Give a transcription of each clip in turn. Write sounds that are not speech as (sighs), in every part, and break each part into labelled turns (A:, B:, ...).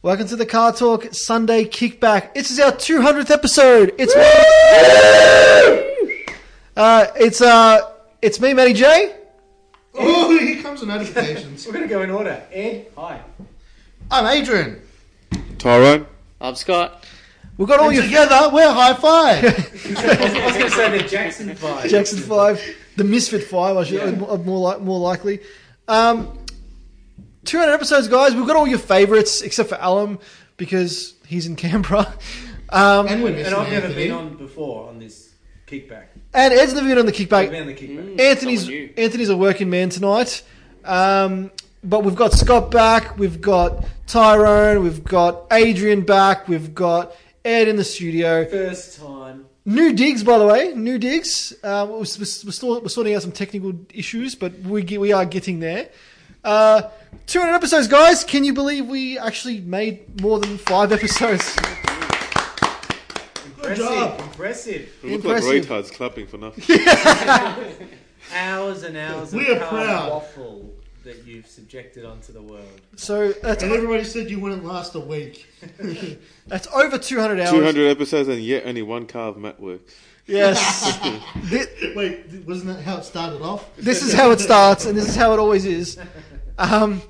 A: Welcome to the Car Talk Sunday Kickback. This is our 200th episode. It's uh, it's uh, it's me, Matty J.
B: Oh, (laughs) here comes the notifications.
A: (laughs)
C: We're going to go in order. Ed, hi.
B: I'm Adrian.
D: Tyrone.
E: I'm Scott.
A: We've got all
B: And
A: your
B: together, we're high five.
C: (laughs) I was going to say the Jackson
A: (laughs)
C: vibe.
A: Jackson Five, the Misfit Five, I should more more, like, more likely. Um, Two hundred episodes, guys. We've got all your favourites except for Alum because he's in Canberra. Um,
B: and we're missing
C: And I've never
B: Anthony.
C: been on before on this kickback.
A: and Ed's never been on the
C: I've been
A: kickback.
C: on the kickback.
A: Anthony's
E: Someone new.
A: Anthony's a working man tonight. Um, but we've got Scott back. We've got Tyrone. We've got Adrian back. We've got Ed in the studio.
C: First time.
A: New digs, by the way, new digs. Uh, we're, we're, we're, still, we're sorting out some technical issues, but we get, we are getting there. Uh, 200 episodes, guys. Can you believe we actually made more than five episodes?
C: Impressive.
B: job.
C: Impressive.
D: We (laughs) look
A: Impressive.
D: like retards clapping
A: (laughs)
D: for nothing.
C: Hours and hours
B: We are
C: of hard
B: proud.
C: waffle that you've subjected onto the world.
A: So that's,
B: And everybody said you wouldn't last a
C: (laughs)
B: week.
A: that's over 200 hours.
D: 200 episodes and yet only one car of Matt works. (laughs)
A: Yes.
B: Wait, th- wasn't that how it started off?
A: this is how it starts, and this is how it always is. Um,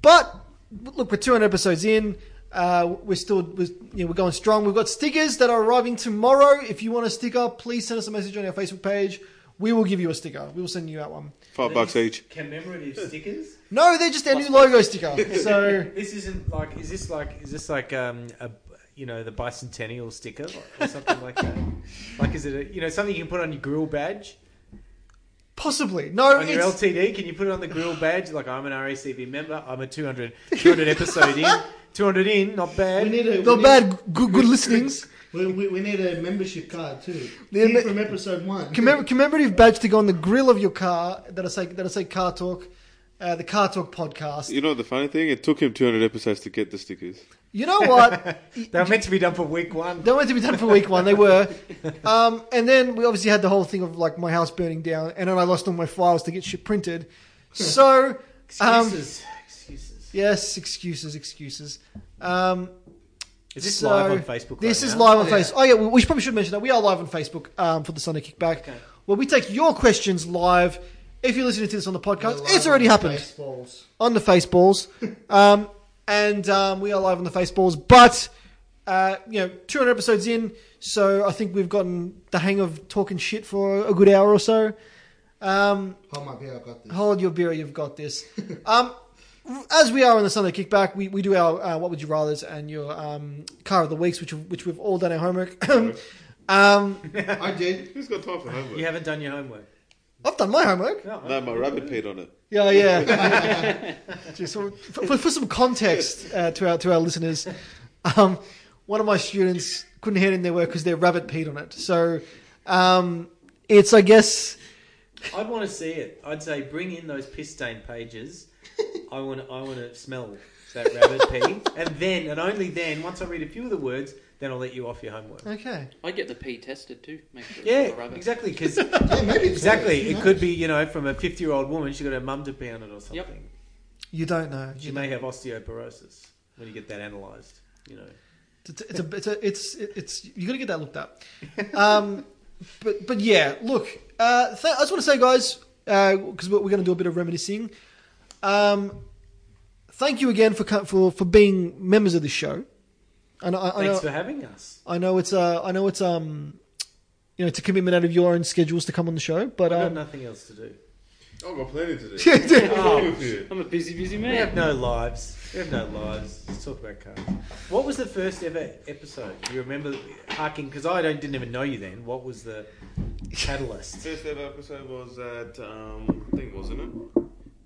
A: but look, we're 200 episodes in. Uh, we're still we're, you know, we're going strong. We've got stickers that are arriving tomorrow. If you want a sticker, please send us a message on our Facebook page. We will give you a sticker. We will send you out one. (laughs)
D: Five bucks each. (laughs)
C: Commemorative stickers.
A: No, they're just our new logo sticker. So
C: (laughs) This isn't like. Is this like? Is this like um a you know the bicentennial sticker or something
B: (laughs)
C: like that? Like is it a, you know something you can put on your grill badge?
A: possibly no,
C: on your
A: it's,
C: LTD, can you put it on
A: (sighs)
C: the grill badge? Like, I'm an RACB member. I'm a 200, 200 episode in. 200 in, not
B: We
C: bad.
B: need a, we
A: not
B: need,
A: bad. Good, good listenings.
B: We, we, we need a membership card too.
A: Need a
B: Here
A: me-
B: from episode one.
A: Commem- commemorative badge to go on the grill of your car. That'll say that'll say Car Talk, uh, the Car Talk podcast.
D: You know the funny thing? It took him 200 episodes to get the stickers.
A: You know
C: (laughs)
A: what?
C: They were meant to be done for week one.
A: They were meant to be done for week one. They were, um, and then we obviously had the whole thing of like my house burning down, and then I lost all my files to get shit printed. So, um,
C: Excuses. Excuses.
A: yes, excuses, excuses. Um,
C: Is this
A: so-
C: live on Facebook?
A: This
C: right
A: is
C: now?
A: live on
B: Oh, yeah.
A: Facebook. Oh yeah, we, we should probably should mention that we are live on Facebook um, for the Sunday Kickback.
C: Okay.
A: Well, we take your questions live. If you're listening to this on the
B: We're
A: podcast,
B: live
A: it's already
B: on
A: happened
B: Baseballs.
A: on the Faceballs, um, and um, we are live on the Faceballs. But uh, you know, 200 episodes in, so I think we've gotten the hang of talking shit for a good hour or so. Um,
B: Hold Oh, my beer, I got this.
A: hold your beer, you've got this. Um, as we are on the Sunday kickback, we, we do our uh, what would you rather's and your um, car of the weeks, which which we've all done our homework. (coughs) um,
B: I did.
D: Who's got time for homework?
C: You haven't done your homework.
A: I've done my homework.
C: No.
D: No, my rabbit peed on it.
A: Yeah, yeah. Just for, for, for some context uh, to our to our listeners, um, one of my students couldn't hand in their work because their rabbit peed on it. So um, it's, I guess,
C: I'd want to see it. I'd say bring in those piss stained pages. I want. I want to smell that rabbit
A: (laughs)
C: pee, and then, and only then, once I read a few of the words, then I'll let you off your homework.
A: okay.
E: I get the pee tested too. Make sure it's not a
C: Yeah,
E: rabbit.
A: (laughs)
C: exactly. Because
B: Yeah, maybe it's
C: Exactly.
B: worse, you
C: It
B: know?
C: could be, you know, from a 50 year old woman, she got her mum to pee on it or something.
E: Yep.
A: You don't know.
C: She may have osteoporosis when you get that analysed, you know.
A: It's it's a, it's, a, it's it's you got to get that looked up. Um, but but yeah, look, uh, th- I just want to say, guys, because we're, we're going to do a bit of reminiscing. Um, thank you again for co- for for being members of the show. And I, I, I know,
C: Thanks for having us.
A: I know it's uh, I know it's um, you know, it's a commitment out of your own schedules to come on the show, but
C: I've got
A: um,
C: nothing else to do.
D: I've got plenty to do.
A: (laughs) yeah,
E: I'm a busy, busy
C: We have
E: man.
C: no lives. We have no lives. Let's talk about cars. What was the first ever episode? You remember harking? Because I don't, didn't even know you then. What was the catalyst?
D: (laughs) First ever episode was at, um, I think, wasn't it?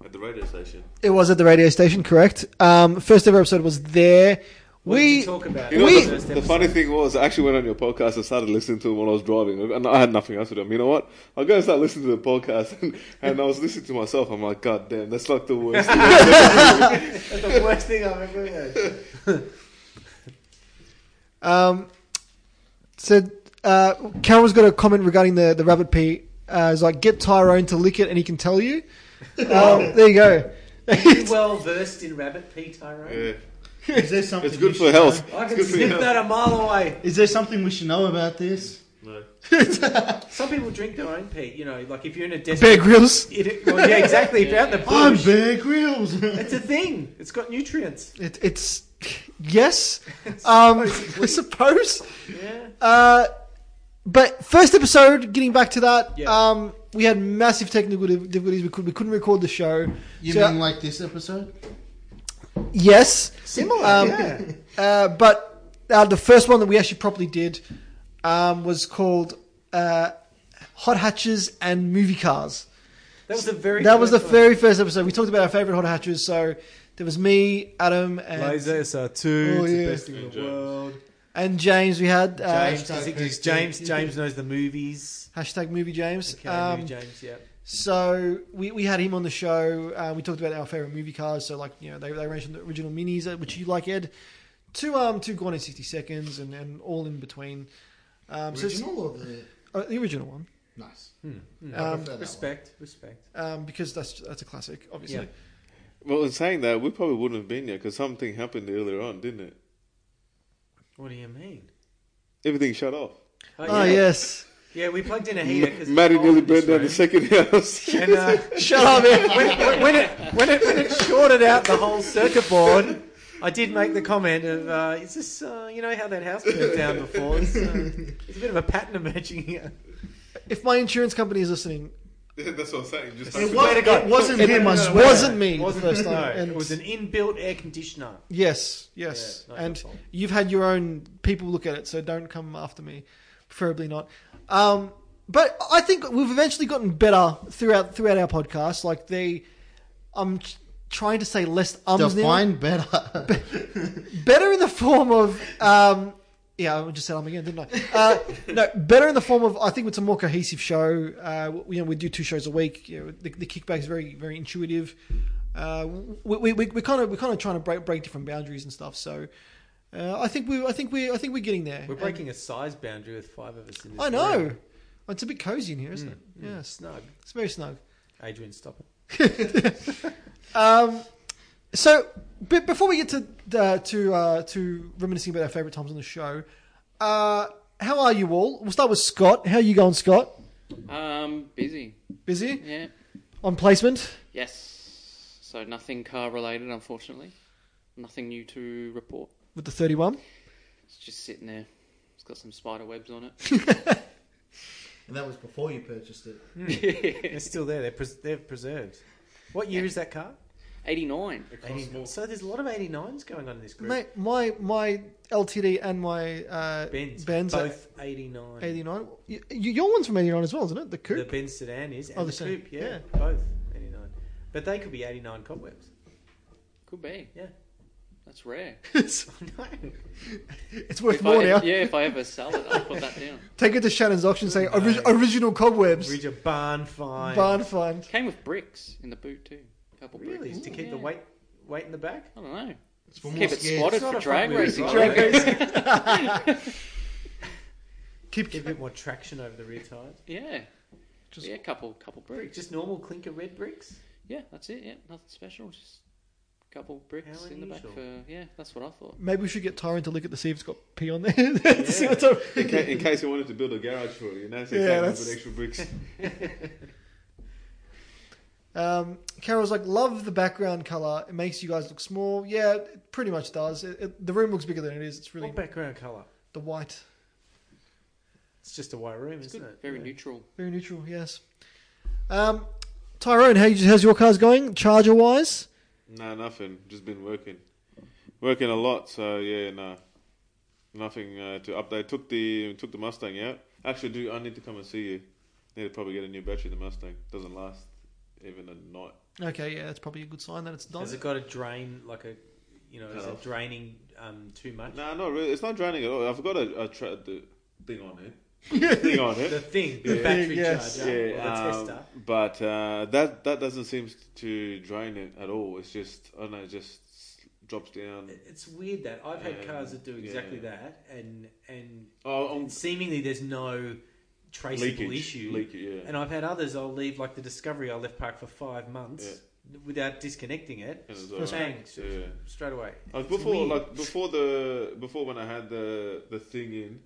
D: At the radio station.
A: it was at the radio station, correct? Um, first ever episode was there.
C: What did
A: we
C: you talk about?
D: You know,
A: We-
C: the
D: the,
C: first
D: the
C: episode?
D: funny thing was, I actually went on your podcast and started listening to it when I was driving. And I had nothing else to do. You know what? I'll go and start listening to the podcast. (laughs) And, and I was listening to myself. I'm like, God damn, that's like the worst thing.
C: That's (laughs) the worst thing I've ever
D: (laughs)
C: heard.
A: Um, said uh, Cameron's got a comment regarding the the rabbit pee. Uh, it's like get Tyrone to lick it and he can tell
C: (laughs)
A: you. Um, there you go.
C: Are you well versed in rabbit pee, Tyrone?
D: (laughs) Yeah.
F: Is there something
D: It's
F: we
D: good for
F: should
D: health.
F: know?
C: I
D: It's
C: can
D: good for
C: sniff
D: your
C: that
D: health.
C: a mile away.
F: Is there something we should know about this?
D: No.
C: Some people drink their own pee. You know, like if you're in a
A: Bear
C: (laughs) desert.
A: Grylls.
C: It, well, yeah, exactly. If you're out in the
F: I'm
C: bush,
F: Bear
B: (laughs)
F: Grylls.
C: it's a thing. It's got nutrients.
A: It, it's
C: (laughs)
A: yes, um, (laughs) I suppose.
C: Yeah.
A: Uh, but first episode, getting back to that,
C: Yeah.
A: um, we had massive technical dif- difficulties. We could we couldn't record the show.
F: you
A: So-
F: mean like this episode?
A: Yes,
C: Similar.
A: Um,
C: (laughs) yeah.
A: uh, but uh, the first one that we actually properly did um, was called uh, Hot Hatches and Movie Cars.
C: That was the very.
A: That was the
C: first one.
A: very first episode. We talked about our favorite hot hatches. So there was me, Adam, and
C: Laser two.
A: Oh,
C: it's
A: yeah.
C: the best thing in
D: And
C: the world.
A: and James. We had uh,
C: James,
B: hashtag
C: James,
B: hashtag-
C: James, James knows the movies.
A: hashtag Movie James.
C: Okay,
A: um,
C: movie James, yeah.
A: So we, we had him on the show. Uh, we talked about our favorite movie cars. So like you know they, they ranged from the original minis, uh, which you like, Ed, to um to Gone in sixty seconds and, and all in between. Um, so it's-
B: Original or the
A: uh, the original one,
B: nice? I
A: um,
B: prefer that
C: Respect, respect.
A: um, because that's that's a classic, obviously.
C: Yeah.
D: Well, in saying that, we probably wouldn't have been here because something happened earlier on, didn't it?
C: What do you mean?
D: Everything shut off.
A: Oh yes,
C: Yeah, we plugged in a heater because
D: Maddie nearly burned down
C: (laughs)
D: the second house. (laughs)
C: And uh,
A: (laughs) (laughs) shut up, Ed.
C: when, when, when it when it when it shorted out the whole circuit board, I did make the comment of, uh, "Is this uh, you know how that house burned down before? It's, uh, it's a bit of a pattern emerging here."
A: If my insurance company is listening,
D: That's what I'm saying. Just
F: It,
C: wa-
F: was,
C: to God.
F: it wasn't him. I
A: it
F: swear.
A: wasn't me.
C: It
A: the
C: wasn't
A: first
C: no,
A: time. and
C: it was an inbuilt air conditioner.
A: yes, yes,
C: Yeah, no,
A: and
C: your fault.
A: you've had your own people look at it, so don't come after me, preferably not. Um, but I think we've eventually gotten better throughout throughout our podcast. Like they, I'm t- trying to say less ums now.
F: Define better.
A: Better in the form of um, yeah, I just said um again, didn't I? Uh, no, better in the form of I think it's a more cohesive show. Uh, we, you know, we do two shows a week. You know, the, the kickback is very very intuitive. Uh, we, we, we, we're kind of we're kind of trying to break, break different boundaries and stuff. So uh, I think we I think we I think we're getting there.
C: We're breaking a size boundary with five of us in this. Mm,
A: I know. Oh,
C: room.
A: It's a bit cozy in here, isn't it? Yeah, it's,
C: Snug.
A: it's very snug.
C: Adrian, stop it.
A: Um, so, b- before we get to uh, to uh, to reminiscing about our favourite times on the show, uh, how are you all? We'll start with Scott. How are you going, Scott?
E: Um, busy.
A: Busy
E: Yeah.
A: on placement.
E: Yes. So nothing car related, unfortunately. Nothing new to report.
A: With the 31.
E: It's just sitting there. It's got some spider webs on
B: And that was before you purchased it.
E: it.
C: They're still there. They're, pres- they're preserved. What year is that car?
E: 89.
C: 89. So there's a lot of 89s going on in this group.
A: Mate, my my LTD and my uh,
C: Benz,
A: Benz are
C: both 89.
A: 89. Y- y- your one's from 89 as well, isn't it? The
C: The
A: coupe.
C: Benz sedan is, and
A: Oh, the
C: the,
A: same.
C: coupe, yeah,
A: Yeah.
C: both 89. But they could be 89 cobwebs. (laughs)
E: Could be.
C: Yeah.
E: That's rare.
A: (laughs) it's,
C: no.
A: it's worth
E: If
A: more
E: I, e-
A: now.
E: Yeah, if I ever sell it, I'll put that down.
A: Take it to Shannon's auction. Say
C: No.
A: "Ori- original cobwebs.
C: Reach a barn fine.
A: Barn find.
E: Came with bricks in the boot too. couple
C: Really?
E: bricks.
C: To keep the
E: Yeah.
C: weight weight in the back?
E: I don't know.
B: It's for
E: keep it
B: scares.
E: squatted
C: not
E: for
C: a
E: drag
C: fucking
E: racing.
C: drag
E: I reckon.
A: Keep
C: Get a bit more traction over the rear tyres.
E: yeah.
A: Just-
E: yeah, a couple, couple bricks.
C: Just normal clinker red bricks?
E: Yeah, that's it. Yeah, nothing special. Just a couple bricks
C: How
E: in the back
C: unusual.
E: for. Yeah, that's what I thought.
A: Maybe we should get Tyrone to look at the see if it's got pee on there. (laughs) See what's up.
D: in, ca- in case you wanted to build a garage for it, you know, so
A: Yeah,
D: you can
A: that's-
D: put extra bricks.
A: Um, Carol's like, love the background color. It makes you guys look small. Yeah, it pretty much does. It, it, the room looks bigger than it is. It's really
C: What background colour?
A: the white,
C: It's just a white room,
E: It's
C: isn't
E: good.
C: it?
E: Very
C: Yeah.
E: neutral.
A: very neutral. Yes. Um, Tyrone, how you, how's your cars going, charger wise?
D: no, nothing. Just been working, working a lot. So yeah, no, nothing uh, to update. Took the took the Mustang out. Actually, do I need to come and see you? Need to probably get a new battery. in The Mustang doesn't last even a night.
A: Okay, yeah, that's probably a good sign that it's done.
C: Has it got a drain, like a, you know, is
D: Cut
C: it
D: off.
C: draining um, too much?
D: No, not really. It's not draining at all. I've got a, a tra- the thing on
C: (laughs)
D: it. thing on
C: The
D: it.
C: thing, the
D: Yeah.
C: battery
A: Yes.
C: charger, or the
D: Yeah, um,
C: tester.
D: but uh, that that doesn't seem to drain it at all. It's just I don't know. It just drops down.
C: It- It's weird that I've had
D: Yeah.
C: cars that do exactly
D: Yeah.
C: that, and and
D: Oh, um,
C: seemingly there's no traceable
D: leakage.
C: issue.
D: Leakage. Yeah.
C: And I've had others. I'll leave like the Discovery. I left parked for five months. without disconnecting it.
D: And it's
A: First
D: alright.
C: Bang, s-
D: Yeah.
C: straight away.
D: Like before,
A: weird.
D: like before the before when I had the the thing in,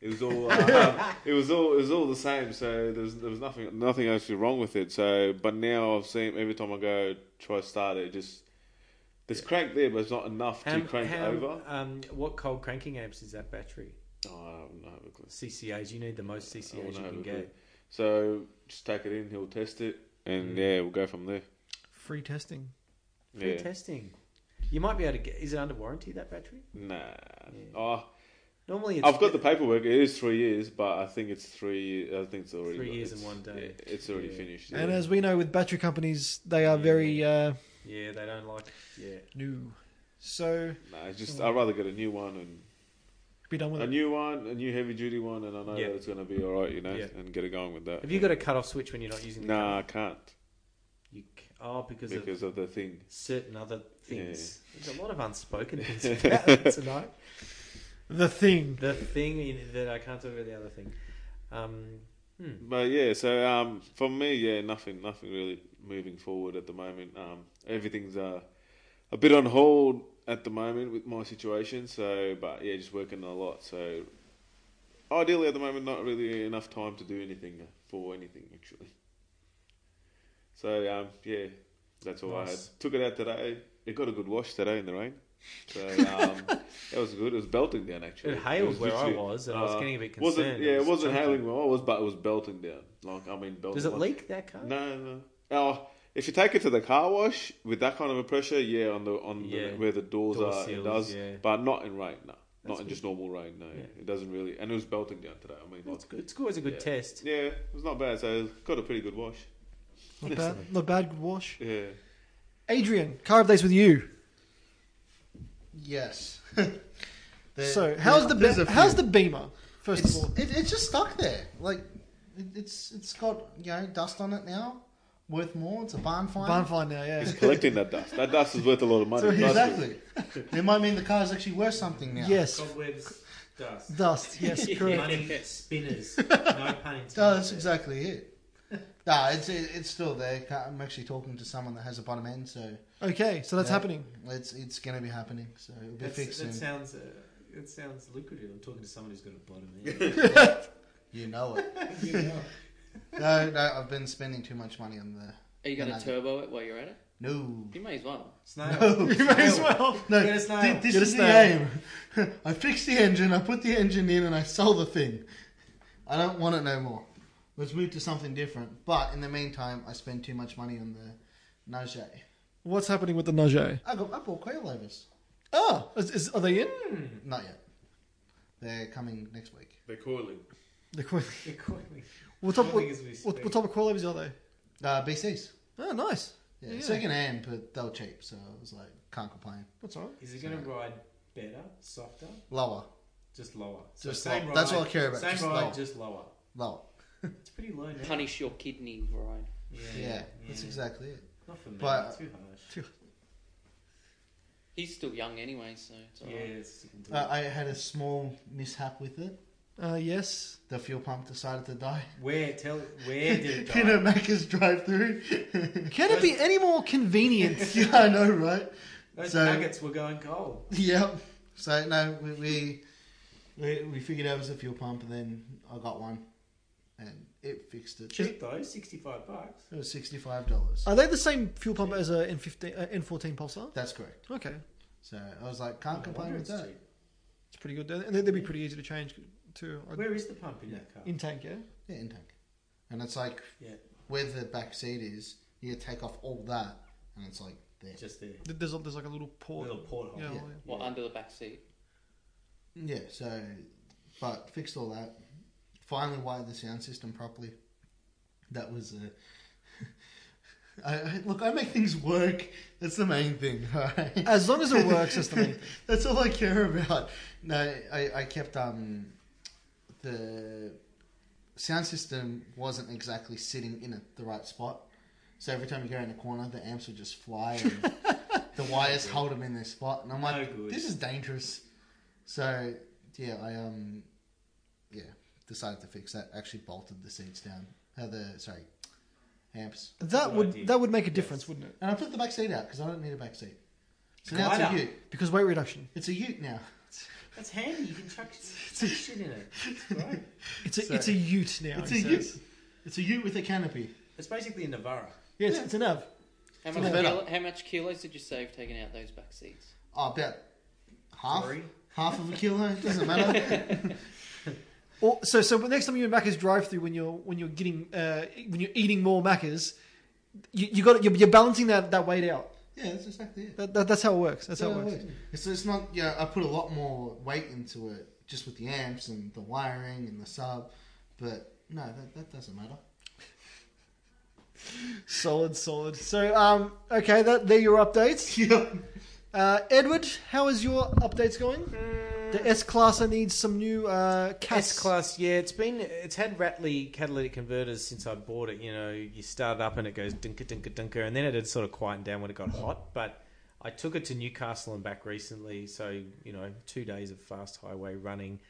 D: it
C: (laughs)
D: was all uh, it was all it was all the same. So there was there was nothing nothing actually wrong with it. So but now I've seen every time I go try to start it, it just there's crank there, but it's not enough to
C: Ham-
D: crank
C: ham-
D: over.
C: Um, what cold cranking amps is that battery?
D: Oh, I don't have a clue.
C: CCAs. You need the most
D: I
C: CCAs
D: wouldn't
C: you
D: have
C: can
D: a clue.
C: get.
D: So just take it in. He'll test it,
C: Mm.
D: and yeah, we'll go from there.
A: Free testing.
C: Free
D: Yeah.
C: testing. You might be able to get. Is it under warranty that battery?
D: Nah.
C: Yeah.
D: Oh,
C: Normally, it's
D: I've got the paperwork. It is three years, but I think it's three. I think it's already
C: Three years
D: it's-
C: and one day.
D: yeah, it's already
C: Yeah.
D: finished.
A: And
D: yeah.
A: as we know, with battery companies, they are very uh,
C: Yeah, they don't like. Yeah.
A: new. So
D: Nah, it's just I'd rather get a new one and
A: be done with
D: a
A: it.
D: new one, a new heavy duty one, and I know
C: Yeah.
D: that it's gonna be all right, you know,
C: Yeah.
D: and get it going with that.
C: Have you got a cut-off switch when you're not using? The
D: Nah, I
C: cut-off?
D: can't
C: You c- oh, because, of
D: because of the thing.
C: certain other things. There's a lot of
D: (laughs)
C: unspoken things about it tonight.
D: yeah,
A: The thing.
C: The thing in, that I can't talk about the other thing. Um, hmm.
D: But yeah, so um, for me, yeah, nothing, nothing really moving forward at the moment. Um, everything's uh, a bit on hold at the moment with my situation. So, but yeah, just working a lot. So, ideally at the moment, not really enough time to do anything uh, for anything actually. So um, yeah, that's all I had.
C: Nice.
D: Took it out today. It got a good wash today in the rain. So
C: (laughs)
D: um, that was good. It was belting down actually.
C: It hailed
D: was
C: where I
D: literally-
C: was, and I was
D: uh,
C: getting a bit concerned.
D: wasn't yeah,
C: I
D: it
C: was
D: wasn't
C: choking.
D: hailing where I was, but it was belting down. Like I mean, belting.
C: Does it
D: like-
C: leak that car?
D: No, no. Oh, if you take it to the car wash with that kind of a pressure, yeah, on the on
C: Yeah.
D: the, where the doors
C: Door
D: are,
C: seals,
D: it does.
C: yeah.
D: But not in rain, no.
C: That's
D: not in just normal rain, no.
C: Yeah.
D: It doesn't really. And it was belting down today. I mean, like,
C: That's good. It's always a good
D: Yeah.
C: test.
D: yeah, it was not bad. So it got a pretty good wash.
A: Not bad. Not bad. Good wash.
D: Yeah.
A: Adrian, car updates with you.
F: Yes. (laughs)
A: so how's the
F: there's
A: be-
F: a few.
A: how's the Beamer? First
F: it's,
A: of all,
F: It, it's just stuck there. Like it, it's it's got you know dust on it now, worth more. It's a barn find.
A: barn find now. Yeah.
D: It's collecting that dust. That dust is worth a lot of money.
F: So
D: trust me.
F: exactly. (laughs) it might mean the car's actually worth something now.
A: Yes.
C: Cobwebs, dust,
A: Dust.
C: (laughs)
A: Yes. Correct.
F: (laughs)
C: spinners. No pun intended.
F: No, that's exactly it. (laughs) Nah, it's it, it's still there. Ca- I'm actually talking to someone that has a bottom end, so
A: Okay. So that's
F: Yeah.
A: happening.
F: (laughs) it's it's going to be happening. So it'll be fixed soon.
C: sounds. Uh, it sounds lucrative. I'm talking to someone who's got
F: (laughs)
C: a bottom end.
F: You know it. (laughs) No, no, I've been spending too much money on the
E: Are you going
F: No,
E: to
F: no.
E: turbo it while you're at it?
F: no.
E: You may as well.
C: Snail.
F: (laughs)
A: You may as well.
F: No,
C: Get a snail.
F: thi- this
A: Get a
F: is
A: snail.
F: the aim. (laughs) I fixed the engine, I put the engine in, and I sold the thing. I don't want it no more. Let's move to something different. But in the meantime, I spend too much money on the Nage.
A: What's happening with the Nage?
F: I got I bought coilovers.
A: Oh, is, is, are they in?
F: Not yet. They're coming next week.
D: They're coiling.
A: They're coil-
C: Accordingly.
A: what, type, what,
C: Coiling as we
A: what,
C: speak.
A: what type of coilovers are they?
F: Uh, BCs.
A: Oh, nice.
F: Yeah,
A: Yeah.
F: second hand, but they were cheap, so I was like, can't complain.
A: That's all right.
C: Is it going to ride better, softer,
F: Lower,
C: just lower?
F: Just low- that's what I care about,
C: Same
F: just
C: ride,
F: lower.
C: just lower.
F: lower.
C: It's pretty low now.
E: Punish your kidney, right?
C: Yeah,
F: Yeah, that's exactly it.
C: Not for me.
F: But-
C: too harsh.
E: He's still young anyway, so it's
C: Yeah,
E: alright.
C: it's you can do
F: Uh,
C: it.
F: I had a small mishap with it.
A: Uh, yes.
F: The fuel pump decided to die.
C: Where tell
F: (laughs)
C: where did it die?
F: In a Macca's drive-through. (laughs)
A: Can it be any more convenient? (laughs)
F: yeah, I know, right?
C: Those
F: so-
C: nuggets were going cold.
F: Yep. So no, we we, we we figured out it was a fuel pump, and then I got one, and it fixed it.
C: Cheap though, sixty-five bucks.
F: It was sixty-five dollars.
A: Are they the same fuel pump as a N15, uh, N14 Pulsar?
F: That's correct.
A: Okay,
F: So I was like, can't
C: No
F: complain
C: wonder
F: with
C: it's
F: that.
C: cheap.
A: it's pretty good, and they'd they'd be pretty easy to change too. I-
C: Where is the pump in that car?
A: In tank, yeah.
F: Yeah, intake. And it's like
C: Yeah,
F: where the back seat is, you take off all that, and it's like there.
C: just there.
A: Th- There's a, there's like a little port.
C: Little porthole.
A: yeah,
F: Yeah.
A: well, yeah.
E: Well, under the back seat.
F: Yeah. So, but fixed all that. Finally wired the sound system properly. That was a. (laughs) I, I, look, I make things work. That's the main thing, (laughs) alright?
A: As long as it works, that's
F: (laughs)
A: the main
C: (laughs)
A: thing.
F: That's all I care about. No, I, I kept um the sound system wasn't exactly sitting in a, the right spot. So every time you go in a corner, the amps would just fly
C: (laughs)
F: and the wires hold them in their spot. And I'm
C: No
F: like,
C: good.
F: this is dangerous. So yeah, I um yeah decided to fix that. Actually bolted the seats down. Uh, the sorry, amps.
A: That
C: Good
A: would
C: idea.
A: that would make a difference, wouldn't it?
F: And I took the back seat out because I don't need a back seat. So now
C: Glider.
F: it's a Ute.
A: Because weight reduction.
F: It's a Ute now.
C: That's handy. You can chuck shit in it. It's great.
A: It's a
F: So-
A: it's a Ute now.
F: it's a
A: he
F: Ute.
A: says.
F: It's a Ute with a canopy.
C: It's basically a Navara.
A: Yeah, it's, it's an av.
E: How
F: It's
E: much,
F: better.
E: kilo, how much kilos did you save taking out those back seats?
F: Oh, about half
C: Three.
F: half of a kilo. It doesn't
C: (laughs)
F: matter.
A: Or, so so but next time you're in Macca's drive-through when you're when you're getting uh, when you're eating more Macca's, you, you got you're, you're balancing that, that weight out.
F: yeah, that's exactly it.
A: That, that, that's how it works. That's
F: So
A: how it works.
F: It's, it's not. Yeah, I put a lot more weight into it just with the amps and the wiring and the sub, but no, that, that doesn't matter. (laughs)
A: Solid, solid. So um okay, that they're your updates.
F: Yeah.
A: Uh, Edward, how is your updates going?
C: Mm.
A: The S class I need some new uh cats.
C: S class, yeah, it's been it's had Ratley catalytic converters since I bought it. You know, you start it up and it goes dunker dunker dunker, and then it had sort of quietened down when it got hot. But I took it to Newcastle and back recently, so you know, two days of fast highway running,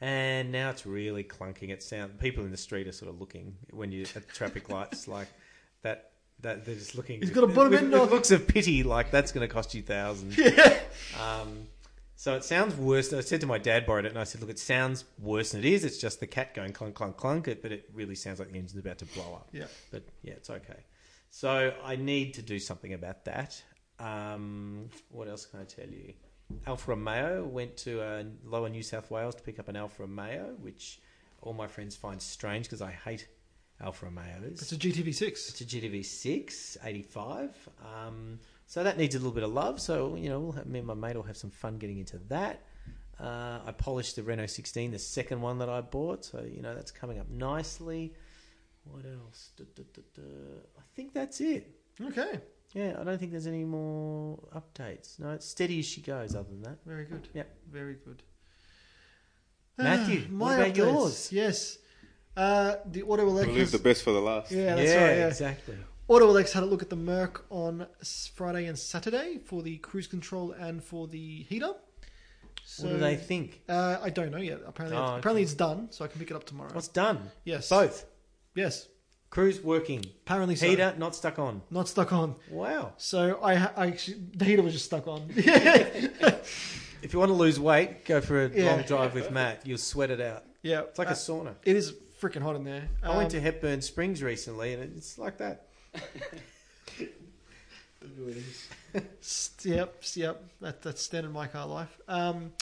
C: and now it's really clunking. It sound people in the street are sort of looking when you
A: (laughs)
C: at traffic lights like that. That they're just looking.
A: He's got a bottom
C: with-
A: end
C: with
A: of-
C: looks of pity, like that's going to cost
A: (laughs)
C: you thousands. Um, so it sounds worse. I said to my dad, borrowed it, and I said, "Look, it sounds worse than it is. It's just the cat going clunk, clunk, clunk. It, but it really sounds like the engine's about to blow up.
A: Yeah.
C: But yeah, it's okay. So I need to do something about that. Um, what else can I tell you? Alfa Romeo went to uh, Lower New South Wales to pick up an Alfa Romeo, which all my friends find strange because I hate Alfa Romeos.
A: It's a GTV six.
C: It's a GTV 6, 85. Um, so that needs a little bit of love. So, you know, we'll have, me and my mate will have some fun getting into that. Uh, I polished the Renault 16, the second one that I bought. So, you know, that's coming up nicely. What else? Duh, duh, duh, duh. I think that's it.
A: Okay.
C: Yeah, I don't think there's any more updates. No, it's steady as she goes, other than that.
A: Very good.
C: Yep.
A: Very good.
C: Matthew,
A: Ah,
C: what about yours?
A: Yes. Uh, the Auto Alex.
D: We'll leave the best for the last.
A: yeah, that's
C: yeah,
A: right. Yeah.
C: exactly.
A: Auto Alex had a look at the Merc on s- Friday and Saturday for the cruise control and for the heater. So,
C: what do they think?
A: Uh, I don't know yet. Apparently,
C: Oh,
A: it's,
C: okay.
A: apparently it's done, so I can pick it up tomorrow.
C: What's done?
A: yes.
C: Both.
A: Yes.
C: Cruise working.
A: Apparently, so.
C: Heater not stuck on.
A: not stuck on.
C: Wow.
A: So I, ha- I actually, the heater was just stuck on. (laughs)
C: If you want to lose weight, go for a
A: Yeah.
C: long drive with Matt. You'll sweat it out.
A: yeah.
C: It's like
A: uh,
C: a sauna.
A: It is freaking hot in there.
C: I went to
A: Um,
C: Hepburn Springs recently, and it's like that.
A: S- Yep, s- yep. That, that's standard my car life. Um,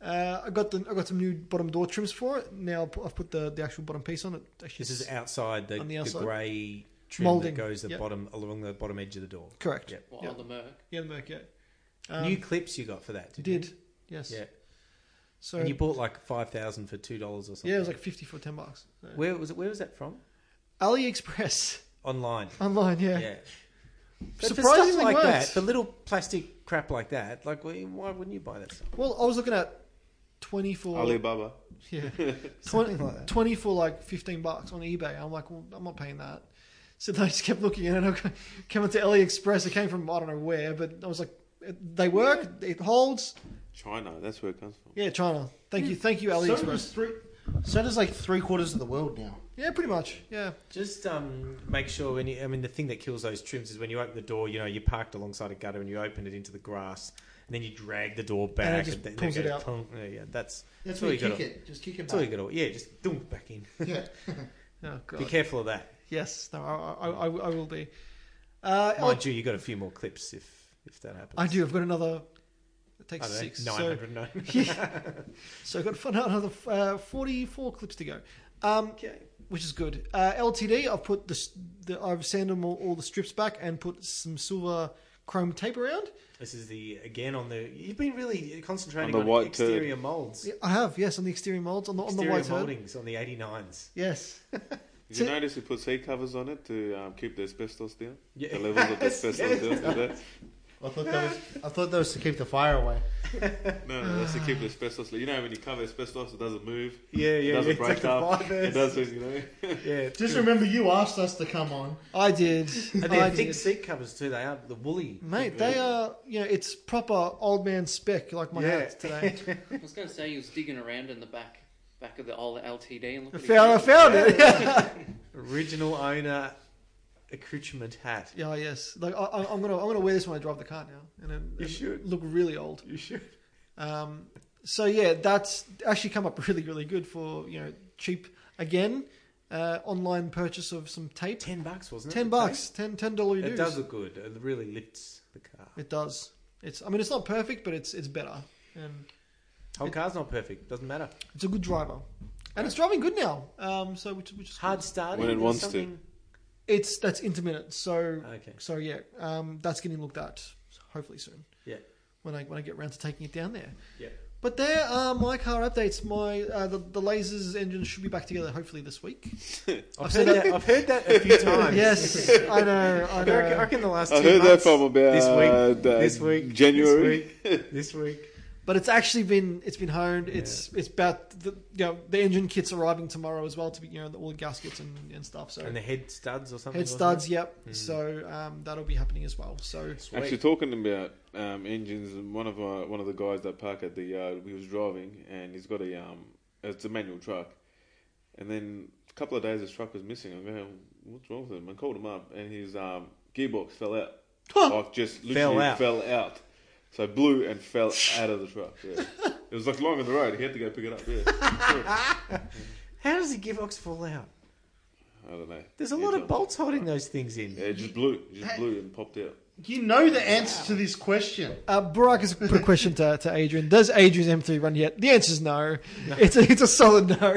A: uh, I got the I got some new bottom door trims for it. Now I've pu- I've put the, the actual bottom piece on it. Actually,
C: This is
A: it's-
C: outside the,
A: On the
C: the,
A: outside.
C: grey trim
A: Moulding,
C: that goes the
A: yep.
C: bottom along the bottom edge of the door.
A: correct.
C: Yep.
E: Well,
A: Yeah.
E: on the Merc.
A: Yeah, the Merc. Yeah. Um,
C: New clips you got for that? didn't you?
A: did yes.
C: Yeah.
A: So
C: and you bought like five thousand for two dollars or something.
A: yeah, it was like fifty for ten bucks. So.
C: where was it? Where was that from?
A: AliExpress (laughs)
C: Online.
A: online. Yeah.
C: Yeah. But for
A: Surprisingly
C: stuff like
A: works.
C: that, for little plastic crap like that, like why why wouldn't you buy that stuff?
A: Well, I was looking at twenty for
D: Alibaba.
A: yeah
C: Something like that.
A: 20 for like fifteen bucks on eBay. I'm like, well, I'm not paying that. So then I just kept looking at it. and I (laughs) came onto AliExpress. It came from I don't know where, but I was like, they work. It holds.
D: China. That's where it comes from.
A: Yeah, China. Thank you, thank you,
F: So
A: AliExpress.
F: does, three, so does like three quarters of the world now.
A: Yeah, pretty much. Yeah,
C: Just um, make sure when you, I mean, the thing that kills those trims is when you open the door, you know, you're parked alongside a gutter and you open it into the grass and then you drag the door back
A: And it just
C: then
A: pulls it
C: goes
A: out.
C: plonk. Yeah, yeah, that's,
F: That's
C: all
F: where
C: you
F: you kick
C: got. to
F: it. Just kick it
C: That's all you
F: back.
C: got to. Yeah, just dump back in.
F: Yeah.
A: oh, God.
C: Be careful of that.
A: Yes, no, I, I, I, I will be. Uh,
C: Mind you, you got a few more clips if if that happens.
A: I do. I've got another. It
C: I
A: takes
C: don't know,
A: six.
C: nine
A: So, (laughs)
C: hundred nine.
A: so I've got fun- another uh, forty-four clips to go, um,
C: Okay.
A: which is good. Uh, LTD. I've put the, s- the I've sanded all, all the strips back and put some silver chrome tape around.
C: This is the again on the. You've been really concentrating
D: On
C: on,
D: the white turd.
C: exterior molds,
A: Yeah, I have yes on the exterior molds on the on the
C: exterior
A: white hood.
C: moldings on the eighty nines.
A: Yes,
D: Did you
A: So-
D: notice you put seat covers on it to um, keep the asbestos down?
C: Yeah.
D: The
C: (laughs)
D: levels of the
C: Yes,
D: asbestos
C: yes.
D: down. Is that-
F: I thought that was. I thought that was to keep the fire away.
D: No, no, that's to keep the asbestos. You know, when you cover asbestos, it doesn't move.
C: Ah. Yeah,
D: It
C: yeah,
D: doesn't
C: yeah.
D: break
C: it's like
D: up.
C: the
D: It
C: fibers.
D: doesn't, you know.
C: Yeah, it's
F: Just
C: good.
F: remember, you asked us to come on.
A: I
C: (laughs)
A: did.
C: And
A: I
C: they're
A: did.
C: thick seat covers too. They are the woolly.
A: Mate, they are, you know, it's proper old man spec like my
C: Yeah.
A: house today.
C: (laughs)
E: I was going to say he was digging around in the back back of the old LTD and
A: I
E: looking.
A: found, I found it.
C: Original owner accoutrement hat.
A: Yeah, oh, yes. Like I, I- I'm gonna I'm gonna wear this when I drive the car now, and then
C: You should.
A: look really old.
C: You should.
A: Um, so yeah, that's actually come up (laughs) really really good for you know cheap again uh, online purchase of some tape.
C: Ten bucks, wasn't it?
A: Ten bucks, ten ten dollar.
C: It does look good. It really lifts the car.
A: It does. It's. I mean, it's not perfect, but it's it's better, and
C: Whole
A: It-
C: car's not perfect. Doesn't matter.
A: it's a good driver, and it's driving good now. Um, so which which is
C: Hard
A: good.
C: starting.
D: When it
C: or
D: wants to.
C: something.
A: It's that's intermittent. So
C: Okay.
A: so yeah, um, that's getting looked at hopefully soon.
C: Yeah.
A: When I when I get round to taking it down there.
C: Yeah.
A: But there are my car updates. My uh, the the lasers engine should be back together hopefully this week.
C: I've,
A: I've
C: heard
A: said
C: that,
A: that-
C: I've heard that a (laughs) few times.
A: yes, I know. I
C: I reckon, I
A: know.
C: reckon the last two
D: I heard that
C: months,
D: from about
C: this
D: uh,
C: week, this week,
D: January.
C: this
D: (laughs)
C: week, this week.
A: But it's actually been it's been honed. It's it's about the you know the engine kits arriving tomorrow as well to be you know all the gaskets and, and stuff. So
C: and the head studs or something.
A: Head
C: wasn't
A: studs, yep.
C: Mm.
A: So um, that'll be happening as well. So
C: it? Sweet.
D: Actually, talking about um, engines, and one of uh, one of the guys that park at the yard, he was driving, and he's got a um, it's a manual truck, and then a couple of days his truck was missing. I'm going, what's wrong with him? I called him up, and his um, gearbox
C: (laughs)
D: fell out, like just literally fell
C: out.
D: out. so blew
C: (laughs)
D: and fell out of the truck. Yeah. it was like along the road. He had to go pick it up. Yeah,
C: (laughs) How does the gearbox fall out?
D: I don't know.
C: There's a
D: Yeah,
C: lot
D: so-
C: of bolts holding those things in.
D: Yeah, it just blew. It just blew and popped out.
F: You know the answer to this question.
A: uh, Barack has put a question to, to Adrian. Does Adrian's M3 run yet? The answer is no. It's, a, it's a solid (laughs) no.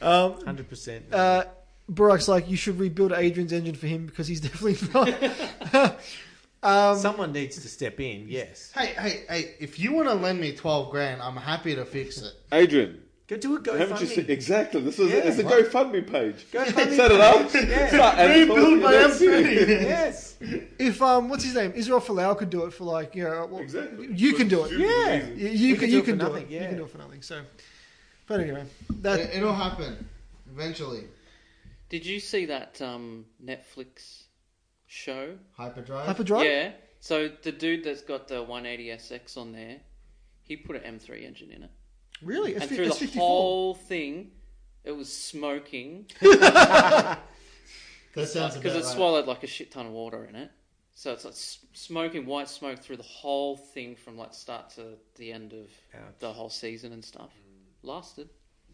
A: Um,
C: Hundred percent.
A: uh, Barack's like, you should rebuild Adrian's engine for him because he's definitely (laughs) not. (laughs) um,
C: Someone needs to step in. Yes.
F: Hey, hey, hey! If you want to lend me twelve grand, I'm happy to fix it.
D: Adrian,
C: Go do a
D: Haven't you seen,
C: GoFundMe.
D: exactly. This is
C: Yeah.
D: it's a GoFundMe page.
C: GoFundMe
D: Set it up. Start advertising
F: Rebuild my
D: it. That's
F: (laughs) M3.
D: it.
C: Yes.
A: if um, what's his name, Israel Folau could do it for like, you know, well,
D: Exactly.
A: you can do it.
D: Stupid
C: Yeah.
D: reason.
A: You, you
C: We
A: can,
C: could
A: you
C: do it
A: can
C: for
A: do
C: nothing,
A: it. You
C: yeah.
A: can do it for nothing. So, but anyway, that
F: It, will happen eventually.
E: Did you see that um, Netflix show?
F: Hyperdrive.
A: hyperdrive.
E: Yeah. So the dude that's got the 180SX on there, he put an M3 engine in it.
A: Really, it's,
E: and
A: fi-
E: through
A: it's
E: the
A: 54.
E: whole thing, it
F: (laughs)
E: was smoking
F: that sounds
E: because
F: about
E: it
F: right.
E: swallowed like a shit ton of water in it. So it's like s- smoking white smoke through the whole thing from like start to the end of
C: Ouch.
E: the whole season and stuff. Lasted.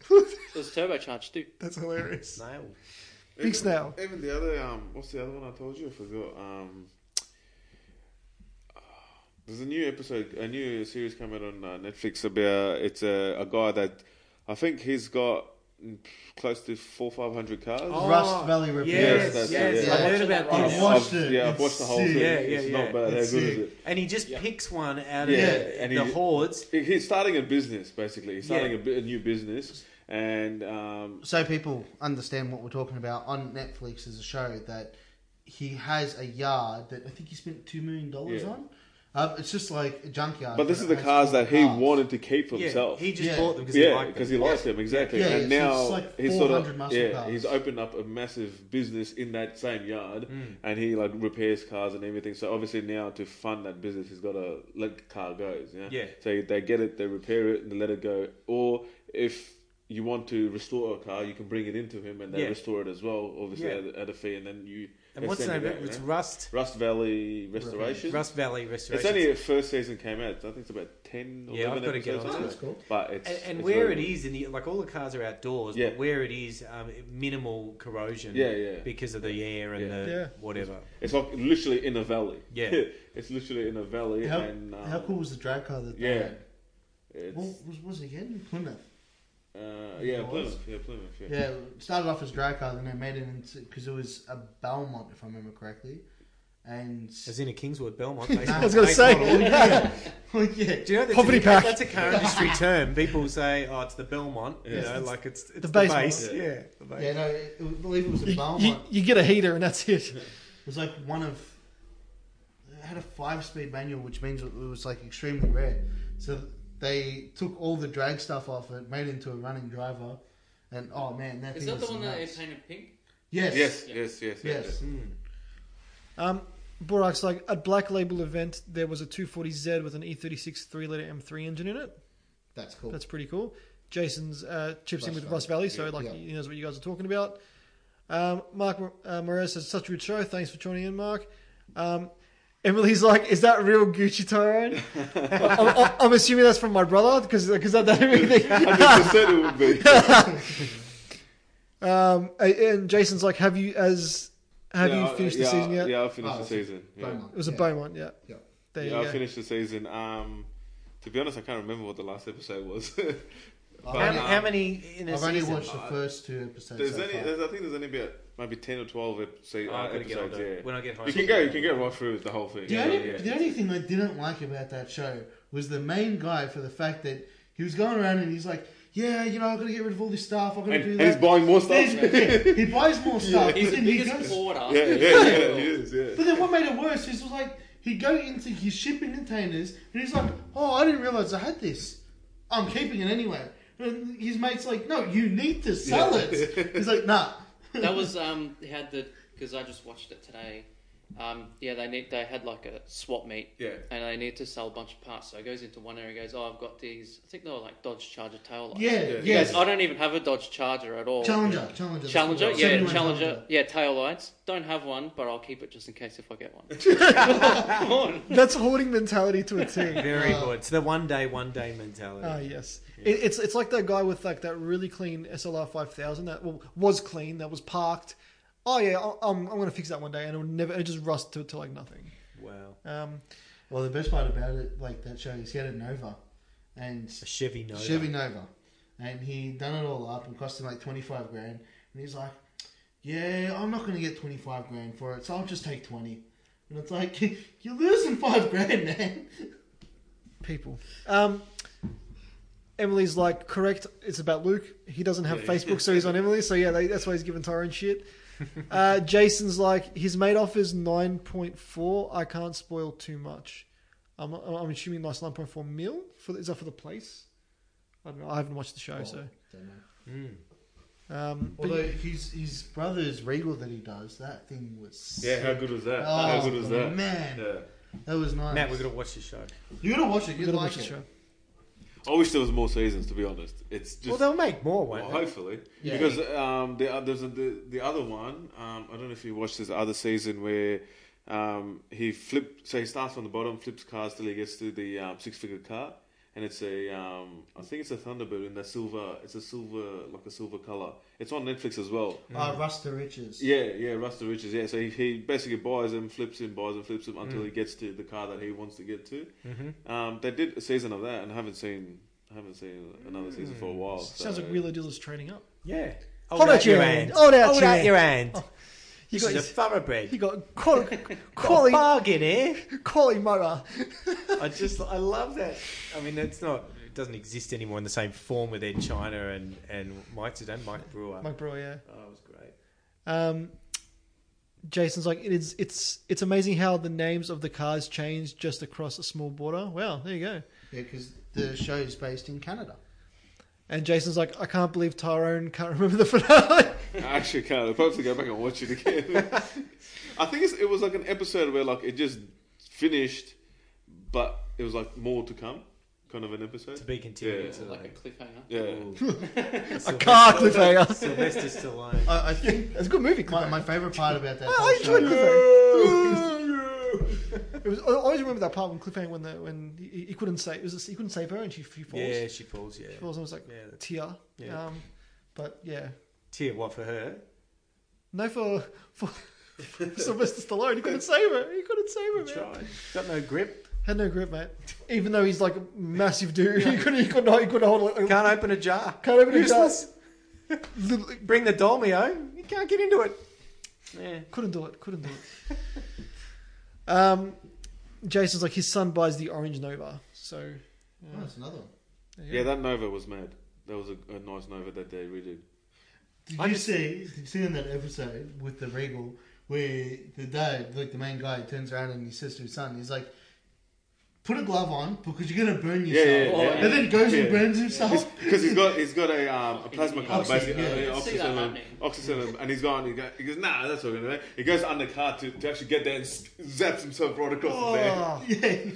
E: it was turbocharged too.
A: (laughs) That's hilarious.
C: Nailed.
A: Big snail.
D: Even the other um, what's the other one I told you? I forgot. Um, there's a new episode, a new series coming out on uh, Netflix about it's a, a guy that I think he's got mm, close to four five hundred cars.
C: Oh,
F: Rust Valley Repair.
C: Yes,
D: Yes, that's
C: yes.
D: it, yeah.
C: I heard about
F: I've
C: this.
D: I've-
F: watched it.
D: Yeah, I've
F: It's
D: watched the whole
F: sick.
D: thing.
C: Yeah,
D: it's
C: yeah, yeah.
D: not bad.
F: It's
D: How good
F: sick.
D: is it?
C: And he just picks one out
D: Yeah,
C: of
D: and
C: the
D: he-
C: hordes.
D: He- He's starting a business basically. He's
C: Yeah.
D: starting a bu- a, new business, and um,
F: So people understand what we're talking about on Netflix is a show that he has a yard that I think he spent two million dollars
D: Yeah.
F: on. Uh, it's just like a junkyard.
D: but this is the
F: has
D: cars
F: all
D: that he
F: cars.
D: wanted to keep for
C: Yeah,
D: himself.
C: he just
F: Yeah.
C: bought them because he
D: yeah,
C: liked them.
D: because he likes them exactly.
F: Yeah,
D: and
F: yeah, so
D: now
F: it's like
D: he's sort
F: 400
D: of
F: muscle
D: yeah,
F: cars.
D: he's opened up a massive business in that same yard,
C: Mm.
D: and he like repairs cars and everything. So obviously now to fund that business, he's got to let the car goes. Yeah,
C: Yeah.
D: So they get it, they repair it, and they let it go. Or if you want to restore a car, you can bring it into him, and they
C: Yeah.
D: restore it as well, obviously
C: Yeah.
D: at, at a fee, and then you.
C: And what's the
D: extend
C: name?
D: it
C: of it?
D: out,
C: It's
D: yeah?
C: Rust.
D: Rust Valley Restoration.
C: Rust Valley
D: It's
C: Restoration.
D: only the first season came out. I think it's about ten. Or
C: Yeah, I've
D: 11
C: gotta get
D: episodes
C: onto
D: or
C: it.
D: so. But it's
C: and, and
D: it's
C: where
D: very
C: it
D: good.
C: is in the like all the cars are outdoors
D: Yeah.
C: but where it is um, minimal corrosion
D: Yeah, yeah.
C: because of the air and
D: Yeah.
C: the
A: Yeah.
C: whatever
D: It's like literally in a valley.
C: Yeah.
D: (laughs) it's literally in a valley.
F: How,
D: and, um,
F: how cool was the drag car that? They
D: Yeah.
F: had?
D: It's,
F: What was was it again? Plymouth.
D: uh, yeah,
F: What
D: Plymouth.
F: was-
D: Yeah, Plymouth. Yeah.
F: Yeah, it started off as drag car, then they made it into because it was a Belmont, if I remember correctly, and (laughs)
C: as in a
A: (laughs)
C: Kingswood Belmont based on
A: I was going to
C: base
A: say.
C: model.
F: oh yeah,
C: do you know that's
A: Property
C: a,
A: pack.
C: that's a car industry term people say oh it's the Belmont you
D: Yeah.
C: know like it's, it's the,
A: base
C: base,
D: model.
C: yeah,
D: Yeah.
C: the base.
F: yeah, no, it, I believe it was a
A: (laughs) You,
F: Belmont.
A: you- you get a heater and that's it.
F: It was like one of. It had a five-speed manual, which means it was like extremely rare. So they took all the drag stuff off it, made it into a running driver, and oh man, that
E: Is
F: thing
E: that the
F: was
E: one that they
F: nuts.
E: painted pink?
F: Yes,
D: Yes, yes, yes, yes.
F: yes.
C: Hmm.
A: Um, Borak's like at Black Label event there was a 240Z with an E E36 three liter M3 engine in it.
F: That's cool.
A: That's pretty cool. Jason's uh, chips in
F: Rust
A: with
F: Valley.
A: Rust Valley, so
F: Yeah,
A: like
F: yeah.
A: he knows what you guys are talking about. Um, Mark uh, Moreira says, such a good show. Thanks for joining in, Mark. Um, Emily's like, is that real Gucci
D: (laughs)
A: Tyrone? I'm, I'm- I'm assuming that's from my brother because that, that
D: (laughs)
A: everything.
D: Hundred percent it would be.
A: Um, and Jason's like, have you as (laughs) have
D: Yeah,
A: you finished
D: yeah,
A: the season yet?
D: Yeah, I finished
F: Oh,
D: the
F: it's a
D: season. Yeah.
F: Beaumont,
A: It was a
F: yeah.
A: Beaumont, yeah.
F: Yeah.
A: There
D: yeah,
A: you
D: I
A: go.
D: finished the season. Um, to be honest, I can't remember what the last episode was. (laughs) but,
C: How,
D: um,
C: how many in a
F: I've only
C: season?
F: watched the
D: I-
F: first two episodes.
D: There's
F: so
D: only,
F: far.
D: there's, I think there's only about maybe ten or twelve episodes.
C: Oh,
D: uh,
C: I've got to get
D: episodes
C: on to it.
D: yeah.
C: When I get home.
D: You can go. You can go right through with the whole thing.
F: The
D: Yeah,
F: only,
D: yeah.
F: the only thing I didn't like about that show was the main guy for the fact that he was going around and he's like, yeah, you know, I've got to get rid of all this stuff. I've got to
D: And,
F: do
D: and
F: that.
D: he's buying more stuff.
F: He's- yeah, he buys more stuff.
E: He's
F: but,
E: the
F: then he
E: biggest
F: goes,
E: hoarder.
F: (laughs)
D: Yeah, yeah,
E: (laughs)
D: yeah, he is, yeah.
F: but then what made it worse is it was like he'd go into his shipping containers and he's like, oh, I didn't realize I had this. I'm keeping it anyway. And his mate's like, no, you need to sell
D: Yeah.
F: it. He's like, nah.
E: that was um they had the because I just watched it today. Um, yeah, they need they had like a swap meet.
D: Yeah.
E: And they need to sell a bunch of parts. So it goes into one area and goes, Oh, I've got these I think they were like Dodge Charger tail
F: (laughs)
E: lights.
F: Yeah,
D: Yeah.
E: He goes,
F: yes.
E: I don't even have a Dodge Charger at all.
F: Challenger, Challenger.
E: Challenger, yeah,
F: 71
E: Challenger, yeah, tail lights. Don't have one, but I'll keep it just in case if I get one. Come on.
A: That's hoarding mentality to a
D: (laughs)
A: T.
C: Very good. It's the one day, one day mentality.
A: Ah, yes. It, it's it's like that guy with like that really clean SLR five thousand that well, was clean that was parked. Oh yeah, I- I'm I'm gonna fix that one day, and it'll never it just rust to, to like nothing.
C: Wow.
A: Um,
F: Well, the best part about it, like that show, is he had a Nova, and
C: A Chevy Nova.
F: Chevy Nova, and he done it all up and cost him like twenty five grand, and he's like, "Yeah, I'm not gonna get twenty five grand for it, so I'll just take 20 And it's like (laughs) you're losing five grand, man.
A: people. Um, Emily's like correct. It's about Luke. He doesn't have Facebook, so he's on Emily. So yeah, they, that's why he's giving Tyrone shit. Uh, Jason's like his mate offers nine point four. I can't spoil too much. I'm, I'm assuming that's nine point four mil for is that for the place? I don't know. I haven't watched the show, so
C: Mm.
A: um, but-
F: Although his his brother's regal that he does, that thing was
D: Yeah, how
F: sick.
D: good was that?
F: Oh,
D: how good was that?
F: man.
D: Yeah.
F: that was nice.
C: Matt, we've got to watch this show.
F: you gotta watch it.
A: we
F: You
A: gotta
F: gotta
A: watch
F: like
A: the
F: it.
A: show.
D: I wish there was more seasons. To be honest, it's just
C: well, they'll make more,
D: Well,
C: won't they?
D: hopefully,
F: Yeah.
D: because um, the, uh, there's a, the the other one. Um, I don't know if you watched this other season where um, he flipped. So he starts on the bottom, flips cars till he gets to the um, six figure car, and it's a um, I think it's a Thunderbird in the silver. It's a silver like a silver color. It's on Netflix as well.
F: Uh, Rust to Riches.
D: Yeah, yeah, Rust to Riches. Yeah, so he, he basically buys him, flips him, buys him, flips him until he gets to the car that he wants to get to. Mm-hmm. Um, they did a season of that, and I haven't seen. I haven't seen another season for a while.
A: Sounds
D: so-
A: like Wheeler Dealer's trading up.
C: Yeah.
A: Hold out your hand. Hold out your hand. Oh,
C: hand.
A: (laughs) You
C: This
A: got,
C: is
A: (laughs)
C: a
A: his,
C: thoroughbred.
A: you got quality, (laughs)
C: Got a
A: quality,
C: bargain, eh?
A: quality motor.
C: I just, I love that. I mean, it's not, it doesn't exist anymore in the same form with Ed China and, and Mike today, Mike Brewer.
A: Mike Brewer, yeah.
C: Oh, it was great.
A: Um, Jason's like it is. It's it's amazing how the names of the cars change just across a small border. Wow, there you go.
F: yeah, because the show is based in Canada.
A: And Jason's like, I can't believe Tyrone can't remember the (laughs) finale.
D: I actually can't. I'll probably have to go back and watch it again. I think it's, it was like an episode where like it just finished, but it was like more to come, kind of an episode.
C: To be continued.
D: Yeah.
C: to
E: Like a
C: like,
D: Yeah,
E: cliffhanger.
C: (laughs)
A: (laughs) a car cliffhanger.
C: Sylvester Stallone.
F: I, I think
A: It's a good movie.
F: My,
A: Cliffhanger.
F: my favorite part about that.
A: I,
F: whole
A: I enjoyed
F: show-
A: cliffhanger. it was. I always remember that part when cliffhanger when the when he, he couldn't save. It was he couldn't save her and she, she falls.
C: Yeah, she falls, yeah.
A: She falls and was like
C: Yeah, that's-
A: tear.
C: Yeah.
A: Um, but yeah,
C: Tear, what for her?
A: no for for. Sylvester Stallone, he couldn't save her. He couldn't save her, man.
C: Tried. Got no grip.
A: Had no grip, mate. Even though he's like a massive dude, (laughs) he couldn't. He couldn't. He couldn't hold. A,
C: Can't open a jar.
A: Can't open a jar.
C: Useless.
A: literally
C: Bring the dolmio. You can't get into it. Yeah.
A: couldn't do it. Couldn't do it. um, Jason's like his son buys the orange Nova, so
F: Oh, that's another one.
A: there you
D: yeah.
A: go.
D: That Nova was mad. That was a, a nice Nova that they redid.
F: Did
C: I
F: you
C: just-
F: see? Did you see in that episode with the regal where the dad, like the main guy, turns around and he says to his son, he's like, "Put a glove on because you're gonna burn
D: Yeah,
F: yourself."
D: yeah, yeah.
E: Oh,
F: And then goes
D: Yeah.
F: and burns himself.
D: Because he's got he's got a, um, a plasma car,
F: Oxy,
D: basically
F: yeah.
D: uh,
E: You see that
D: oxygen, and,
E: happening.
D: oxygen, and- and he's gone. He, go, he goes, nah, that's all gonna. He goes under car to, to actually get there and s- zaps himself right across the there.
A: Oh,
F: (laughs) Yeah.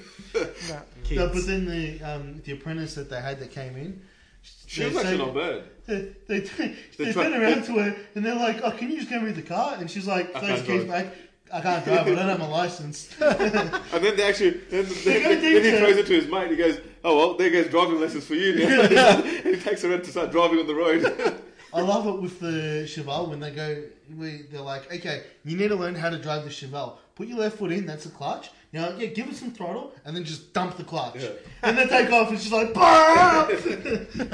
D: (laughs)
A: nah.
C: Kids.
F: No, but then the um, the apprentice that they had that came in,
D: She
F: they
D: was actually
F: say-
D: not bad.
F: They, they, they,
D: try-
F: turn around to her and they're like, "Oh, can you just go me the car?" And she's like,
D: I
F: "Thanks,
D: can't
F: keys back. I can't drive. I don't have my license."
D: And then they actually, then, then,
F: gonna
D: then,
F: do
D: he
F: that.
D: throws it to his mate. He goes, "Oh well, there goes driving lessons for you."
F: (laughs)
D: Now. and (laughs) he takes her out to start driving on the (laughs) road.
F: I love it with the Chevelle when they go, we, they're like, okay, you need to learn how to drive the Chevelle. Put your left foot in, that's a clutch. You know, yeah, give it some throttle, and then just dump the clutch. (laughs)
D: Yeah.
F: And they take off, and she's like, bah! (laughs)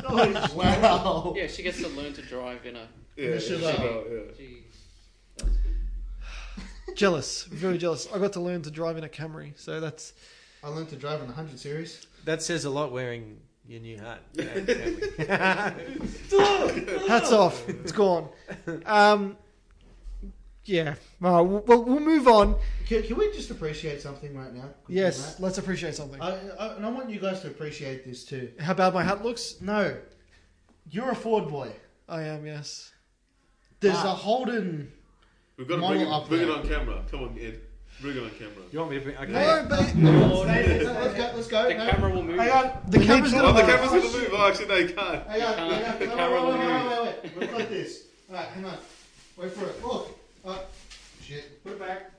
F: Oh, like wow.
E: Yeah, she gets to learn to drive in a.
D: yeah,
F: she's
D: yeah,
F: like-
D: oh, yeah.
E: Gee.
A: jealous, very jealous. I got to learn to drive in a Camry, so
D: (laughs)
A: that's
F: I learned to drive in the 100 series.
C: That says a lot wearing your new hat. (laughs) Adam Cameron.
A: hats off. It's gone. Um, yeah. Well, we'll, we'll move on.
F: Can, can we just appreciate something right now? Quickly,
A: Yes,
F: Matt?
A: let's appreciate something.
F: I, I, and I want you guys to appreciate this too.
A: How bad my hat looks?
F: No, you're a Ford boy.
A: I am. Yes.
F: There's
A: Ah.
F: a Holden.
D: We've got to
F: Model
D: bring it,
F: up
D: bring it
F: there.
D: on camera. Come on, Ed, bring it on camera.
C: you want me to bring? Okay.
A: No, but
E: Lord,
F: Let's go, let's go.
E: The
F: no.
E: camera will move.
F: Hang on.
A: the camera's
D: Oh,
A: gonna.
D: the
F: Oh,
D: camera's gonna
F: shit.
D: move. Oh, actually, no, you
F: (laughs)
D: can't.
F: Hang on, hang on.
E: The
F: No,
E: camera
F: wait,
E: will
F: wait, wait, wait, wait, wait. Look at this. Alright, hang on. Wait for it. Look. Oh, shit. Put it back.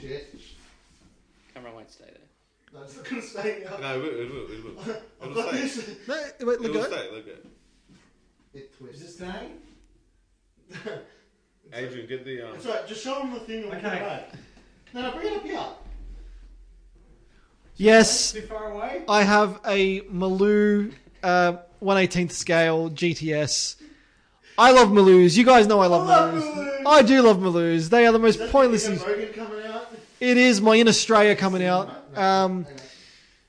F: Shit.
E: Camera won't stay there.
F: That's not gonna stay now.
D: No, it will. It will. It will.
F: I've
D: It'll
F: got
D: stay.
F: this.
A: No, wait. Look
D: It'll
A: at it.
D: stay. Look at
F: It
B: Is
F: twists.
B: this thing?
D: Adrian. Get the um.
F: It's alright, just show him the thing and we'll
B: Okay.
F: come back. No, no, bring it up here.
A: Yes,
B: Too far away?
A: I have a Maloo uh, 118th scale GTS. I love Maloos. You guys know I love,
F: I love
A: Maloos.
F: Maloos.
A: I do love Maloos. They are the most
F: Is that
A: pointless.
F: the
A: things.
F: Ian Bogan coming out?
A: It is my inner Australia coming out.
F: No, no,
A: Um,
F: hang on.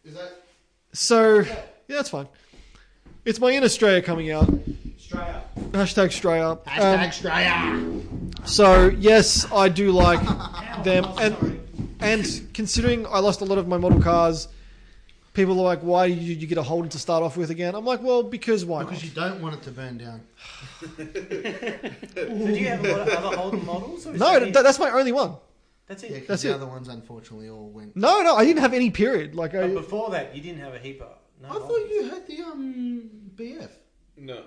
F: Is that
A: so yeah, that's fine. It's my inner Australia coming out.
B: Straight up.
A: Hashtag Australia. Um,
F: Straya?
A: so yes, I do (laughs) like them. And and considering I lost a lot of my model cars, people are like, "Why did you, you get a Holden to start off with again?" I'm like, "Well, because why?" not?"
F: Because you don't want it to burn down.
C: So do you have a lot of other Holden models? Or is
A: No,
C: that it?
A: th- that's my only one.
C: that's
F: Yeah,
C: it.
A: That's
F: because
A: it.
F: the other ones unfortunately all went.
A: No, no, I didn't have any period. Like
C: But
A: I,
C: before that, you didn't have a heap of. No,
F: I thought
C: Holdens.
F: you had the um BF.
D: No,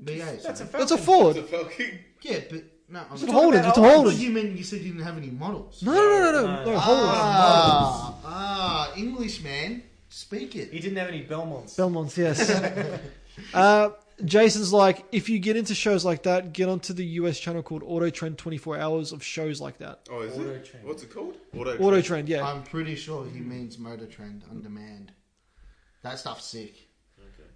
F: BA.
C: That's
A: that's
C: a
A: a
C: Falcon.
D: it's a
A: Ford.
D: Falcon.
F: Yeah, but no, I'm
A: It's a
F: talking
A: Holden.
C: about
A: It's a
C: Holden.
F: What
A: Holden.
F: do you mean? You said you didn't have any models.
A: No, no, no, no,
C: No,
A: no.
C: no.
A: Holden.
F: Ah, ah, English man, speak
C: He
F: it.
C: didn't have any Belmonts.
A: Belmonts, yes. uh, Jason's like, if you get into shows like that, get onto the US channel called Auto Trend 24 Hours of shows like that.
D: Oh, is
C: Auto
D: it?
C: Trend.
D: What's it called? Auto.
A: Auto
D: Trend.
A: Trend, yeah.
F: I'm pretty sure he means Motor Trend on demand. That stuff's sick.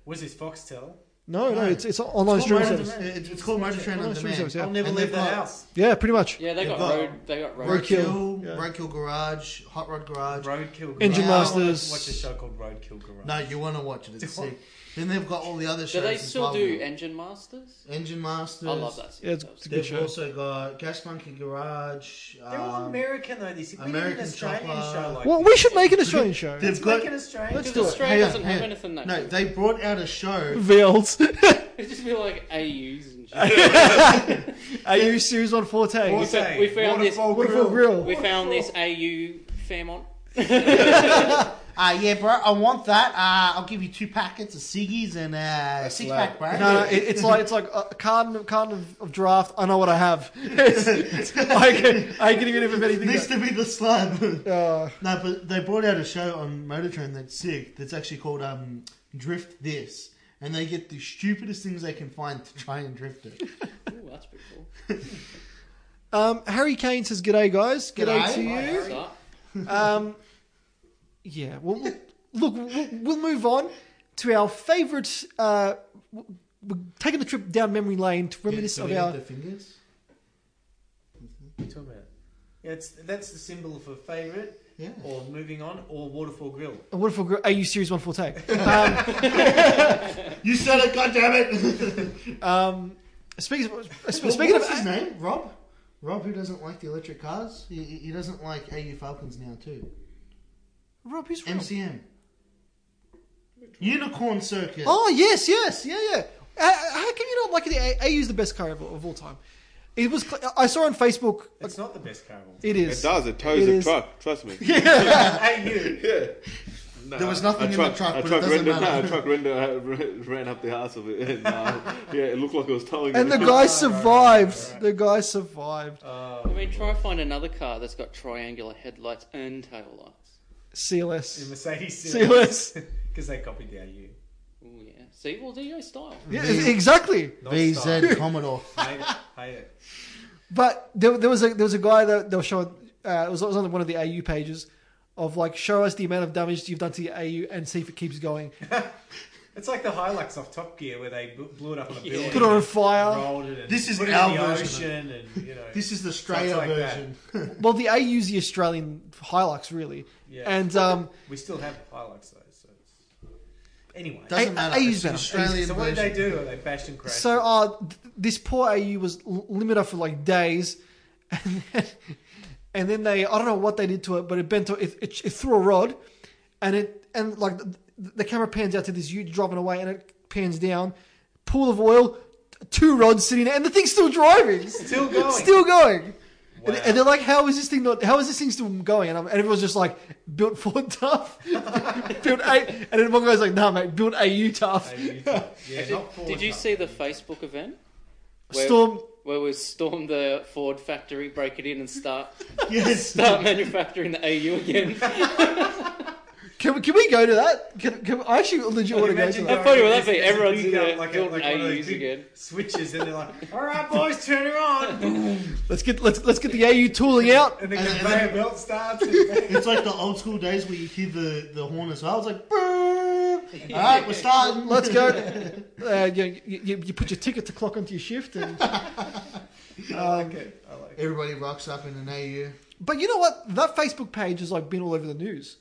C: Was this Foxtel?
A: No, no,
F: No.
A: it's it's an online streaming
F: Motor-
A: service.
F: It's, it's called Motor Trend on
A: Online streaming
F: demand.
A: service, yeah.
C: I'll never
F: And
C: leave
F: they've
C: that
F: got
C: house.
A: Yeah, pretty much.
E: Yeah, they
F: They've
E: got,
F: got-
E: road. They got road.
F: Roadkill,
A: Yeah.
F: Roadkill Garage, Hot Rod Garage.
C: Roadkill.
A: Engine
C: Garage.
A: Masters.
C: Watch a show called Roadkill Garage.
F: No, you want to watch
C: (laughs)
F: it. It's
C: Do what?
F: sick. Then they've got all the other
E: Do
F: shows.
E: they
F: as
E: still
F: well.
E: do engine masters?
F: Engine Masters?
E: I love that.
A: Yeah, it's,
E: series.
A: it's a good
F: They've
A: show.
F: also got Gas Monkey Garage.
C: They're all
F: um,
C: American though. This we need an
F: American
C: Australian
F: Chopper.
C: show like
A: Well,
C: this.
A: we should make an Australian show.
F: They've
C: Let's make
F: got.
C: an Australian.
A: Let's do
E: Because
A: it.
E: Australia
F: Hang on,
E: doesn't
F: hang
E: have
F: on.
E: anything that
F: No,
E: (laughs) good.
F: they brought out a show.
A: VLs.
E: It'd just be like AUs and shit.
A: AU Series 114.
E: we,
A: What
E: fa- we found this.
A: if we're real?
E: We found this AU Fairmont.
F: Ah, yeah, bro, I want that. Uh, I'll give you two packets of Siggy's and uh, a six pack, bro.
A: No, no, it, it's
F: (laughs)
A: like it's like a carton, of- carton of, of draft. I know what I (laughs) have. It's- it's- I can, I can even if of anything.
F: Needs
A: that-
F: to be the slug.
A: (laughs)
F: no,
A: Uh,
F: but they brought out a show on Motor Trend that's sick. That's actually called um, Drift This, and they get the stupidest things they can find to try and drift it.
E: Ooh, that's pretty cool.
A: um, Harry Kane says, "G'day guys, g'day,
F: G'day.
A: to
F: Hi,
A: you."
E: What's up?
A: Um, yeah, well, look, look we'll, we'll move on to our favourite. Uh, w- we're taking the trip down memory lane to reminisce
F: Do
A: of
F: we
A: our.
F: have the fingers.
C: What are you talking about? Yeah, it's, that's the symbol for favourite,
F: Yeah.
C: or moving on, or waterfall grill.
A: A wonderful gr- AU Series (laughs) 114. Um,
F: You said it,
A: (laughs)
F: goddammit!
A: um, speaking of,
F: Speaking
A: speaking
F: What's
A: of
F: his name? Rob? Rob, who doesn't like the electric cars? He, he he doesn't like AU Falcons now, too.
A: Rob, who's Rob?
F: MCM. Unicorn Circuit.
A: Oh yes, yes, yeah, yeah. Uh, uh, how can you not like it? AU's the best car of, of all time. It was. cl- I saw on Facebook.
C: It's
F: (laughs)
C: not the best car of all
A: It
D: It
A: is.
D: does. It tows
A: It
D: the
A: is.
F: (laughs)
D: truck. Trust me.
C: time. AU.
D: yeah. Nah,
F: There was nothing in the truck,
D: a
F: but it doesn't
D: render,
F: matter.
D: Nah, a truck render uh, ran up the ass of it. (laughs) And, uh, yeah, it looked like it was towing.
A: And the
D: it.
A: guy survived. The guy survived.
C: Uh,
E: I mean, try find another car that's got triangular headlights and tail lights.
A: CLS.
C: Mercedes
A: CLS.
C: (laughs) because they copied the AU.
E: Oh yeah, see, well, DO style.
A: Yeah, exactly.
F: (laughs)
C: Not
F: VZ
C: (laughs) style.
F: Commodore.
C: hate it, hate it.
A: But there, there was a there was a guy that they were showing. Uh, it was, it was on one of the AU pages of like show us the amount of damage you've done to your AU and see if it keeps going.
C: It's like the Hilux off Top Gear where they bu- blew it up on a
E: Yeah.
C: building,
A: Put it on
C: and
A: fire.
C: rolled it, and
F: This is
C: put it
F: our
C: in the
F: version
C: ocean, and you know,
F: This is the Australia
C: like that.
F: version.
A: Well, the AU's the Australian Hilux, really.
C: Yeah.
A: And um,
C: we still have Hilux though. So it's... anyway,
A: A-
F: Doesn't matter.
A: A's
F: It's the
A: better.
F: Australian
C: so what
F: version.
C: did they do? They bashed and crashed.
A: so uh, th- this poor AU was l- limiter for like days, (laughs) and then, and then they I don't know what they did to it, but it bent. It, it, it threw a rod, and it and like the, the camera pans out to this huge dropping away, and it pans down, pool of oil, t- two rods sitting there, and the thing's still driving.
C: still going.
A: Still going. And,
C: Wow.
A: and they're like, "How is this thing not? How is this thing still going?" And, I'm, and everyone's just like, "Built Ford tough, (laughs) built A." And then one guy's like, "Nah, mate, built AU tough."
C: (laughs) Maybe Utah. Yeah,
E: Actually,
C: not
E: did you see the Facebook event Where-
A: Storm.
E: where we storm the Ford factory, break it in, and start (laughs)
C: (laughs)
E: start manufacturing the AU again? (laughs)
A: Can we, can we go to that? Can, can, I actually legit want to go to
C: Imagine
A: that.
E: How funny would that
C: this-
E: be?
C: this
E: Everyone's
C: big,
E: in
C: um,
E: there
C: like a-
E: building
C: like one of those
E: AUs
C: big
E: again.
C: Switches and they're like, "All right, boys, turn
F: (laughs)
C: her on."
A: Let's get let's let's get the AU tooling out.
C: And the
F: And- and
C: conveyor
F: then-
C: belt
F: (laughs)
C: starts. and-
F: It's like the old school days where you hear the, the horn as well. It's like, "Brrr." all right, we're starting.
A: Let's go. Uh, you, you, you- you put your ticket to clock onto your shift. And, (laughs)
C: I like it. I like it.
F: (laughs) Everybody rocks up in an AU.
A: but you know what? That Facebook page has like been all over the news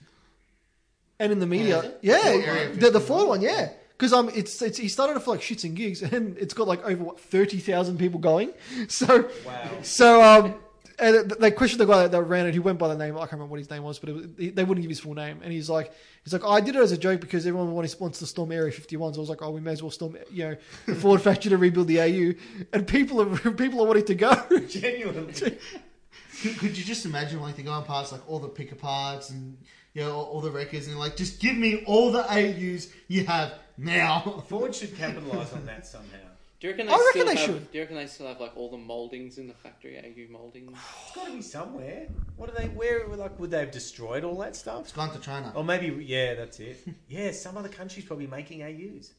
A: and in the media. Yeah,
F: Yeah. The Ford area
A: the, the Ford one. Yeah, because um, it's it's he started off like shits and gigs, and it's got like over what thirty thousand people going. (laughs) So
C: Wow.
A: So um, and they questioned the guy that, that ran it. He went by the name. I can't remember what his name was, but it was, they wouldn't give his full name. And he's like, he's like, I did it as a joke because everyone wanted to sponsor Storm Area 51. So I was like, oh, we may as well storm, you know, the Ford factory to rebuild the AU. And people are (laughs) people are wanting to go.
C: Genuinely.
F: Could, could you just imagine like they're going past like all the picker parts and you know all, all the wreckers and they're like just give me all the AUs you have now. (laughs)
C: Ford should capitalize on that somehow.
E: Do you reckon they
A: I reckon
E: still
A: they
E: have,
A: should.
E: Do you reckon they still have like all the moldings in the factory? AU moldings.
C: It's got to be somewhere. What do they? Where? Like, would they have destroyed all that stuff?
F: It's gone to China.
C: Or maybe, yeah,
F: (laughs)
C: that's it. Yeah, some other country's probably making AUs.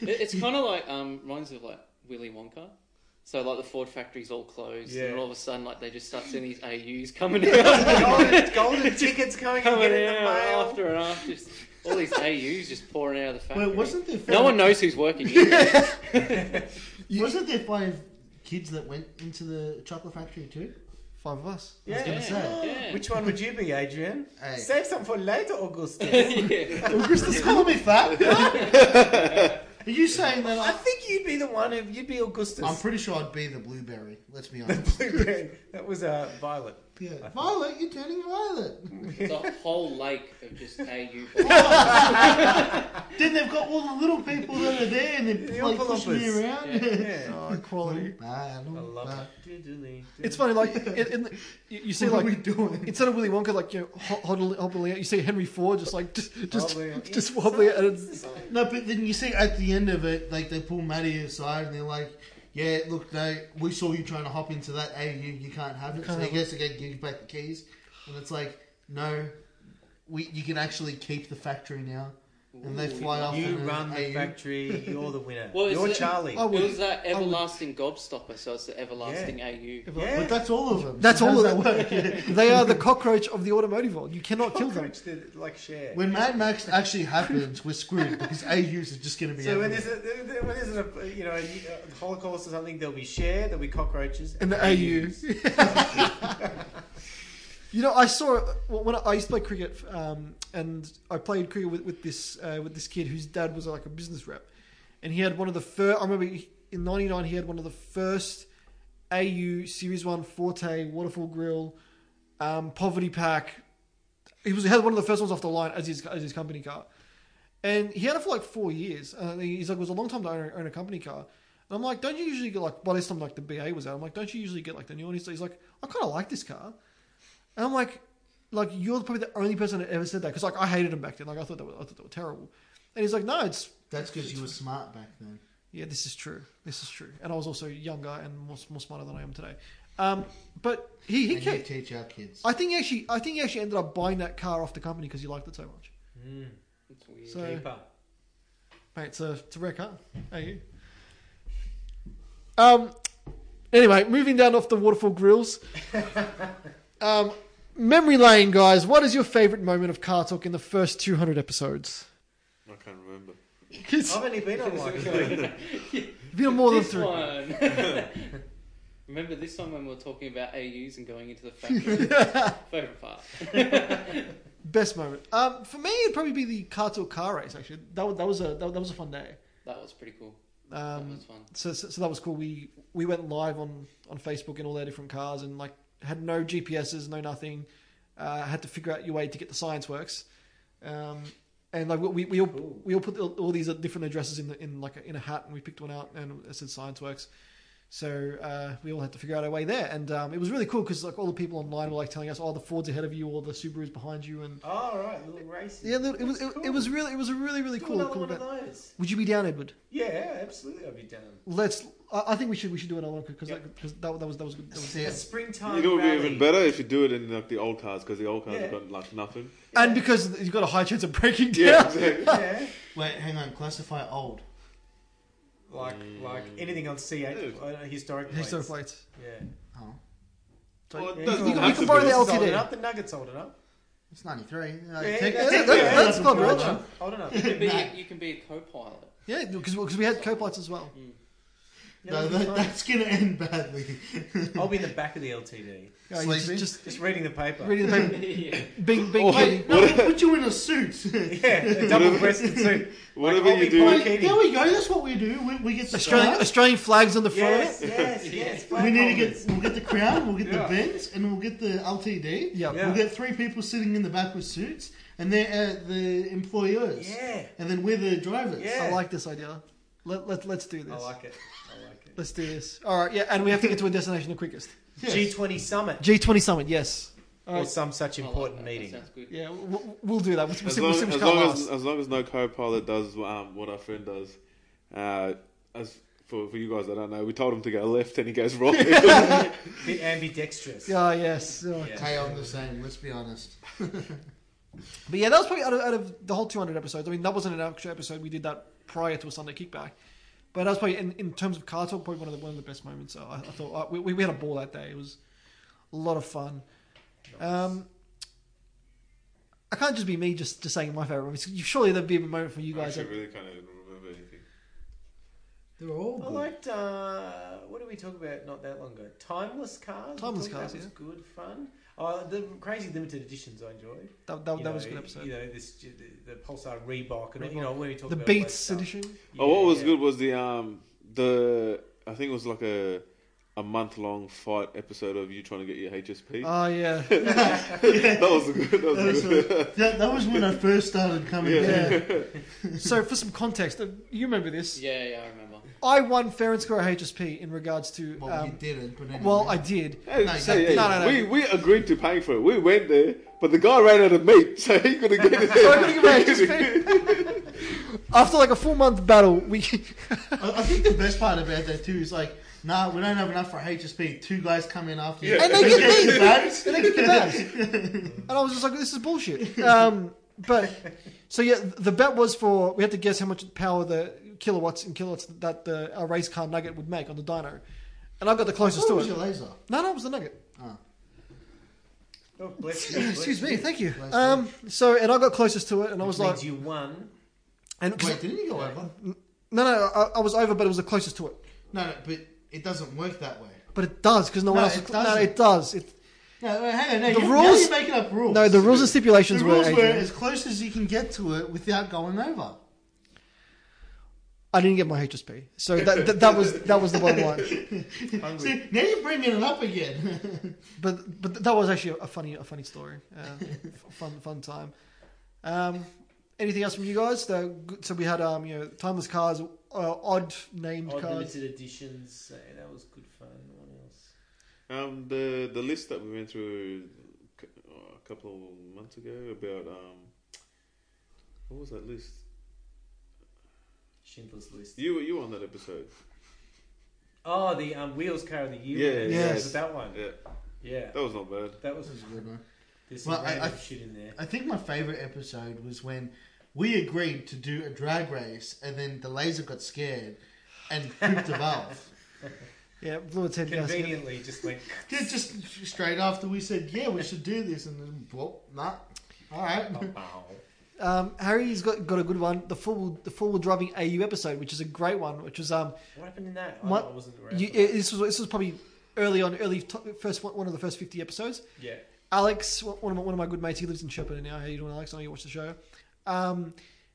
E: It- it's kind of like um, reminds me of like Willy Wonka. So like the Ford factory's all closed,
C: Yeah.
E: and then all of a sudden like they just start seeing these AUs coming
C: (laughs)
E: out, (laughs)
C: golden, golden tickets coming and
E: coming out
C: getting the mail.
E: after and after. Just, all these AUs just pouring out of the factory.
F: Wait, wasn't there
E: no one knows who's working. Here.
F: Wasn't there five kids that went into the chocolate factory too?
A: Five of us.
C: Yeah.
F: gonna say.
E: Yeah.
C: Which one would you be, Adrian?
F: Hey.
C: Save some for later, Augustus.
E: (laughs) Yeah.
F: (laughs) Christmas call me fat. Are you saying that?
C: I
F: I,
C: think you'd be the one who you'd be Augustus. (laughs)
F: I'm pretty sure I'd be the blueberry. Let's be honest.
C: that was uh, Violet.
F: (laughs) Yeah. Violet, you're turning violet.
E: It's a whole lake of just AU.
F: Then they've got all the little people that are there and
C: The
F: they're like
C: envelopers.
F: pushing me around. (laughs)
C: Yeah.
A: Oh, quality.
F: Bye,
C: I
F: love
C: love
F: bye.
C: it.
A: It's funny, like in, in the, you, you see,
F: What are
A: like
F: we doing?
A: instead of Willy Wonka, like you know, ho- hobbling, hobbling out, you see Henry Ford just like just just
C: Hobbling.
A: (laughs) just wobbling, out, and it's,
F: No, but then you see at the end of it, like they pull Maddie aside and they're like, "Yeah, look, no, we saw you trying to hop into that AU. You can't have it." So he goes to go give back the keys, and it's like, "No, we you can actually keep the factory now." And they fly off.
C: You
F: in an
C: run the
F: AU.
C: factory. You're the winner.
E: Well, is
C: you're
E: it- Oh,
C: Charlie.
A: I
E: It
A: would-
E: was that
A: I would-
E: everlasting gobstopper, so it's the everlasting AU.
C: yeah.
F: But that's all of them.
A: that's
F: So
A: all of
F: how's
A: that work. They are the cockroach of the automotive world. You cannot kill them.
C: Cockroach did it, like share.
F: When Mad Max actually happens, we're screwed because AUs are just going to be.
C: so when
F: everywhere.
C: there's, a, when there's a you know a Holocaust or something, there'll be share, there'll be cockroaches,
A: And the AU. (laughs) you know, I saw well, when I, I used to play cricket, um, and I played cricket with, with this uh, with this kid whose dad was like a business rep, and he had one of the first. I remember he- in '99 he had one of the first AU Series One Forte Waterfall Grill, um, Poverty Pack. He was he had one of the first ones off the line as his as his company car. And he had it for like four years. Uh, he's like, it was a long time to own a, own a company car. And I'm like, don't you usually get like, by this time, like the BA was out. I'm like, don't you usually get like the new one? He's he's like, I kind of like this car. And I'm like, like you're probably the only person that ever said that because like I hated them back then. Like I thought they were, I thought they were terrible. And he's like, no, it's
F: That's because you were smart back then.
A: yeah, this is true. This is true. And I was also younger and more, more smarter than I am today. Um, but he he
F: And you
A: kept.
F: teach our kids.
A: I think he actually, I think he actually ended up buying that car off the company because he liked it so much.
C: Mm.
E: It's weird.
A: So-
C: Keeper.
A: Mate, it's a, it's a rare car. Hey you. Um, anyway, moving down off the waterfall
E: (laughs)
A: grills. um, memory lane, guys. What is your favourite moment of car talk in the first 200 episodes?
D: (laughs) I can't remember.
A: It's
F: I've only been on
D: (laughs)
F: one.
A: been more than
E: Oh, this
A: three.
E: one. Remember this one when we were talking about AUs and going into the factory? Favorite part.
A: Best moment. Um, for me, it'd probably be the car talk car race. Actually, that was, that was a that, that was a fun day.
E: That was pretty cool. That
A: Um,
E: was fun.
A: so, so so that was cool. We we went live on on Facebook in all their different cars and like had no GPSs, no nothing. Uh, had to figure out your way to get to Science Works, um, and like we we all we all put all, all these different addresses in the, in like a, in a hat and we picked one out and it said Science Works. So uh, we all had to figure out our way there, and um, it was really cool because like all the people online were like telling us, "Oh, the Ford's ahead of you, or the Subaru's behind you," and
C: All right, little races.
A: yeah, it was it, it was really it was a really really cool cool event. Would you be down, Edward?
C: Yeah, absolutely. I'll be down.
A: Let's. I I think we should we should do another one because that, that that was that was good. That was,
F: See,
C: A springtime
D: It would be
C: rally.
D: even better if you do it in like the old cars because the old cars
C: Yeah.
D: have got like nothing.
A: And because you've got a high chance of breaking down.
D: Yeah, exactly.
C: Yeah,
F: Wait, hang on. Classify old.
C: like
D: Mm.
C: like anything on C eight
D: Dude.
C: uh, historic.
A: (laughs) He's so
C: plates.
A: plates.
C: Yeah,
F: Oh,
A: So
D: (laughs) Well, it
C: yeah
D: doesn't
A: you can-
D: have
A: you can
D: to
A: borrow
D: be.
A: the
C: Nuggets
A: LTD.
C: old enough. The Nuggets old enough.
F: it's ninety three. take,
C: Yeah, that's-
F: take
A: Uh, that-
F: the
A: yeah,
F: other
A: that's
F: one.
A: not
F: Go
A: much.
F: on.
C: Old
A: (laughs)
C: enough.
E: You can be,
F: Nah.
E: you can be a co-pilot.
A: Yeah, because we had co-pilots as well.
F: No, that, that's gonna end badly.
C: I'll be in the back of the LTD,
A: Yeah, you just,
F: Sleepy.
A: just
C: just reading the paper.
A: reading the
D: (laughs)
A: paper,
E: yeah.
A: being being
D: Oh,
A: kidding.
F: (laughs) Wait, no, we'll put you in a suit.
A: (laughs)
C: yeah, a double-breasted suit.
D: Whatever
C: I'll be
D: you do,
C: fine.
F: (laughs) Wait, there we go. That's what we do. We, we get the
A: Australian (laughs)
F: scarf.
A: Australian flags on the front.
C: Yes, yes, yes.
F: We need to get. We'll get the crown. We'll get
C: Yeah.
F: the Benz, and we'll get the LTD.
A: Yeah.
C: Yeah.
F: We'll get three people sitting in the back with suits, and they're uh, the employers.
C: Yeah,
F: And then we're the drivers.
C: Yeah.
A: I like this idea. Let let let's do this.
C: I like it. I like it.
A: Let's do this. All right. Yeah, and we have to get to a destination the quickest.
F: Yes.
C: G twenty summit
A: G twenty summit. Yes. All
C: or
A: right.
C: some such
E: I like
C: important
E: that. That
C: meeting.
E: sounds good.
A: Yeah, we'll, we'll do that. We'll, we'll
D: as
A: see, we'll
D: long,
A: see which
D: as,
A: car
D: long
A: lasts.
D: as, as long as no co-pilot does um, what our friend does. Uh, as for, for you guys, I don't know. We told him to go left and he goes right.
C: Bit ambidextrous.
A: Yeah. Yes. Oh,
C: Yeah.
F: Hey, I'm the same. Let's be honest.
A: But yeah, that was probably out of, out of the whole 200 episodes. I mean, that wasn't an extra episode. We did that prior to a Sunday kickback. But that was probably, in, in terms of car talk, probably one of the, one of the best moments. So I, I thought uh, we, we had a ball that day. It was a lot of fun. Um, I can't just be me just, just saying my favorite moments. Surely there'd be a moment for you
D: (laughs) I
A: guys.
D: actually
A: that-
D: really can't even remember anything.
F: They're all
C: I
F: good.
C: liked. Uh, what did we talk about not that long ago? Timeless cars. We
A: Timeless
C: thought
A: Cars,
C: That was
A: yeah.
C: good fun. Oh, the crazy limited editions I enjoyed.
A: That, that,
C: You
A: that was a
C: know,
A: good episode.
C: You know, this the, the Pulsar Reebok and all you know when we talk
A: the
C: about
A: Beats
F: uh,
C: all that stuff.
A: edition.
D: oh, what was
C: Yeah.
D: good was the um the I think it was like a a month long fight episode of you trying to get your HSP.
A: Oh, yeah.
D: (laughs) that was good. That was
F: So,
D: (laughs) good.
F: that, that was when I first started coming (laughs)
D: Yeah.
F: here.
A: so, for some context, uh, you remember this.
E: Yeah, yeah, I remember.
A: I won fair and square HSP in regards to.
F: Well,
A: um,
F: you didn't, but anyway.
A: well, I did.
D: Hey,
F: No,
D: say,
A: no,
D: hey,
A: no, no.
D: We, we agreed to paying for it. We went there, but the guy ran out of meat, (laughs) so he couldn't get
A: (laughs)
D: it. so
A: Oh, I couldn't
F: (laughs)
A: get his After like a full month battle, we (laughs)
F: I, I think the best part about that too is like, nah, we don't have enough for HSP. Two guys come in after you.
D: Yeah.
A: And they get me.
F: Kebabs.
A: and I was just like, "This is bullshit." Um, but so yeah, the bet was for we had to guess how much power the kilowatts and kilowatts that the our race car nugget would make on the dyno, and I got the closest
F: What
A: to
F: was
A: it.
F: your laser?
A: No, no, it was the nugget.
C: Oh,
A: (laughs)
C: bless you.
A: Excuse me, thank you.
F: Nice
A: Um, so and I got closest to it, and I was
C: Means
A: like,
C: you won.
A: and 'cause-
F: Wait, didn't you go over?
A: no, no, I, I was over, but it was the closest to it.
F: No, no, but it doesn't work that way.
A: But it does because no one
F: No,
A: else.
F: it
A: no,
F: doesn't.
A: it does. It,
F: No, no, hang on. No,
A: The
F: you,
A: rules-
F: Now you're making up rules.
A: no, the rules and stipulations
F: the rules
A: were.
F: were,
A: Adrian.
F: as close as you can get to it without going over.
A: I didn't get my HSP, so that, that, that was that was the bottom line.
F: See, now you're bringing it up again. (laughs)
A: But but that was actually a funny a funny story, uh, (laughs) f- fun fun time. Um, anything else from you guys? The, good- so we had um you know timeless cars, uh, odd named
C: Odd
A: cars.
C: limited editions. eh, that was good fun. What else?
D: Um, the the list that we went through, c- oh, a couple of months ago about um, what was that list?
C: Schindler's List.
D: You were you were on that episode?
C: Oh, the um, Wheels Car of the Year.
D: Yeah,
C: one.
A: yes.
C: Was it that one.
D: Yeah,
C: Yeah,
D: that was not bad.
C: that was
F: This is a good one.
C: there's some
F: Well, I-
C: random
F: I-
C: shit in there.
F: I think my favorite episode was when we agreed to do a drag race, and then the laser got scared and pooped a valve.
A: Yeah, blew a ten gasket.
C: Conveniently,
A: (laughs)
C: just went.
F: Yeah, just straight after we said, yeah, we should do this, and then, well, nah. All right.
C: oh,
A: Oh,
C: Bow.
A: Um, Harry's got got a good one. The four the four wheel driving AU episode, which is a great one, which was um
C: What happened in that? I
A: What-
C: I wasn't around.
A: you,
C: for
A: yeah,
C: that.
A: this was this was probably early on early to- first one one of the first fifty episodes.
C: yeah.
A: Alex, one of my, one of my good mates, he lives in Shepparton now. How you doing, Alex? I know you watch the show. Um,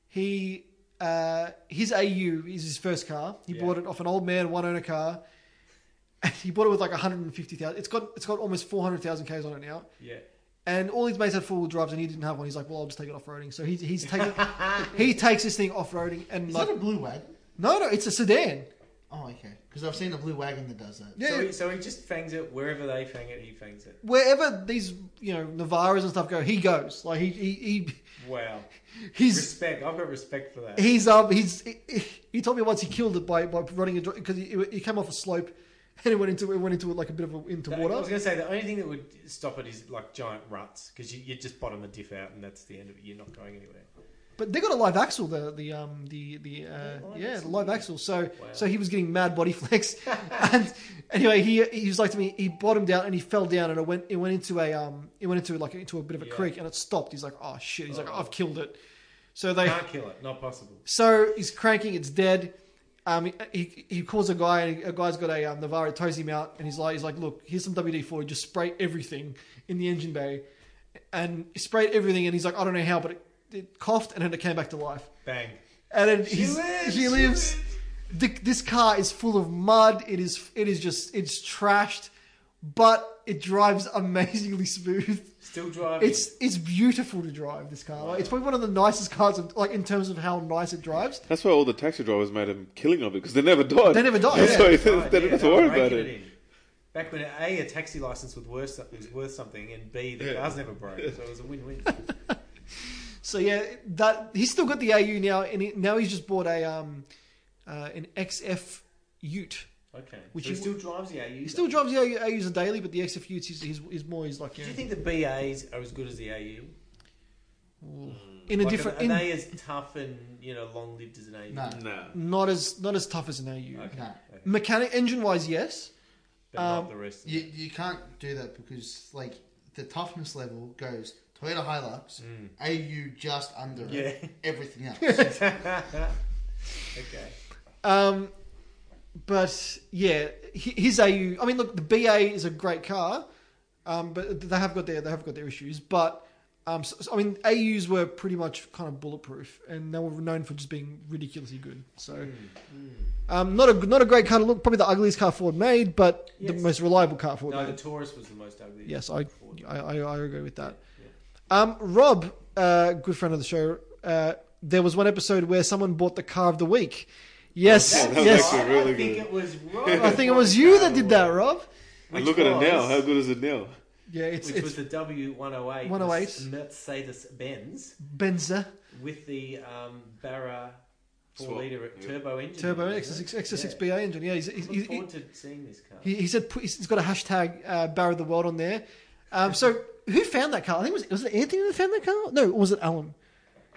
A: he uh, his AU is his first car. He
C: Yeah.
A: bought it off an old man, one owner car. And he bought it with like 150,000. It's got it's got almost 400,000 k's on it now.
C: Yeah.
A: And all his mates had four wheel drives, and he didn't have one. He's like, well, I'll just take it off roading. So he, he's taken he takes this thing off roading and
F: Is
A: like
F: that a blue wagon?
A: no no, it's a sedan.
F: Oh, okay. Because I've seen a blue wagon that does that.
A: Yeah,
C: So, he, so he just fangs it wherever they fang it. He fangs it.
A: wherever these you know Navaras and stuff go, he goes. Like he he,
C: Wow.
A: he he's
C: respect. I've got respect for that.
A: He's um he's he, he told me once he killed it by, by running a because he, he came off a slope (laughs) and it went into it went into like a bit of a, into
C: That- Uh, I was
A: water.
C: going to say the only thing that would stop it is like giant ruts because you, you just bottom the diff out and that's the end of it. You're not going anywhere.
A: But they got a live axle the the um the the uh,
C: live
A: yeah the
C: axle.
A: live axle. So
C: Wow.
A: so he was getting mad body (laughs)
C: (laughs)
A: flex. and anyway, he he was like to me he bottomed out and he fell down and it went it went into a um it went into like into a bit of a
C: Yeah.
A: creek and it stopped. He's like oh shit. He's like
C: Oh.
A: I've killed it. So they
C: Can't kill it. Not possible.
A: So he's cranking, it's dead. Um, he, he calls a guy, and a guy's got a um, Navara, tows him out, and he's like, he's like, look, here's some WD forty, just spray everything in the engine bay, and he sprayed everything, and he's like, I don't know how, but it, it coughed, and then it came back to life,
C: Bang.
A: and then he's,
C: lives,
A: she
C: she
A: lives. Th- this car is full of mud. It is, it is just, it's trashed, but it drives amazingly smooth.
C: Still driving.
A: It's it's beautiful to drive this car. Like, it's probably one of the nicest cars, of, like in terms of how nice it drives.
D: That's why all the taxi drivers made a killing of it because they never died.
A: They never died,
D: (laughs) So
A: yeah.
D: they, they
C: God, yeah,
D: didn't have to
C: they were
D: worry about
C: raking
D: it.
C: in. Back when a a taxi license was worth something, was worth something, and b the
D: Yeah.
C: cars never broke, so it was a win-win.
A: So yeah, that he's still got the AU now, and he, now he's just bought a um uh, an XF Ute.
C: Okay,
A: Which
C: so he
A: you-
C: still drives the AU.
A: He still drives the AU, AUs a daily, but the XF Utes is he's, he's more he's like
C: Do
A: you
C: you
A: know,
C: think the BAs are as good as the AU?
A: in a
C: Like,
A: different,
C: Are, are
A: in,
C: they as tough and you know long-lived as an AU?
F: No.
D: Nah.
A: not as not as tough as an AU.
C: Okay.
F: No.
C: okay.
A: Mechanic engine wise, yes.
C: But
A: Um,
C: not the rest. Of
F: You,
C: it.
F: you can't do that because, like, the toughness level goes Toyota Hilux,
A: Mm.
F: AU just under it,
C: Yeah.
A: (laughs)
F: everything else.
C: okay.
A: Um, but yeah, hi- his AU. I mean, look, the BA is a great car, um, but they have got their they have got their issues. But um, so, so, I mean, AUs were pretty much kind of bulletproof, and they were known for just being ridiculously good. So,
C: Mm,
A: um, not a not a great car to look. Probably the ugliest car Ford made, but the
C: Yes.
A: most reliable car Ford
C: No, the
A: made.
C: Taurus was the most ugly.
A: Yes, I, I I I agree with that.
C: Yeah.
A: Um, Rob, uh, good friend of the show, uh, there was one episode where someone bought the car of the week. Yes,
C: Oh,
D: That was
A: yes.
D: actually really
C: I think
D: good.
C: it (laughs) was Rob.
A: I think it was you that did that, Rob.
D: And
C: Which
D: look at it now.
C: was-
D: How good is it now?
A: Yeah, it's
C: Which
A: it's
C: was the W108
A: 108.
C: Mercedes Benz
A: Benza
C: with the um, Barra 4
D: Swap,
C: litre
D: yeah.
C: turbo engine.
A: turbo
C: in it,
A: X
C: isn't it?
A: X six
C: Yeah.
A: BA engine. Yeah, he's, he's,
C: I Look
A: he's,
C: forward to seeing this car.
A: he, he said put- he's got a hashtag uh, Barra the World on there. Um, so who found that car? I think it was was it Anthony that found that car? No, or was it Alan?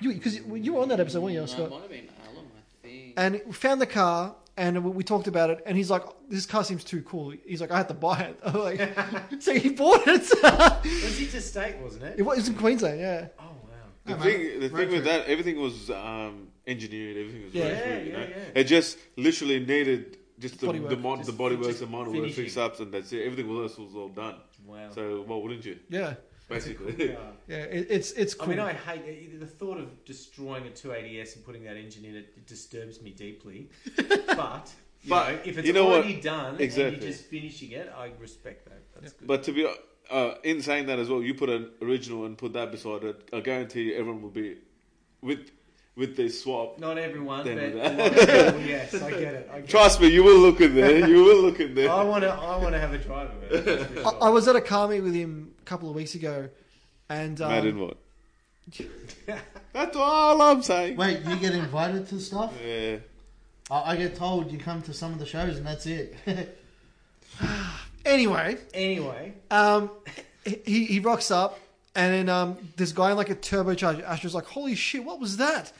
A: You because you were on that episode, weren't you,
E: No, it
A: Scott?
E: Mm, might have been Alan, I think.
A: and we found the car and we- we talked about it and he's like this car seems too cool he's like i had to buy it (laughs) I'm
C: (laughs)
A: like, so he bought it (laughs)
C: It was interstate, wasn't it?
A: it was in queensland yeah
C: Oh, wow.
D: The
F: No,
D: thing,
F: man, road
D: the thing with
F: trip.
D: that, everything was um, engineered. Everything was
A: Yeah.
D: worked through, you
C: Yeah,
D: know?
C: yeah, yeah.
D: It just literally needed just the
A: Bodywork.
D: the, mon- the
C: Just-
D: bodywork,
C: just
D: the minor work,
C: finishing.
D: fix ups, and that's it. Everything else was all done.
C: Wow.
D: So, well, wouldn't you?
A: yeah
D: Basically,
C: Yeah.
A: yeah it, it's it's cool
C: I mean, I hate the thought of destroying a 280S and putting that engine in it. It disturbs me
D: (laughs)
C: deeply. but you
D: But,
C: know, if it's
D: you know what?
C: already done and
D: Exactly.
C: you're just finishing it, I respect that. That's good.
D: (laughs) but to be uh, in saying that as well, you put an original and put that beside it. I guarantee you, everyone will be with with this swap.
C: Not everyone, but
D: Then
C: a
D: with
C: lot of people, yes, I get it. I, get
D: Trust me, you will look in there. You will look in
C: it. (laughs)
D: there.
A: (laughs)
C: I want to. I want to have a drive of it. that's for
A: I,
C: sure.
A: I was at a car meet with him a couple of weeks ago And um,
D: Mad in what? That's all I'm saying.
F: Wait, you get invited to stuff?
D: Yeah.
F: I, I get told you come to some of the shows and that's it. (laughs)
A: anyway,
C: Anyway,
A: um, he, he rocks up, and then um, this guy in like a turbocharged Astra's like, "Holy shit, what was
C: (laughs)
A: that?"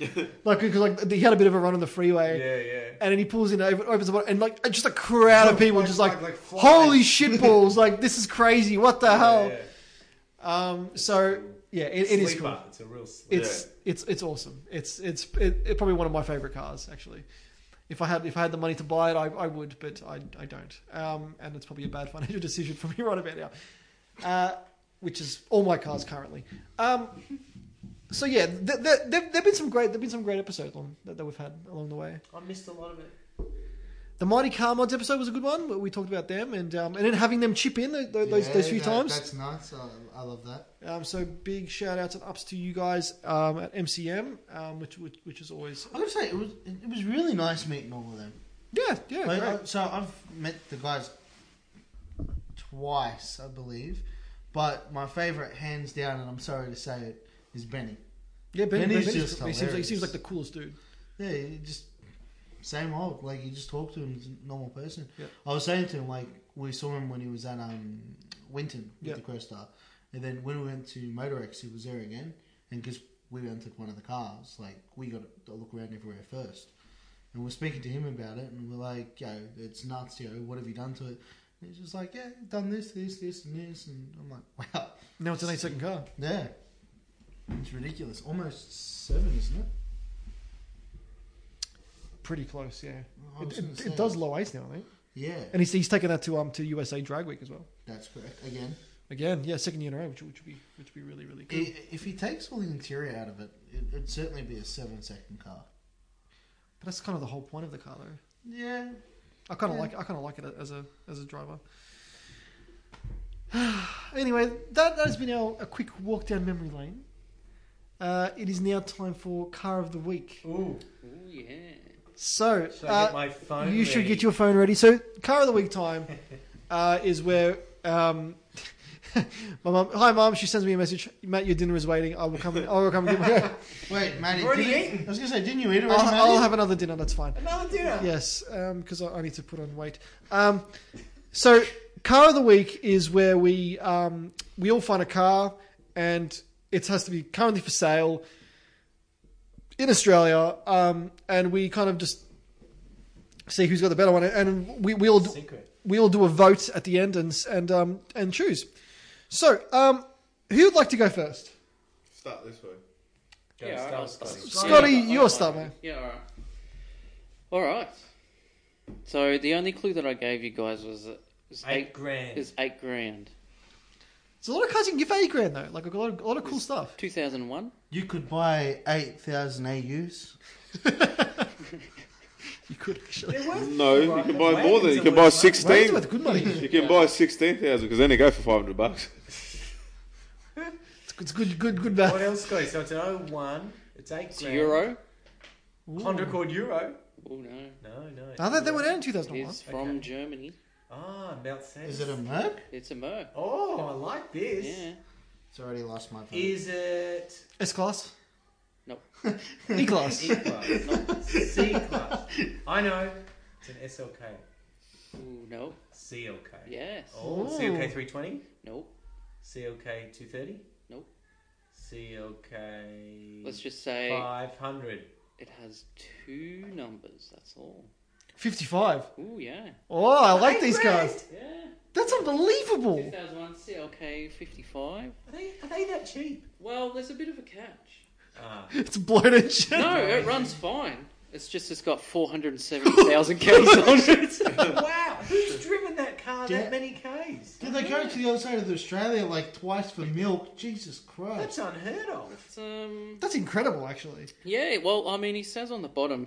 A: like, because like he had a bit of a run on the freeway.
C: yeah,
A: And then he pulls in, over, opens the bottle, and like just a crowd of
C: Oh,
A: people
C: like-
A: just like,
C: like- like flies.
A: holy shit balls! like this is crazy. What the hell?
C: yeah.
A: Um, so yeah, it, it is cool.
C: Sleeper. It's a real sleeper.
A: It's it's it's awesome. It's it's it, it's probably one of my favorite cars actually. If I had if I had the money to buy it, I, I would, but I I don't. Um, and it's probably a bad (laughs) financial decision for me right about now. Uh, which is all my cars currently. Um, so yeah, th- th- there, there've been some great there've been some great episodes on, that, that we've had along the way.
C: I missed a lot of it.
A: The Mighty Car Mods episode was a good one. where We talked about them and um, and then having them chip in tho- tho- those
F: Yeah,
A: those few
F: that-
A: times.
F: That's nice. I, I love that.
A: Um, so big shout outs and ups to you guys um, at MCM, um, which, which which is always
F: I gotta say, it was it it was really nice meeting all of them.
A: yeah yeah
F: Like,
A: great.
F: I- so I've met the guys twice, I believe, but my favorite, hands down, and I'm sorry to say it, is Benny.
A: yeah. Ben,
F: Benny's
A: Benny's
F: just
A: he seems like, he
F: hilarious.
A: seems like the coolest dude.
F: Yeah, you just same old. Like you just talk to him as a normal person.
A: Yeah.
F: I was saying to him like we saw him when he was at um Winton with
A: Yeah.
F: the CroStar, and then when we went to Motorex, he was there again. And because we rented one of the cars, like we got to look around everywhere first. And we're speaking to him about it, and we're like, "Yo, it's nuts, yo. What have you done to it?" And he's just like, "Yeah, done this, this, this, and this." And I'm like, (laughs) "Wow,
A: Now it's an eight second car.
F: yeah, it's ridiculous. Almost seven, isn't it?"
A: Pretty close, yeah.
F: I
A: It,
F: was gonna
A: it,
F: say.
A: it does low eights now, I think.
F: Yeah.
A: And he's, he's taken that to um to USA Drag Week as well.
F: That's correct. Again,
A: Again, yeah, second year in a row, which, which would be which would be really really good.
F: i- if he takes all the interior out of it, it would certainly be a seven-second car.
A: but that's kind of the whole point of the car, though.
F: Yeah.
A: I kind of
F: Yeah.
A: like I kind of like it as a as a driver. (sighs) anyway, that, that has been our a quick walk down memory lane. Uh, it is now time for car of the week.
C: Ooh,
E: Ooh, yeah.
A: So
C: should I
A: uh,
C: get my phone?
A: you should
C: ready?
A: get your phone ready. So car of the week time uh, is where um, (laughs) my mom. Hi, mom. She sends me a message. Matt, your dinner is waiting. I will come. I will come and get my.
F: Wait, Matty.
C: You've already
F: didn't-
C: eaten.
F: I was gonna say, didn't you eat already, Matty?
A: I'll, I'll have another dinner. That's fine.
C: another dinner.
A: Yes, because I, I need to put on weight. Um, so, car of the week is where we um, we all find a car, and it has to be currently for sale in Australia, um, and we kind of just see who's got the better one, and we we all do,
C: Secret.
A: we all do a vote at the end and s- and um, and choose. So, um, who'd like to go first?
D: Start this way.
C: Go
E: Yeah,
C: start
E: I'll-
C: with Scotty.
E: I'll-
A: Scotty,
E: Yeah, I'll-
A: you're
E: I'll-
A: start, man.
E: Yeah, alright. Alright. So the only clue that I gave you guys was uh, is
C: Eight
E: eight,
C: grand.
E: is eight grand.
A: It's a lot of cars you can give eight grand though, like a lot of, a lot of cool stuff.
E: Two thousand one.
F: You could buy eight thousand AUs.
A: You could actually.
C: They're worth-
D: No, you
C: Right,
D: can
C: the
D: buy more than
C: wagons
D: you
C: are
D: can
C: worth money.
D: buy
A: Wagons
D: sixteen.
A: are worth good money.
D: You can buy sixteen thousand because then they go for five hundred bucks.
A: It's good, good, good
C: What
A: value.
C: else, Scotty? So it's an 01. It's eight
E: It's a
C: grand.
E: euro.
C: Honda called Euro.
E: Oh no.
C: No, no.
A: I thought they went out in
E: It
A: 2001.
E: is from
C: Okay.
E: Germany.
C: Ah, Mount Sandy.
F: Is it a Merc?
E: It's a Merc.
C: Oh, I like this.
E: Yeah.
F: It's already lost my vote.
C: Is it
A: S class.
E: Nope.
A: (laughs) E (laughs) class.
E: (laughs)
C: E class? C class. I know. It's an SLK.
E: Ooh, no.
C: CLK.
E: Yes.
C: Oh,
A: Ooh.
C: CLK 320.
E: Nope.
C: CLK 230.
E: Nope.
C: CLK.
E: Let's just say
C: 500.
E: it has two numbers. That's all.
A: 55.
E: Ooh, yeah.
A: Oh, I like these cars.
E: Yeah.
A: That's unbelievable.
E: 2001 CLK 55.
C: Are they, are they that cheap?
E: Well, there's a bit of a catch.
C: Ah,
A: It's bloated shit.
E: (laughs) No, it runs fine. It's just it's got 470,000 Ks on it.
C: wow, who's driven that car
F: Yeah.
C: that many Ks?
F: Did they go to the other side of Australia like twice for milk? Jesus Christ!
C: That's unheard of. (laughs)
E: (laughs) It's, um,
A: That's incredible, actually.
E: yeah, well, I mean, he says on the bottom,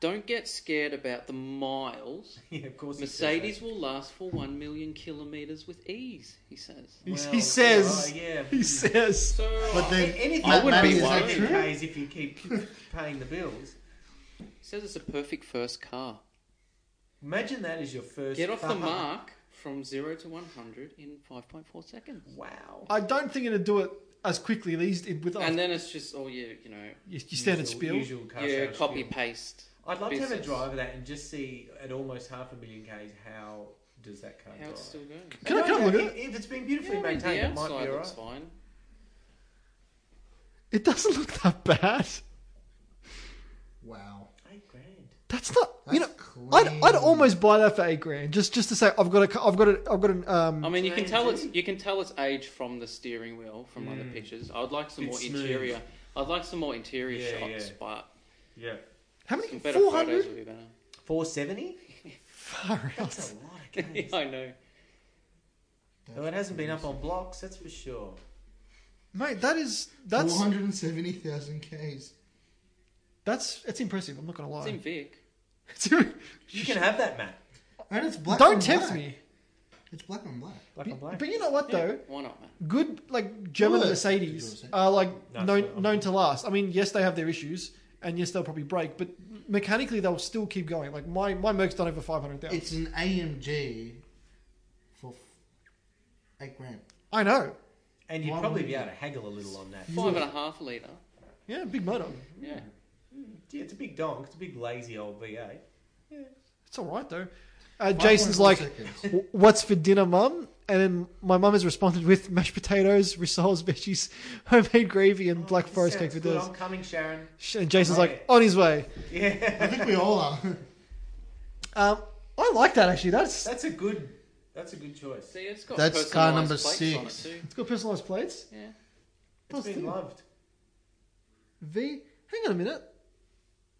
E: don't get scared about the miles.
C: Yeah, of course. it says that.
E: Mercedes will last for 1 million kilometres with ease, he says.
A: He,
C: Well,
A: he says.
C: oh, yeah.
A: He says.
E: So,
F: But
C: A-
F: then
C: anything
E: I
C: that
E: wouldn't be
C: matters
E: worried.
C: is only Ks if you keep (laughs) paying the bills.
E: he says it's a perfect first car.
C: Imagine that is your first.
E: Get off the (laughs)
C: car.
E: mark from 0 to 100 in 5.4 seconds.
C: Wow.
A: I don't think it'd do it as quickly at least in- with us.
E: And then it's just all your, you know,
A: your, your standard
C: Usual-
A: spiel.
C: usual car
E: your
C: sales
E: copy
C: spiel.
E: paste.
C: I'd love to have a
E: business.
C: drive of that and just see at almost half a million k's how does that car
E: How
C: drive?
E: it's still going.
A: Can I-
C: No,
A: can I
C: no,
A: look at
C: if, if it's been
E: Yeah,
C: beautifully
E: I mean,
C: maintained, it
E: the
C: might be
E: outside
C: alright.
E: looks fine.
A: It doesn't look that bad.
F: Wow.
C: Eight grand.
A: That's not you know. I'd,
F: That's clean.
A: I'd almost buy that for eight grand just just to say I've got a I've got a I've got an um
E: I mean, you can
C: Strange,
E: tell it's
C: isn't
E: you can tell its age from the steering wheel from other
C: Mm.
E: pictures. I'd like some
C: Bit
E: more
C: smooth.
E: interior. I'd like some more interior
C: Yeah,
E: shots,
C: yeah.
E: but
C: Yeah.
A: how
E: some
A: many
E: better
A: four
E: photos
A: hundred
E: would be better. (laughs)
C: Four seventy?
A: far out.
C: That's a lot of
E: (laughs)
C: games.
E: I know.
C: Well, it hasn't been up on blocks, that's for sure.
A: mate. That is that's
F: 470,000 Ks.
A: that's it's impressive. I'm not gonna
E: It's
A: (laughs)
E: in
A: lie.
E: Vic.
C: You can have that, Matt.
F: And it's black on
A: Don't tempt
F: black.
A: me.
F: It's black on black.
C: Black on
A: But,
C: black.
A: but you know what though?
E: Why not, man?
A: Good like German
F: Good.
A: Mercedes
F: Did you wanna say?
A: are like
C: No, it's
A: known
C: not.
A: known to last. I mean, yes, they have their issues, and yes, they'll probably break, but mechanically they'll still keep going. Like my my Merc's done over five hundred thousand.
F: It's an AMG for f- 8 grand.
A: I know.
C: And you'd
F: Why
C: probably
F: would
C: be
F: you?
C: able to haggle a little on that.
E: Five and a half litre.
A: Yeah, big motor.
E: Yeah.
C: Yeah, it's a big donk. It's a big lazy old V8.
A: It's all right though. Uh, Jason's
F: 5.4
A: like,
F: seconds.
A: "W- "What's for dinner, mum?" And then my mum has responded with mashed potatoes, rissoles, veggies, (laughs) homemade gravy, and black
C: This
A: forest cake
C: Oh, sounds
A: for
C: good.
A: dinners.
C: I'm coming, Sharon.
A: Sh- And Jason's like,
C: Right.
A: "On his way."
C: Yeah. (laughs)
F: I think we all are. (laughs)
A: Um, I like that actually. That's
C: That's a good that's a good choice.
E: See, it's got
F: That's car
E: personalised
F: number
E: plates
F: six.
E: On it too.
A: it's got personalized plates.
E: Yeah.
C: It's been loved.
A: V. Hang on a minute.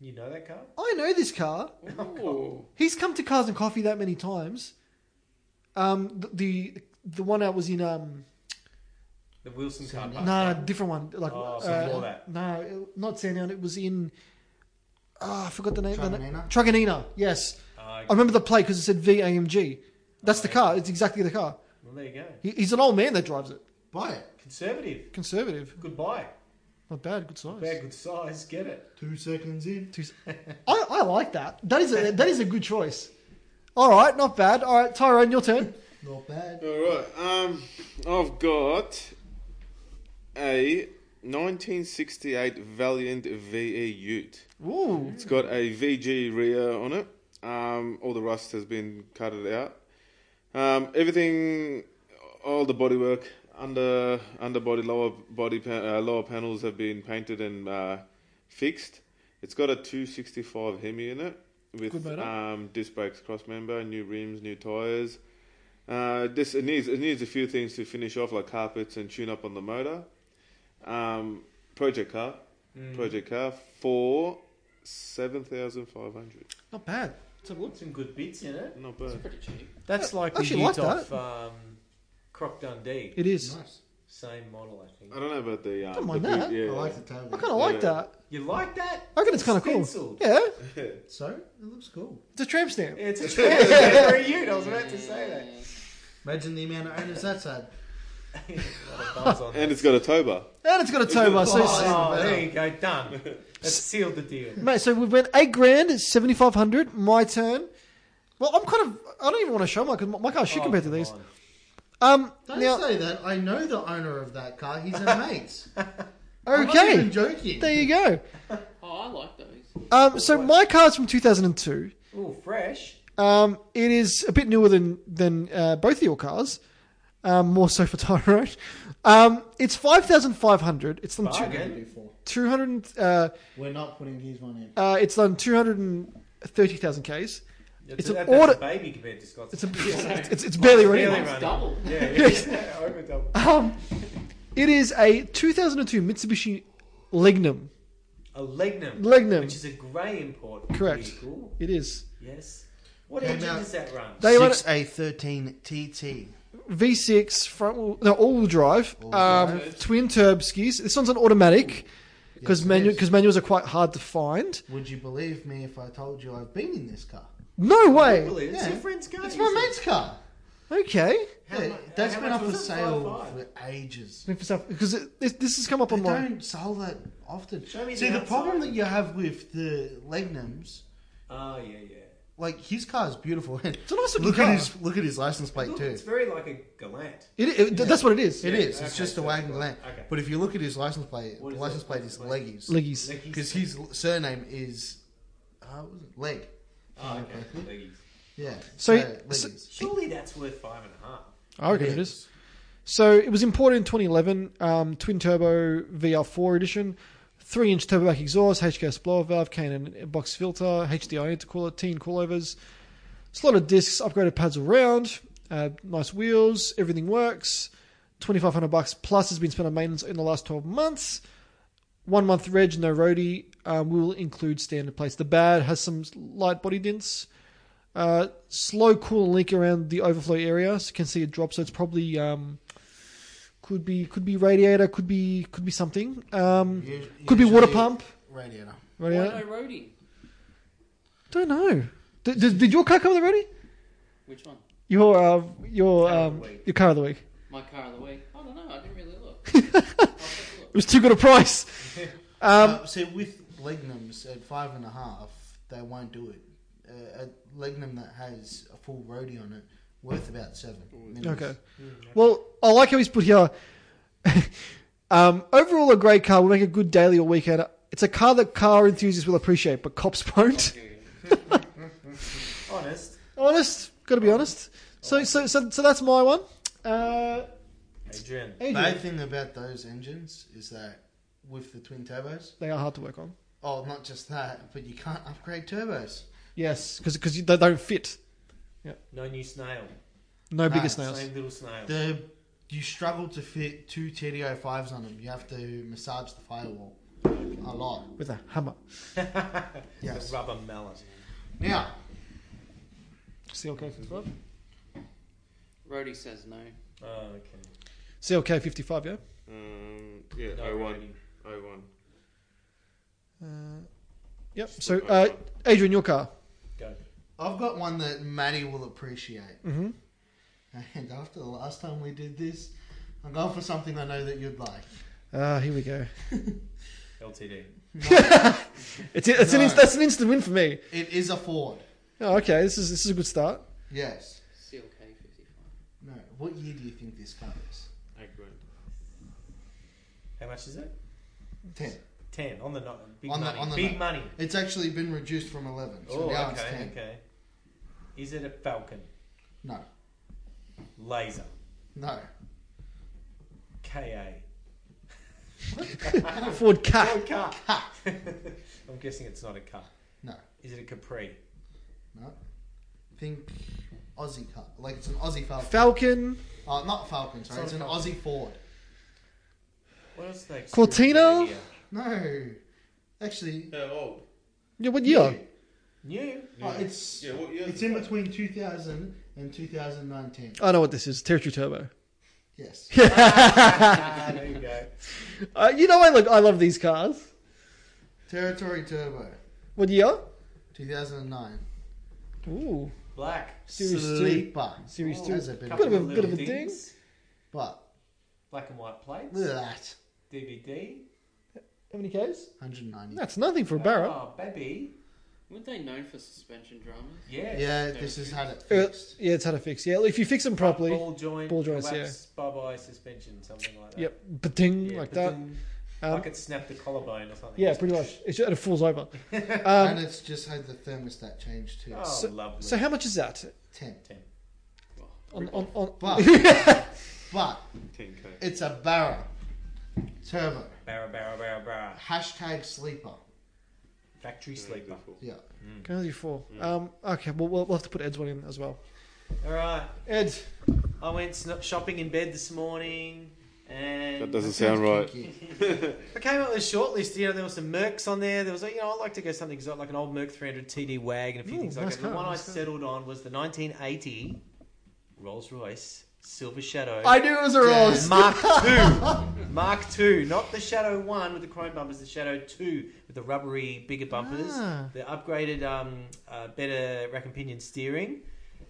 C: You know that car?
A: I know this car.
E: Ooh.
A: He's come to Cars and Coffee that many times. Um, th- the the one that was in um
C: The Wilson car
F: Sandown.
C: park.
A: nah different one like
C: Oh,
A: uh,
C: before that.
A: no it- not Sandown it was in ah I forgot the name
F: Truganina?
A: Truganina yes
C: Uh,
A: I remember the plate because it said VAMG. That's the
C: Okay.
A: car. It's exactly the car.
C: well, there you go.
A: He, he's an old man that drives it.
F: Buy it.
C: Conservative.
A: Conservative.
C: Good buy.
A: Not bad. Good size.
C: Bad good size. Get it.
F: Two seconds in.
A: Two s- I, I like that. That is a that is a good choice. All right, not bad. All right, Tyrone, your turn.
F: Not bad.
D: All right. Um, I've got a 1968 Valiant VE Ute.
A: Ooh,
D: It's got a VG rear on it. Um, all the rust has been cutted out. Um, everything, all the bodywork, under underbody, lower body, pa- uh, lower panels have been painted and uh, fixed. It's got a 265 Hemi in it
A: Good
D: with
A: motor.
D: um, disc brakes, cross member, new rims, new tires. Uh, this it needs it needs a few things to finish off, like carpets and tune up on the motor. Um, project car,
A: Hmm.
D: project car for seven thousand five hundred.
A: not bad. Let's have a look.
C: Some good bits in it.
D: Not
E: It's
D: bad.
E: pretty cheap.
C: That's
A: I
C: like the
A: actually
C: Ute
A: like
C: off
A: that.
C: um, Croc Dundee.
A: It is.
F: Nice.
C: Same model, I think.
D: I don't know about the. Um,
A: Don't mind
D: the
A: that.
D: yeah.
F: I like the tailgate.
A: I kind of like
D: Yeah.
A: that.
C: You like that?
A: I reckon it's kind of cool.
C: Stenciled.
A: Yeah,
F: So, it looks cool.
A: it's a tramp stamp.
C: It's (laughs) a
A: (laughs)
C: transfer Ute. I was about to say that.
F: Imagine the amount of owners that's had.
D: And it's got a tow bar.
A: And it's got a tow bar. So,
F: Oh,
C: oh, there you go, done. That sealed the deal.
A: Mate, so we went eight grand, seventy five hundred. My turn. Well, I'm kind of. I don't even want to show my because my car's shit
C: Oh,
A: compared to
C: come
A: these.
C: on.
A: Um,
F: Don't
A: now,
F: say that. I know the owner of that
A: (laughs)
F: car. He's a mate. I'm not even
A: okay,
F: joking.
A: there you go.
E: Oh, I like those.
A: Um, so my car's from 2002.
C: Ooh, fresh.
A: Um, it is a bit newer than than uh, both of your cars, um, more so for Tyrone. Um, it's five thousand five hundred. It's done two,
C: Bargain.
F: What do we do for?
A: two hundred. Uh,
F: We're not putting his one in.
A: uh, it's done two hundred and thirty thousand k's.
C: It's,
A: an
C: that,
A: order-
C: That's a baby compared to Scott's. (laughs)
A: It's a, it's, it's, it's barely running.
C: Barely
E: It's
C: running.
E: double.
C: Yeah, yeah. yeah. Over double.
A: Um, it is a 2002 Mitsubishi Lignum.
C: A Legnum.
A: Lignum.
C: Which is a grey import.
A: Correct.
C: Vehicle.
A: It is
C: Yes. What
F: Yeah,
C: engine
F: now-
C: does that run?
A: They run-
F: 6A13TT.
A: V6 front wheel, no all wheel drive,
F: All-wheel
A: um,
F: drive.
A: twin turb skis. This one's an automatic because
F: Yes, it
A: manual
F: is.
A: because manuals are quite hard to find.
F: Would you believe me if I told you I've been in this car?
A: No way.
C: Probably. It's
F: Yeah.
C: your friend's car.
F: It's
C: you
F: my
C: said.
F: mate's car.
A: Okay.
C: How
F: Yeah,
C: mu-
F: that's
C: how
F: been
C: much
F: up for
C: was it?
F: sale
C: Five, five.
F: for ages.
A: Because this, this has come up
F: They
A: on my
F: don't sell that often.
C: Show me
F: See,
C: the
F: the problem
C: outside.
F: that you have with the Legnums
C: Oh, yeah, yeah.
F: like his car is beautiful. (laughs) And
A: It's a nice looking
F: look
A: car.
F: at his look at his license plate too.
C: It's very like a Galant.
A: It, it, th- That's what it is.
F: It
C: Yeah,
F: is.
C: okay,
F: It's just a
C: so-
F: wagon land.
C: okay.
F: But if you look at his license plate,
C: What
F: the
C: is
F: license
C: it?
F: plate is Leggies.
A: Leggies.
F: Because his l- surname is. Uh, what was it? Leg.
C: Oh, okay. Leggies.
F: Yeah.
A: So- so-
F: Leggies.
C: Surely that's worth five and a half.
A: I reckon it is. So it was imported in 2011, um, twin turbo VR4 edition, three inch turboback exhaust, HKS blower valve, K&N box filter, HDI intercooler, teen coilovers, slotted discs, upgraded pads around, uh, nice wheels, everything works. 2500 bucks plus has been spent on maintenance in the last 12 months. One month reg, no roadie. Um, we will include standard plates. The bad has some light body dints. Uh, slow coolant leak around the overflow area, so you can see a drop. So it's probably um, could be could be radiator, could be could be something, um,
F: Us-
A: could be water
F: usually
A: pump.
F: Radiator.
E: Why
A: Radiator.
E: no roadie?
A: Don't know. Did, did, did your car come with a roadie?
E: Which one?
A: Your uh, your
C: Car of
A: um,
C: the week.
A: your car of the week.
E: My car of the week? I don't know. I didn't really
F: (laughs)
E: look. I'll take a
A: It
E: look.
A: was too good a price. Um,
F: uh, so with Legnums at five and a half, they won't do it. Uh, a Legnum that has a full roadie on it, worth about seven. minimum.
A: Okay. Well, I like how he's put here. (laughs) um, overall, a great car will make a good daily or weekend. It's a car that car enthusiasts will appreciate, but cops (laughs) won't.
C: Honest.
A: honest, got to be honest. So, so, so, so that's my one. Uh,
C: Adrian.
A: Adrian,
F: Bad thing about those engines is that with the twin turbos,
A: they are hard to work on.
F: oh, not just that, but you can't upgrade turbos.
A: Yes, because they don't fit.
C: No new snail.
A: No
F: Nah,
A: bigger
F: same.
A: snails.
C: Same little snail.
F: The you struggle to fit two TDO fives on them. You have to massage the firewall a lot.
A: With a hammer.
F: Yes.
C: The rubber mallet.
F: Now,
A: CLK 55.
E: Roadie says no.
C: Oh, okay.
A: CLK 55, yeah?
D: Um, yeah, oh
C: No
D: I won.
C: roadie.
D: I won.
A: Uh, yep. So, uh, Adrian, your car.
C: Go.
F: I've got one that Maddie will appreciate.
A: Mm-hmm.
F: And after the last time we did this, I'm going for something I know that you'd like.
A: Ah, here we go.
C: LTD.
A: It's, it's an,
F: No.
A: inst- that's an instant win for me.
F: It is a Ford.
A: Oh, okay. This is this is a good start.
F: Yes.
E: CLK 55.
F: No. What year do you think this car is?
D: I won.
C: How much is it?
F: Ten.
C: Ten on the not big
F: On the-
C: money.
F: on the
C: big
F: nut.
C: money.
F: It's actually been reduced from eleven, so
C: oh,
F: now
C: okay,
F: it's ten.
C: okay. Is it a Falcon?
F: No.
C: Laser.
F: No.
C: KA.
A: Ford Ka.
C: Oh, car.
F: (laughs)
C: I'm guessing it's not a car.
F: No.
C: Is it a Capri?
F: No. Think Aussie car. Like it's an Aussie Falcon.
A: Falcon.
F: Uh, not Falcon, sorry.
C: It's
F: It's,
C: not
F: an
C: a
F: Aussie Ford.
C: What else they
A: Cortina?
C: here?
F: No. Actually,
D: How old?
A: Yeah, what year?
F: (laughs)
C: New.
F: Oh, it's
D: Yeah, what year
F: it's
D: is
F: in
D: it?
F: between 2000 and 2019.
A: I know what this is. Territory Turbo. (laughs)
F: Yes.
C: Ah, there you go.
A: Uh, you know, I look. I love these cars.
F: Territory Turbo,
A: What year?
F: 2009.
A: Ooh,
C: Black.
A: Series two.
F: Sleeper.
A: Series
F: Oh,
A: two.
F: that's a bit
A: Couple
F: of
A: Bit of a-
C: little
A: bit of a ding.
C: things.
F: But
C: Black and white plates.
F: look at that.
C: DVD.
A: How many k's? Ah,
F: 190.
A: That's nothing for a Uh, Barra.
C: Oh, baby.
E: Weren't they known for suspension dramas?
C: Yeah.
F: Yeah, this has had it
A: Uh,
F: fixed.
A: yeah, it's how to fix. Yeah, if you fix them properly.
C: Ball joint.
A: Ball joints,
C: Bye bye suspension, something like that.
A: Yep, ba-ding,
C: Yeah,
A: like
C: but
A: that.
C: then,
A: Um,
C: like it snapped the collarbone or something.
A: Yeah, pretty much. It's, and it falls (laughs) over.
F: and
A: Um,
F: it's just had the thermostat changed to
C: Oh,
A: So-
C: lovely.
A: so how much is that?
F: 10.
E: Well,
A: On on, on (laughs)
F: But, but
D: 10k.
F: it's a Barra Turbo.
C: Barra, barra, barra, barra.
F: Hashtag sleeper.
C: Factory sleeper.
F: Yeah.
A: Can I do four? Um, okay, well we'll we'll have to put Ed's one in as well.
C: All right.
A: Ed,
C: I went sno- shopping in bed this morning, and
D: That doesn't sound right.
F: Kinky.
C: I came up with a short list. You know, there were some Mercs on there. There was, like, you know, I like to go something exotic, like an old Merc 300 TD Wag and a few
A: Ooh,
C: things like
A: nice
C: that.
A: car,
C: the one
A: nice
C: I
A: car.
C: settled on was the 1980 Rolls Royce Silver Shadow.
A: I knew it was a Rolls.
C: Mark
A: (laughs)
C: two, Mark two, not the Shadow one with the chrome bumpers, the Shadow two with the rubbery bigger bumpers,
A: Ah.
C: the upgraded, um, uh, better rack and pinion steering,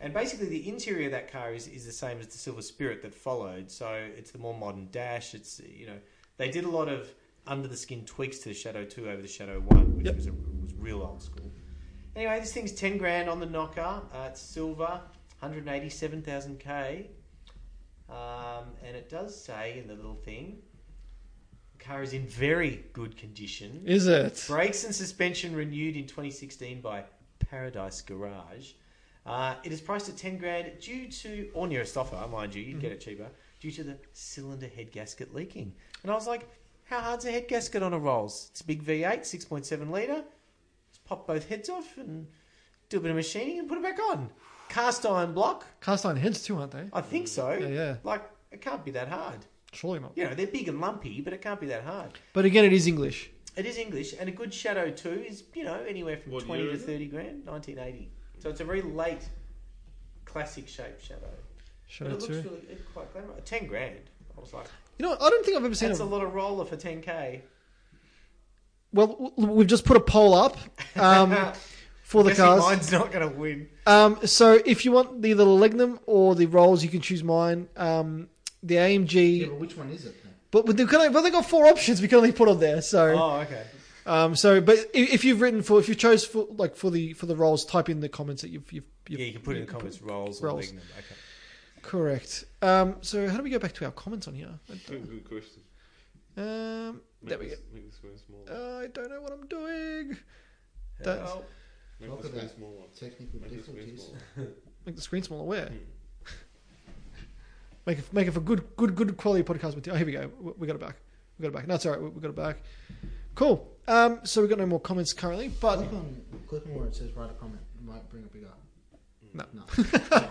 C: and basically the interior of that car is, is the same as the Silver Spirit that followed. So it's the more modern dash. It's you know they did a lot of under the skin tweaks to the Shadow two over the Shadow one, which
A: Yep.
C: was a, was real old school. Anyway, this thing's ten grand on the knocker. Uh, it's silver, hundred eighty-seven thousand k, um, and it does say in the little thing, the car is in very good condition.
A: Is it?
C: Brakes and suspension renewed in 2016 by Paradise Garage. Uh, it is priced at 10 grand due to, or nearest offer, mind you, you'd get
A: Mm-hmm.
C: it cheaper, due to the cylinder head gasket leaking. And I was like, how hard's a head gasket on a Rolls? It's a big V8, 6.7 litre. Just pop both heads off and do a bit of machining and put it back on. Cast iron block?
A: Cast iron heads too, aren't they?
C: I think so.
A: Mm. Yeah, yeah.
C: Like, it can't be that hard.
A: Surely not.
C: You know, they're big and lumpy, but it can't be that hard.
A: But again, it is English.
C: It is English, and a good Shadow 2 is, you know, anywhere from
D: What
C: 20
D: year
C: to
D: is it?
C: 30 grand, 1980. So it's a very late, classic shape Shadow. But
A: Shadow
C: it looks
A: two.
C: really it's quite glamorous. 10 grand. I was like,
A: You know, I don't think I've ever seen
C: that's
A: a.
C: a lot of roller for 10k.
A: Well, w- we've just put a poll up
C: (laughs)
A: um, for the
C: Guessing
A: cars.
C: Mine's not going to win.
A: Um, so if you want either the Lignum or the Rolls, you can choose mine. Um, the
F: Yeah,
A: AMG,
F: but which one is it?
A: but with the, can I, but they got four options. We can only put on there. So,
C: Oh, okay.
A: um, so but i- if you've written for, if you chose for like for the for the Rolls, type in the comments that you've you've, you've
C: Yeah, you can put it in the comments, rolls, or
A: rolls.
C: lignum. Okay.
A: correct. Um, so how do we go back to our comments on here?
D: Good question.
A: Um,
D: Make
A: there we go. Oh.
D: this, Make the screen smaller.
A: I don't know what I'm doing. That-
C: Oh,
D: Make
F: Look
D: the
F: at
D: screen
F: that.
D: smaller.
F: Technical
D: Make the screen
F: difficulties.
D: smaller.
A: Make the screen smaller. Where? make it, make it for good good good quality podcast material. Oh, here we go. We- We got it back. We got it back. No, it's all right. We we got it back. Cool. Um, so we've got no more comments currently, but
F: Click on, click on where it says write a comment. It might bring up a guy.
A: No.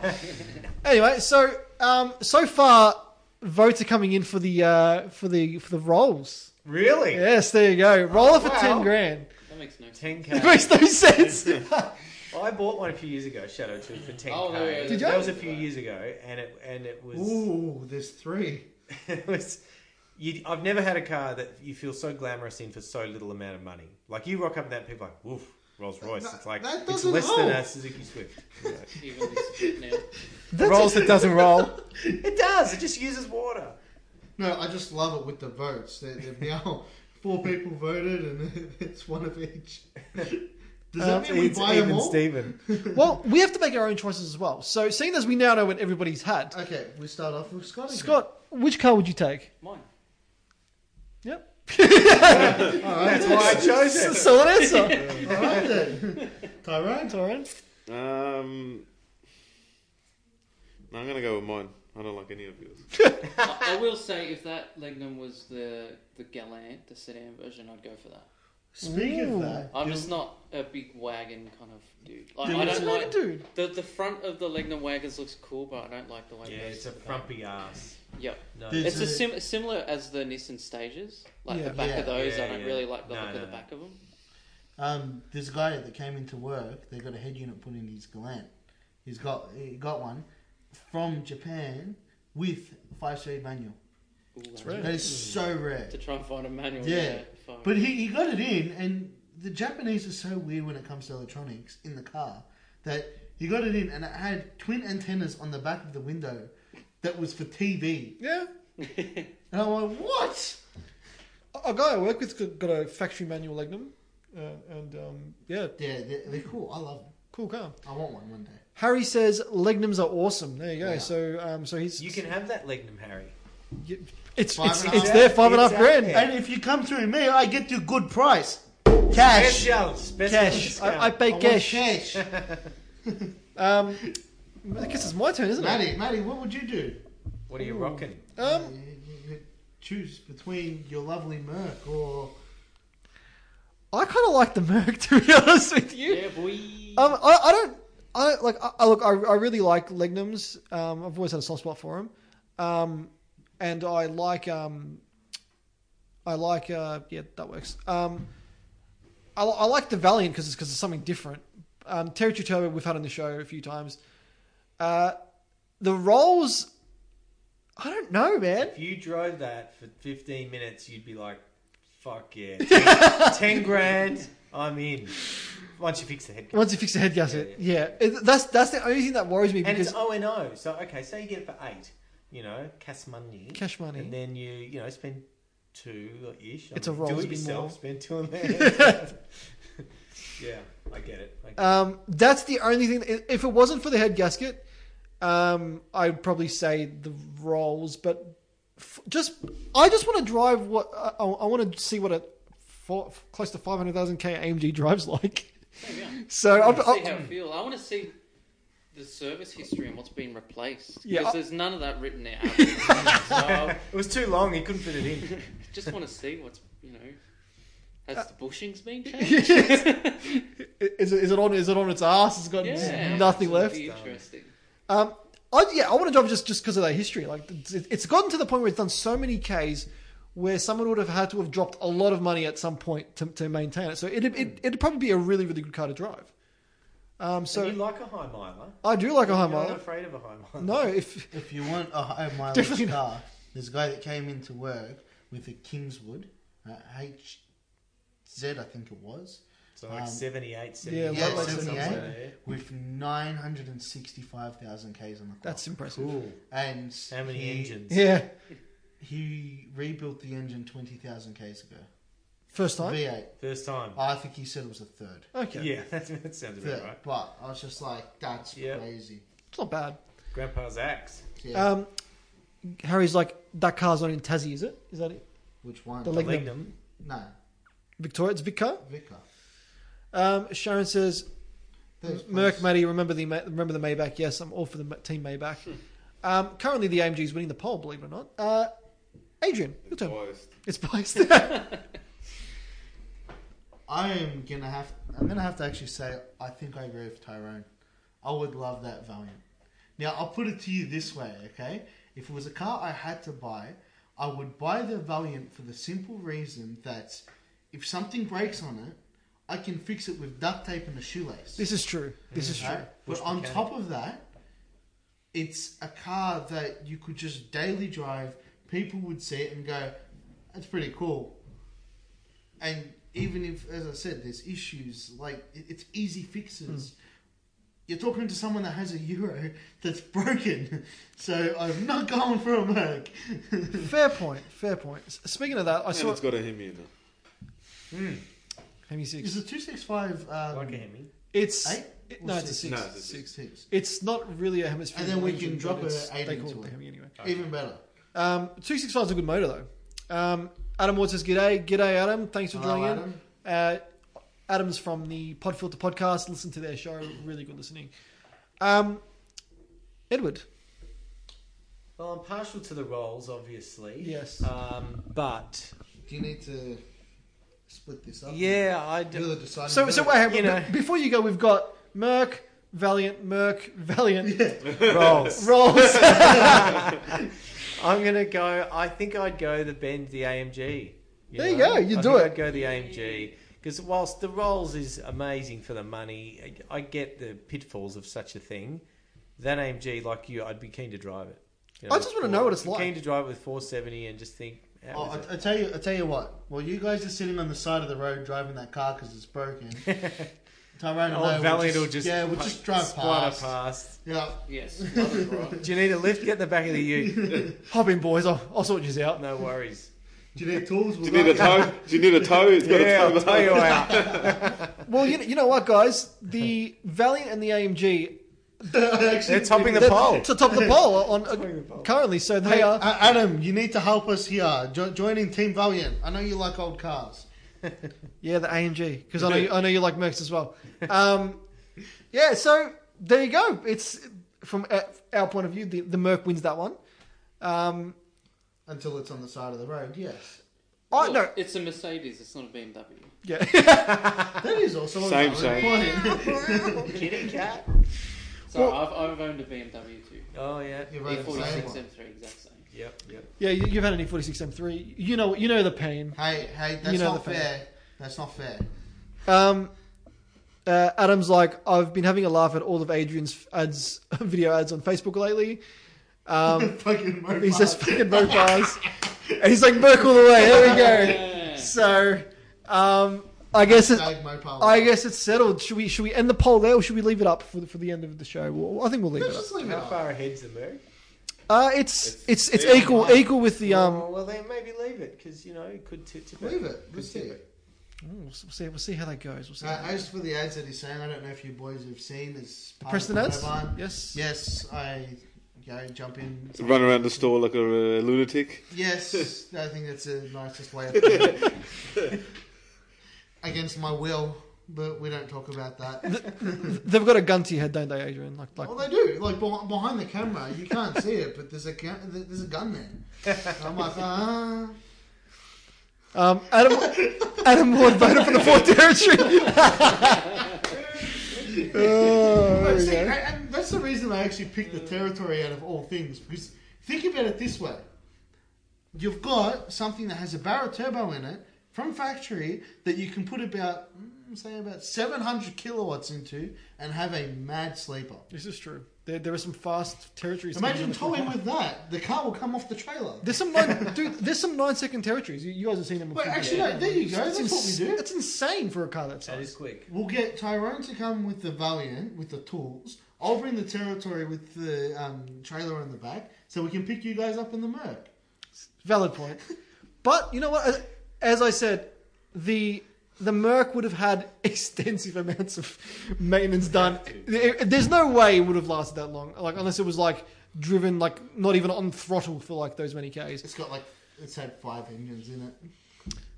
A: (laughs)
F: No.
A: anyway, so um, so far votes are coming in for the uh, for the for the rolls.
C: really?
A: Yes, there you go. Roller for ten
C: wow.
A: grand. (laughs)
E: That makes no sense.
C: 10k.
A: It makes no sense.
C: I bought one a few years ago, Shadow 2, for 10k.
E: Oh, there we go.
A: Did
C: That
A: you?
C: was a few years ago, and it and it was
F: Ooh, there's three.
C: (laughs) it was. You, I've never had a car that you feel so glamorous in for so little amount of money. Like you rock up in that, people are like, woof, Rolls Royce.
F: That-
C: It's like
F: that
C: it's
F: doesn't
C: less than a
F: hold.
C: Suzuki Swift.
E: Even this now.
C: Rolls (laughs) that doesn't roll. (laughs) It does. It just uses water.
F: No, I just love it with the votes. There- There've now (laughs) four people voted, and (laughs) it's one of each. Does
A: Uh,
F: that mean we
C: Um, It's
F: buy them
C: even,
F: all? (laughs)
C: Steven.
A: well, we have to make our own choices as well. So, seeing as we now know what everybody's had,
F: Okay, we start off with Scott. again.
A: Scott, which car would you take?
E: Mine.
A: Yep.
C: That's why I chose
A: It's a
C: it.
A: solid answer.
F: All right
C: (laughs)
F: then, Tyrone.
A: Tyrone.
D: Um, no, I'm gonna go with mine. I don't like any of
A: (laughs)
D: yours.
E: I, I will say, if that Lignum was the the Galant, the sedan version, I'd go for that.
F: Speaking
A: Ooh.
F: of that,
E: I'm
F: did-
E: just not a big wagon kind of dude. Like,
F: Dude,
E: I
F: it's
E: don't
A: not a
E: like
A: dude.
E: the the front of the Lignum wagons looks cool, but I don't like the way.
C: Yeah,
E: it goes
C: it's a
E: to the back.
C: frumpy ass.
E: Yep.
C: No,
F: Did-
E: It's,
F: It's
E: a,
F: a-
E: sim- similar as the Nissan Stages. Like
A: Yeah.
E: the back
F: Yeah.
E: of those,
C: Yeah,
E: I don't
C: yeah.
E: really like the
C: No,
E: look
C: no,
E: of the
C: no.
E: back of them.
F: um, there's a guy that came into work. They got a head unit put in his gland. He's got he got one from Japan with five speed manual.
E: Ooh, that's
A: rare.
F: That is so rare.
E: To try and find a manual.
F: Yeah.
E: fine.
F: But he, he got it in, and the Japanese are so weird when it comes to electronics in the car that he got it in, and it had twin antennas on the back of the window that was for TV.
A: Yeah.
F: And I'm like, what?
A: A- A guy I work with's got- got a factory manual Lignum, uh, and um, yeah,
F: Yeah, they're, they're cool. I love them.
A: cool car.
F: I want one one day.
A: Harry says Lignums are awesome. There you go.
F: Yeah.
A: So, um, so he's
C: you can have that Lignum, Harry.
A: you- it's
F: Five
A: it's,
F: and a
A: it's
F: half.
A: there five and a half
C: It's out
A: grand.
C: there.
F: And if you come through me, I get you a good price. Cash.
C: Special, special
A: Cash. I, I
C: discount.
A: pay
F: I want
A: cash.
F: cash.
A: Um, I guess it's my turn, isn't it?
F: (laughs) Maddie, Maddie, what would you do?
C: What are you rocking?
A: Um,
F: You- you- you choose between your lovely Merc or
A: I kind of like the Merc (laughs) to be honest with you.
E: yeah, boy.
A: Um, I, I don't. I don't- like. I, I look. I, I really like Lignums. Um, I've always had a soft spot for him. Um, and I like. Um, I like. Uh, yeah, that works. Um, I, li- I like the Valiant because it's because it's something different. Um, Territory Turbo we've had on the show a few times. Uh, the Rolls. I don't know, man.
C: If you drove that for 15 minutes, you'd be like,
A: (laughs)
C: fuck yeah. 10, grand, I'm in. Once you fix the head gasket.
A: Once you fix the head gasket, yeah, It- that's that's the only thing that worries me
C: And
A: because
C: it's O and O. So, okay, say you get it for eight, you know, cash money.
A: Cash money.
C: And then you, you know, spend two ish.
A: It's a roll,
C: Do
A: it's a
C: it
A: bit
C: yourself,
A: more. (laughs)
C: spend two on there. Yeah, I get it. I get
A: Um, that's the only thing. If it wasn't for the head gasket, um, I'd probably say the rolls. But f- just, I just want to drive what I, I want to see what a four, close to five hundred thousand k AMG drives (laughs) like.
E: Maybe I'm-
A: So
E: I
A: I'm,
E: want to see how
A: i
E: it feels. I want to see the service history and what's been replaced.
A: Yeah.
E: Because there's none of that written
A: (laughs)
E: out. so I
C: it was too long. He couldn't fit it in.
E: just want to see what's, you know,
A: Uh,
E: has the bushings
A: (laughs)
E: been changed?
A: is it is it on is it on its ass? It's got
E: yeah.
A: nothing
E: It'd
A: left.
E: be interesting.
A: Um, I, yeah, I want to drive just just because of that history. Like it's, it's gotten to the point where it's done so many Ks where someone would have had to have dropped a lot of money at some point to, to maintain it. So it'd, it it'd probably be a really really good car to drive. Um,
C: So
A: so
C: you like a high miler?
A: I do like a high
C: You're not
A: mile.
C: afraid of a high
A: (laughs)
C: miler?
A: No, if
F: If you want a high
A: Definitely
F: mileage
A: not.
F: car, there's a guy that came into work with a Kingswood, uh, HZ, I think it was,
C: So like
F: Um,
C: 78,
A: yeah,
C: 78.
A: like
F: yeah,
A: like
C: something
A: 78.
C: like
F: 78,
C: that,
F: with 965,000 Ks on the clock.
A: that's
C: yeah.
A: impressive.
C: Cool.
F: and
C: How many
F: he,
C: engines?
A: Yeah,
F: He rebuilt the engine 20,000 Ks ago.
A: first time.
F: V8.
C: First time.
F: I think he said it was a third.
A: Okay,
C: Yeah, (laughs) that, that sounds
F: Third.
C: about right.
F: But I was just like, that's
C: Yeah.
F: crazy.
A: it's not bad.
C: Grandpa's axe.
F: Yeah.
A: Um, Harry's like that car's not in Tassie, is it? Is that it?
F: Which one?
A: The leg- Like
C: Lignum.
F: no,
A: Victoria, it's a big car.
F: Vicar.
A: Um, Sharon says
F: Those
A: Merc
F: places.
A: Matty, remember the Ma- remember the Maybach? Yes, I'm all for the Ma- team Maybach.
F: Hmm.
A: um, currently, the AMG is winning the poll. Believe it or not, uh, Adrian, your
D: It's
A: turn.
D: biased.
A: It's biased. (laughs)
F: I am gonna have. I'm gonna have to actually say. I think I agree with Tyrone. I would love that Valiant. Now I'll put it to you this way, okay? If it was a car I had to buy, I would buy the Valiant for the simple reason that if something breaks on it, I can fix it with duct tape and a shoelace.
A: this is true. This is
F: right?
A: true.
F: But on top of that, it's a car that you could just daily drive. People would see it and go, "That's pretty cool." And even if, as I said, there's issues, like it- it's easy
A: Hmm.
F: fixes. You're talking to someone that has a euro (laughs) that's broken, (laughs) so I'm not going for a Merc. (laughs)
A: Fair point. Fair point. S- Speaking of that, I
D: And
A: saw
D: it's got a Hemi in it.
A: ME6.
F: Is the two six five
A: Um,
F: um,
C: Like a Hemi.
A: It's
F: eight?
A: it-
F: or
A: no, it's a
F: six?
A: six.
D: No, it's a
F: six six?
A: It's not really a hemisphere.
F: And then we can drop a eight
A: They
F: into
A: call it
F: it.
A: the Hemi anyway.
F: Even better.
A: Um, two six five is a good motor though. Um, Adam Ward says, "G'day, g'day, Adam. Thanks for
F: Hello,
A: joining in."
F: Adam.
A: Uh, Adam's from the Podfilter podcast. Listen to their show; really good listening. Um, Edward,
C: Well, I'm partial to the rolls, obviously.
A: Yes.
C: Um, but
F: Do you need to split this up?
C: yeah, I d-
F: You're the deciding
A: so so
F: (laughs) vote.
A: wait,
C: You
A: b-
C: know.
A: before you go, we've got Merc, Valiant, Merc, Valiant,
C: (laughs) rolls.
A: (laughs) Rolls.
C: I'm gonna go. I think I'd go the Bend, the AMG.
A: There you
C: know?
A: go, you
C: I
A: do
C: think
A: it.
C: I'd go the AMG because whilst the rolls is amazing for the money, I I get the pitfalls of such a thing. That AMG, like you, I'd be keen to drive it. You
A: I just wanna
C: with
A: know
C: four-
A: what it's
C: be
A: like.
C: Keen to drive it with 470 and just think. how
F: Oh,
C: is it?
F: I, I tell you, I tell you what. Well, you guys are sitting on the side of the road driving that car because
A: (laughs)
F: it's broken. Tyrone and
C: Oh,
F: I will
C: Valiant will
F: just,
C: just
F: yeah, we'll
C: pu-
F: just drive
C: splatter
F: past.
C: past.
F: Yeah,
E: Yes. love it,
A: (laughs)
E: right.
C: Do you need a lift? Get in the back of the U.
A: Hop in, boys. I'll, I'll sort you out.
C: No worries.
F: do you need tools?
D: Do you need
F: (laughs)
D: a tow? Do you need a tow?
A: (laughs)
D: It's got
C: Yeah,
D: a tow.
C: I'll tow you out.
A: Well, you, you know what, guys?
C: (laughs)
A: The Valiant and the AMG.
C: They're topping the
A: they're
C: poll.
A: to top of the poll on uh, currently, so they
F: Hey,
A: are.
F: A- Adam, you need to help us here. Jo- join in Team Valiant. I know you like old cars.
A: Yeah, the AMG because I know you, I know you like Mercs as well. Um, (laughs) yeah, so there you go. It's from uh, our point of view, the, the Merc wins that one. Um,
F: Until it's on the side of the road, yes.
A: I
E: Look,
A: no,
E: It's a Mercedes. It's not a BMW.
A: yeah.
F: (laughs) That is also a
D: Same,
F: valid point. (laughs)
C: Kitty cat.
E: So
A: Well-
E: I've, I've owned a BMW too.
C: Oh yeah.
F: You're right.
E: E46
F: the same one.
E: M3, exact
A: (laughs)
E: same.
C: Yep. Yep.
A: yeah, you, you've had an E46 M3. You know, you know the pain.
F: Hey, hey, that's
A: You know
F: not
A: the
F: fair.
A: fact.
F: That's not fair. (laughs)
A: Um, uh, Adam's like, I've been having a laugh at all of Adrian's ads, (laughs) video ads on Facebook lately.
F: (laughs)
A: Um,
F: Fucking Mopar.
A: he says fucking Mopars. and he's like, Merc all the way. There
E: (laughs)
A: we go.
E: Yeah.
A: So, um, I guess it,
F: Hashtag Mopar.
A: I guess it's settled. Should we should we end the poll there, or should we leave it up for the, for the end of the show? Well, I think we'll leave it
F: Let's
A: up.
F: just leave it
C: How
F: up.
C: far ahead's the Merc?
A: Uh, it's it's it's
D: Yeah.
A: equal equal with the um.
C: Oh, well, well, then maybe leave it because you know it could tip, tip it.
F: Leave it. Let's
C: Could
F: see.
C: tip it.
A: Ooh, we'll see. We'll see how that goes. We'll see.
F: Uh,
A: how that
F: as
A: goes.
F: for the ads that he's saying, I don't know if you boys have seen. It's
A: The
F: part
A: Preston
F: of
A: ads.
F: Autobahn.
A: Yes.
F: Yes, I go jump in.
D: Run around the store like a uh, lunatic.
A: (laughs)
F: Yes, I think that's a nicest way of putting it. (laughs) Against my will, but we don't talk about that.
A: They've got a gun to your head, don't they, Adrian? Like, (laughs) like
F: well, they do. Like beh- behind the camera, you can't see it, but there's a gun, there's a gun
A: (laughs)
F: there. And I'm like, ah.
A: um, Adam. Adam Ward voted for the Fort
F: (laughs)
A: Territory. Oh, there
F: But
A: we
F: see,
A: go.
F: I, I, that's the reason I actually picked the territory out of all things. Because think about it this way: you've got something that has a Barra turbo in it from factory that you can put about mm, say about seven hundred kilowatts into and have a mad sleeper.
A: This is true. There, there are some fast territories.
F: Imagine
A: coming on
F: towing
A: the-
F: with that; the car will come off the trailer.
A: (laughs) There's some nine, dude. There's some nine second territories. You, you guys have seen them.
F: Wait, actually, no, there you go. That's what we do.
A: That's insane for a car that
C: That is
A: size.
C: quick.
F: We'll get Tyrone to come with the Valiant with the tools. I'll bring the territory with the um, trailer on the back, so we can pick you guys up in the Merc.
A: Valid point. But you know what? As- As I said, the the Merc would have had (laughs) extensive amounts of maintenance done. There- There's no way it would have lasted that long. Like unless it was like driven like not even on throttle for like those many k's.
F: It's got like it's had five engines in it.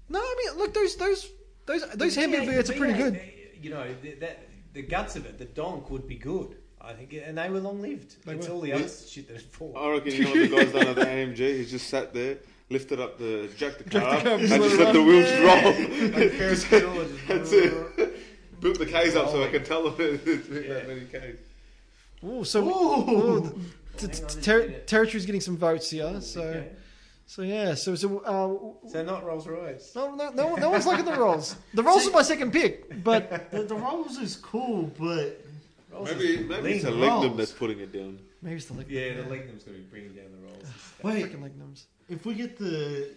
A: No, I mean look those those those those
C: The
A: hand
C: V8
A: V8s are pretty
C: V8,
A: good.
C: eh, You know, the, that, the guts of it, the donk would be good. I think, and they were long lived.
A: They
C: it's
A: were.
C: all the other shit that it
D: (laughs)
C: falls.
D: I reckon you know what the guy's done at the AMG. He's just sat there, lifted up the jacked the car up,
A: car up,
D: and
A: just let
D: just
A: it
D: let
A: run.
D: the wheels roll.
C: Like Ferris wheel, it just-
D: That's
C: (laughs)
D: it. (laughs) Built the K's up so I
C: Rolling.
D: can tell
A: (laughs)
D: them it's been
C: Yeah.
D: that many K's.
A: Ooh, so
F: Ooh.
A: ooh, t-
C: Hang on just
A: t-
C: a
A: ter-
C: minute.
A: territory's getting some votes here. So
C: Okay.
A: so yeah. So so. Uh,
C: So not Rolls Royce.
A: No, no, no, no one's looking at the rolls. The rolls is my second pick,
F: (laughs)
A: but
F: The, the Rolls is cool, but
C: Rolls
D: Maybe
C: is
D: maybe
C: lean.
D: it's a Lignum
F: rolls.
D: that's putting it down.
A: maybe it's the Lignum.
C: Yeah, the Lignum's going to be bringing down the Rolls.
F: wait,
A: Freaking Lignums.
F: if we get the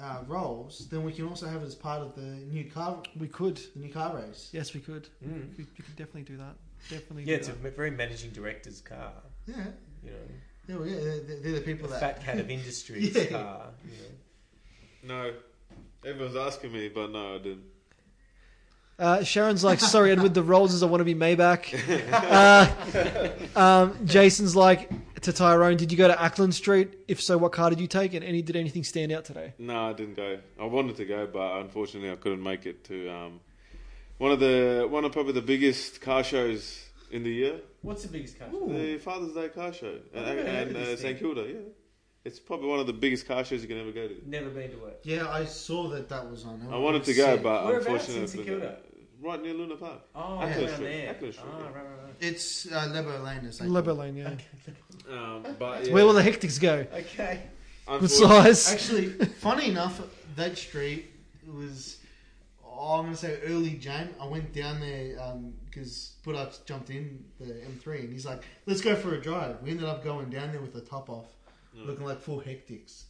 F: uh, Rolls, then we can also have it as part of the new car,
A: We could.
F: the new car race.
A: Yes, we could.
C: Mm.
A: We, we could definitely do that. Definitely.
C: Yeah,
A: do
C: it's a
A: that.
C: ma- very managing director's car.
F: Yeah,
C: You know,
F: yeah, well, yeah they're, they're the people
C: the
F: that.
C: fat cat of
F: (laughs)
C: industry's
F: Yeah.
C: car. You know.
D: No. Everyone's asking me, but no, I didn't.
A: Uh, Sharon's like, sorry, Edward, the rolls is I want to be
C: (laughs)
A: Maybach. uh, um, Jason's like, to Tyrone, did you go to Ackland Street? If so, what car did you take? And any did anything stand out today?
D: No, I didn't go. I wanted to go, but unfortunately, I couldn't make it to um, one of the one of probably the biggest car shows in the year,
C: What's the biggest car?
D: the Father's Day car show,
C: I
D: and,
C: never heard of
D: and
C: this
D: uh, St
C: thing.
D: Kilda. Yeah, it's probably one of the biggest car shows you can ever go to.
C: Never been to it.
F: Yeah, I saw that that was on. It
D: I wanted
F: was
D: to go,
F: sick.
D: but
C: Whereabouts
D: unfortunately,
C: in St Kilda?
D: right near Luna Park.
C: Oh,
D: Ackland
C: around
D: Street.
C: there.
D: Ackland Street,
C: Oh,
D: yeah.
C: right, right, right.
F: it's uh, Lebo Lane. Is like
A: Lebo Lane, yeah.
D: Um, but yeah,
A: Where will the hectics go?
C: Okay.
A: Good (laughs)
D: unfortunately-
A: size.
F: Actually, funny enough, that street was. Oh, I'm gonna say early Jan. I went down there because um, Budak jumped in the M3 and he's like, "Let's go for a drive." We ended up going down there with the top off, looking like full hectics.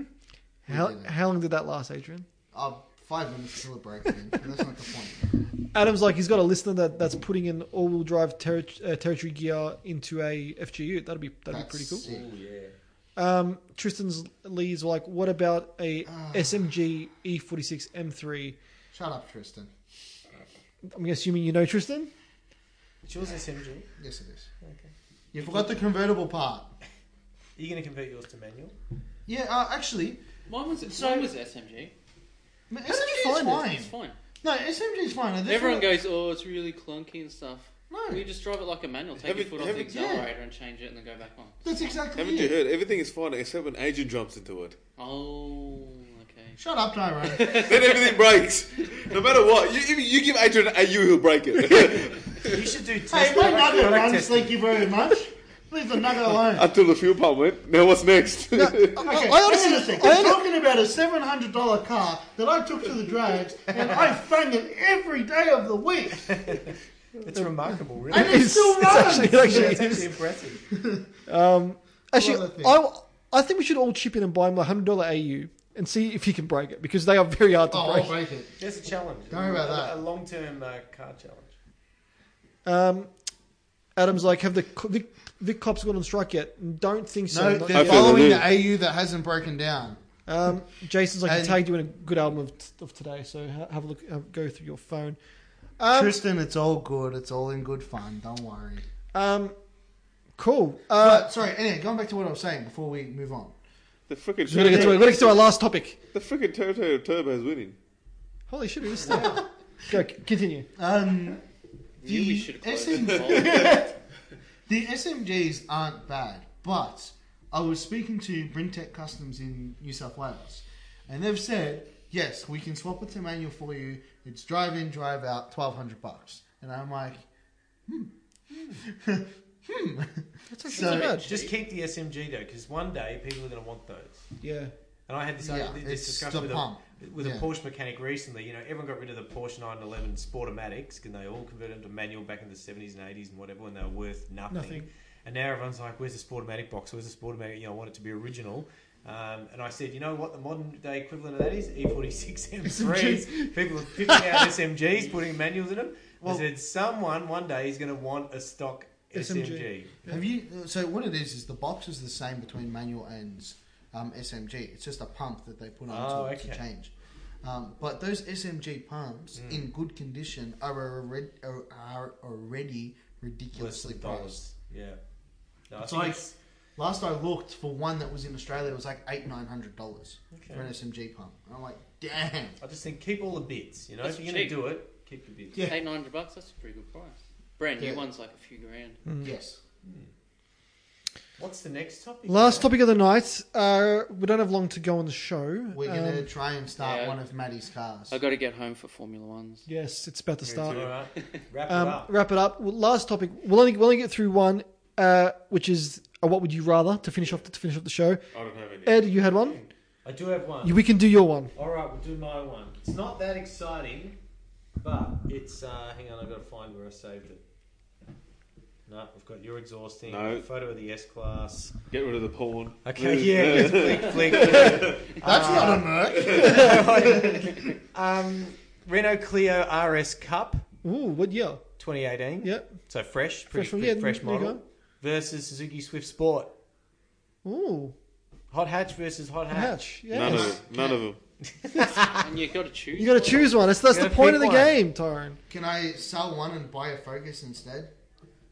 A: (laughs) How, how long did that last, Adrian?
F: Uh, five minutes till it breaks. in. That's not the point.
A: Adam's like he's got a listener that, that's putting in all-wheel drive terri uh, territory gear into a FGU. That'd be that'd
F: That's
A: be pretty cool.
F: sick.
C: Oh yeah.
A: Um, Tristan's Lee's like, what about a
F: Ah.
A: SMG E46 M3?
F: Shut up, Tristan.
A: I'm assuming you know Tristan.
C: It's yours SMG. Are
F: Yes, it is.
C: Okay.
F: You forgot the convertible part.
C: you going to convert yours to manual?
F: Yeah, uh, actually,
E: Mine was
F: So-
E: mine was SMG.
F: SMG
A: you
F: is
A: find it?
F: fine.
E: It's fine.
F: No, SMG is fine. I just
E: Everyone
F: wanna-
E: goes, oh, it's really clunky and stuff.
F: No,
E: We just drive it like a manual. Take
D: Haven't-
E: your foot off the
D: haven't-
F: yeah.
E: accelerator and change it, and then go back on.
F: that's exactly
D: Haven't
F: it.
D: you heard? Everything is fine except when Adrian jumps into it.
E: Oh, okay.
F: Shut up, (laughs) Tyrone.
D: then everything breaks. No matter what, you, if you give Adrian an AU, he'll break it (laughs)
C: You should do test
F: (laughs) Hey, my nugget
C: product
F: runs,
C: testing.
F: thank you very much. Leave the nugget alone.
D: until the fuel pump went. Now what's next?
A: I-
F: Okay,
A: I honestly-
F: honestly,
A: I
F: I'm
A: honest-
F: talking about a seven hundred dollar car that I took to the drags and I fang it every day of the week,
C: It's remarkable, really.
F: and it
A: It's-
F: still
A: it's
F: runs.
A: actually- it actually-
C: Yeah, it's actually impressive.
A: Um,
F: Well,
A: (laughs) actually,
F: I think-
A: I I think we should all chip in and buy him a hundred dollar AU and see if he can break it because they are very hard to
F: (laughs) oh,
A: break.
F: I'll break it.
C: There's a challenge.
F: Don't worry about
C: A-
F: that.
C: A long-term uh, car challenge.
A: Um, Adam's like, have the co- Vic, Vic cops gone on strike yet? Don't think so.
F: No,
A: Not
F: they're
A: yet.
D: Hopefully they
F: following
D: do.
F: the AU that hasn't broken down.
A: Um, Jason's like, I
F: And-
A: tagged you in a good album of, of today, so ha- have a look, have, go through your phone. Um,
F: Tristan, it's all good. It's all in good fun. Don't worry.
A: um, cool. Uh,
F: but, sorry, anyway, going back to what I was saying before we move on.
D: (laughs) The freaking
A: we're going to get to,
D: Toto,
A: we're gonna get to our last topic.
D: the freaking Toto Turbo's winning.
A: Holy shit, it is still. (laughs) go, c- continue.
F: Um,
E: Knew we
F: The
E: should have closed Oh,
F: SM (laughs)
E: the
F: the SMGs aren't bad, but I was speaking to Brintec Customs in New South Wales, and they've said, yes, we can swap it to manual for you. It's drive in, drive out, 1200 bucks. And I'm like, hmm. hmm.
A: That's actually
F: So-
A: not bad.
C: Just keep the SMG though, because one day people are going to want those.
A: Yeah.
C: And I had this,
F: Yeah,
C: this
F: it's
C: discussion
F: the
C: with,
F: pump.
C: a, with
F: Yeah.
C: a Porsche mechanic recently. You know, everyone got rid of the Porsche 911 Sportomatics, and they all converted them to manual back in the 70s and 80s and whatever, and they were worth nothing.
A: Nothing.
C: And now everyone's like, "Where's the Sportomatic box? Where's the Sportomatic? You know, I want it to be original." Um, and I said, "You know what? The modern day equivalent of that is E E46
F: (laughs)
C: M3s. People are picking out SMGs, putting manuals in them."
F: Well-
C: I said, "Someone one day is going to want a stock SMG."
A: SMG.
F: Have you? So what it is is the box is the same between manual and um, SMG. It's just a pump that they put on
C: Oh,
F: to,
C: okay. Hmm.
F: to change. Um, but those SMG pumps in good condition are, alre- are, are already
C: Less
F: ridiculously
C: than
F: priced.
C: dollars. Yeah. No, I
F: It's
C: think
F: like-
C: it's-
F: Last I looked for one that was in Australia, it was like eight nine hundred dollars
C: Okay.
F: for an SMG pump. And I'm like, damn.
C: I just think keep all the bits. You know,
E: That's
C: if you're going
E: cheap.
C: to do it, keep the bits.
A: Yeah.
E: Eight, nine hundred bucks, that's a pretty good price. Brand new
F: Yeah.
E: one's like a few grand.
F: Yes.
C: What's the next topic?
A: Last topic of the night. Uh, we don't have long to go on the show.
F: We're gonna
A: Um,
F: try and start
E: yeah.
F: one of Maddie's cars.
E: I got to get home for Formula Ones.
A: yes, it's about to
D: Me
A: start.
D: too.
C: All right, wrap it
A: Um,
C: up.
A: wrap it up. Well, last topic. We'll only, we'll only get through one, uh, which is uh, what would you rather to finish off the, to finish off the show.
D: I don't have any.
A: Ed, you had one.
C: I do have one.
A: You- We can do your one.
C: All right, we'll do my one. It's not that exciting, but it's. Uh, hang on, I've got to find where I saved it. No, we've got your exhausting
D: No.
C: photo of the S class.
D: Get rid of the porn.
C: Okay, (laughs) yeah, yeah. flick, flick,
F: That's not a merc.
D: (laughs)
C: Um, Renault Clio RS Cup
A: Ooh, what year?
C: 2018.
A: Yeah,
C: So fresh,
A: fresh
C: pretty
A: from
C: fresh,
A: yeah,
C: fresh
A: there you
C: model versus Suzuki Swift Sport.
A: go. Ooh,
C: Hot hatch versus hot hatch.
A: hatch. Yeah,
D: None of them. None of them.
F: Ah.
E: and you got to choose.
A: you got to choose one. That's that's
C: You
A: the
C: gotta
A: point of the
C: pick one.
A: game, Tyrone.
F: Can I sell one and buy a Focus instead?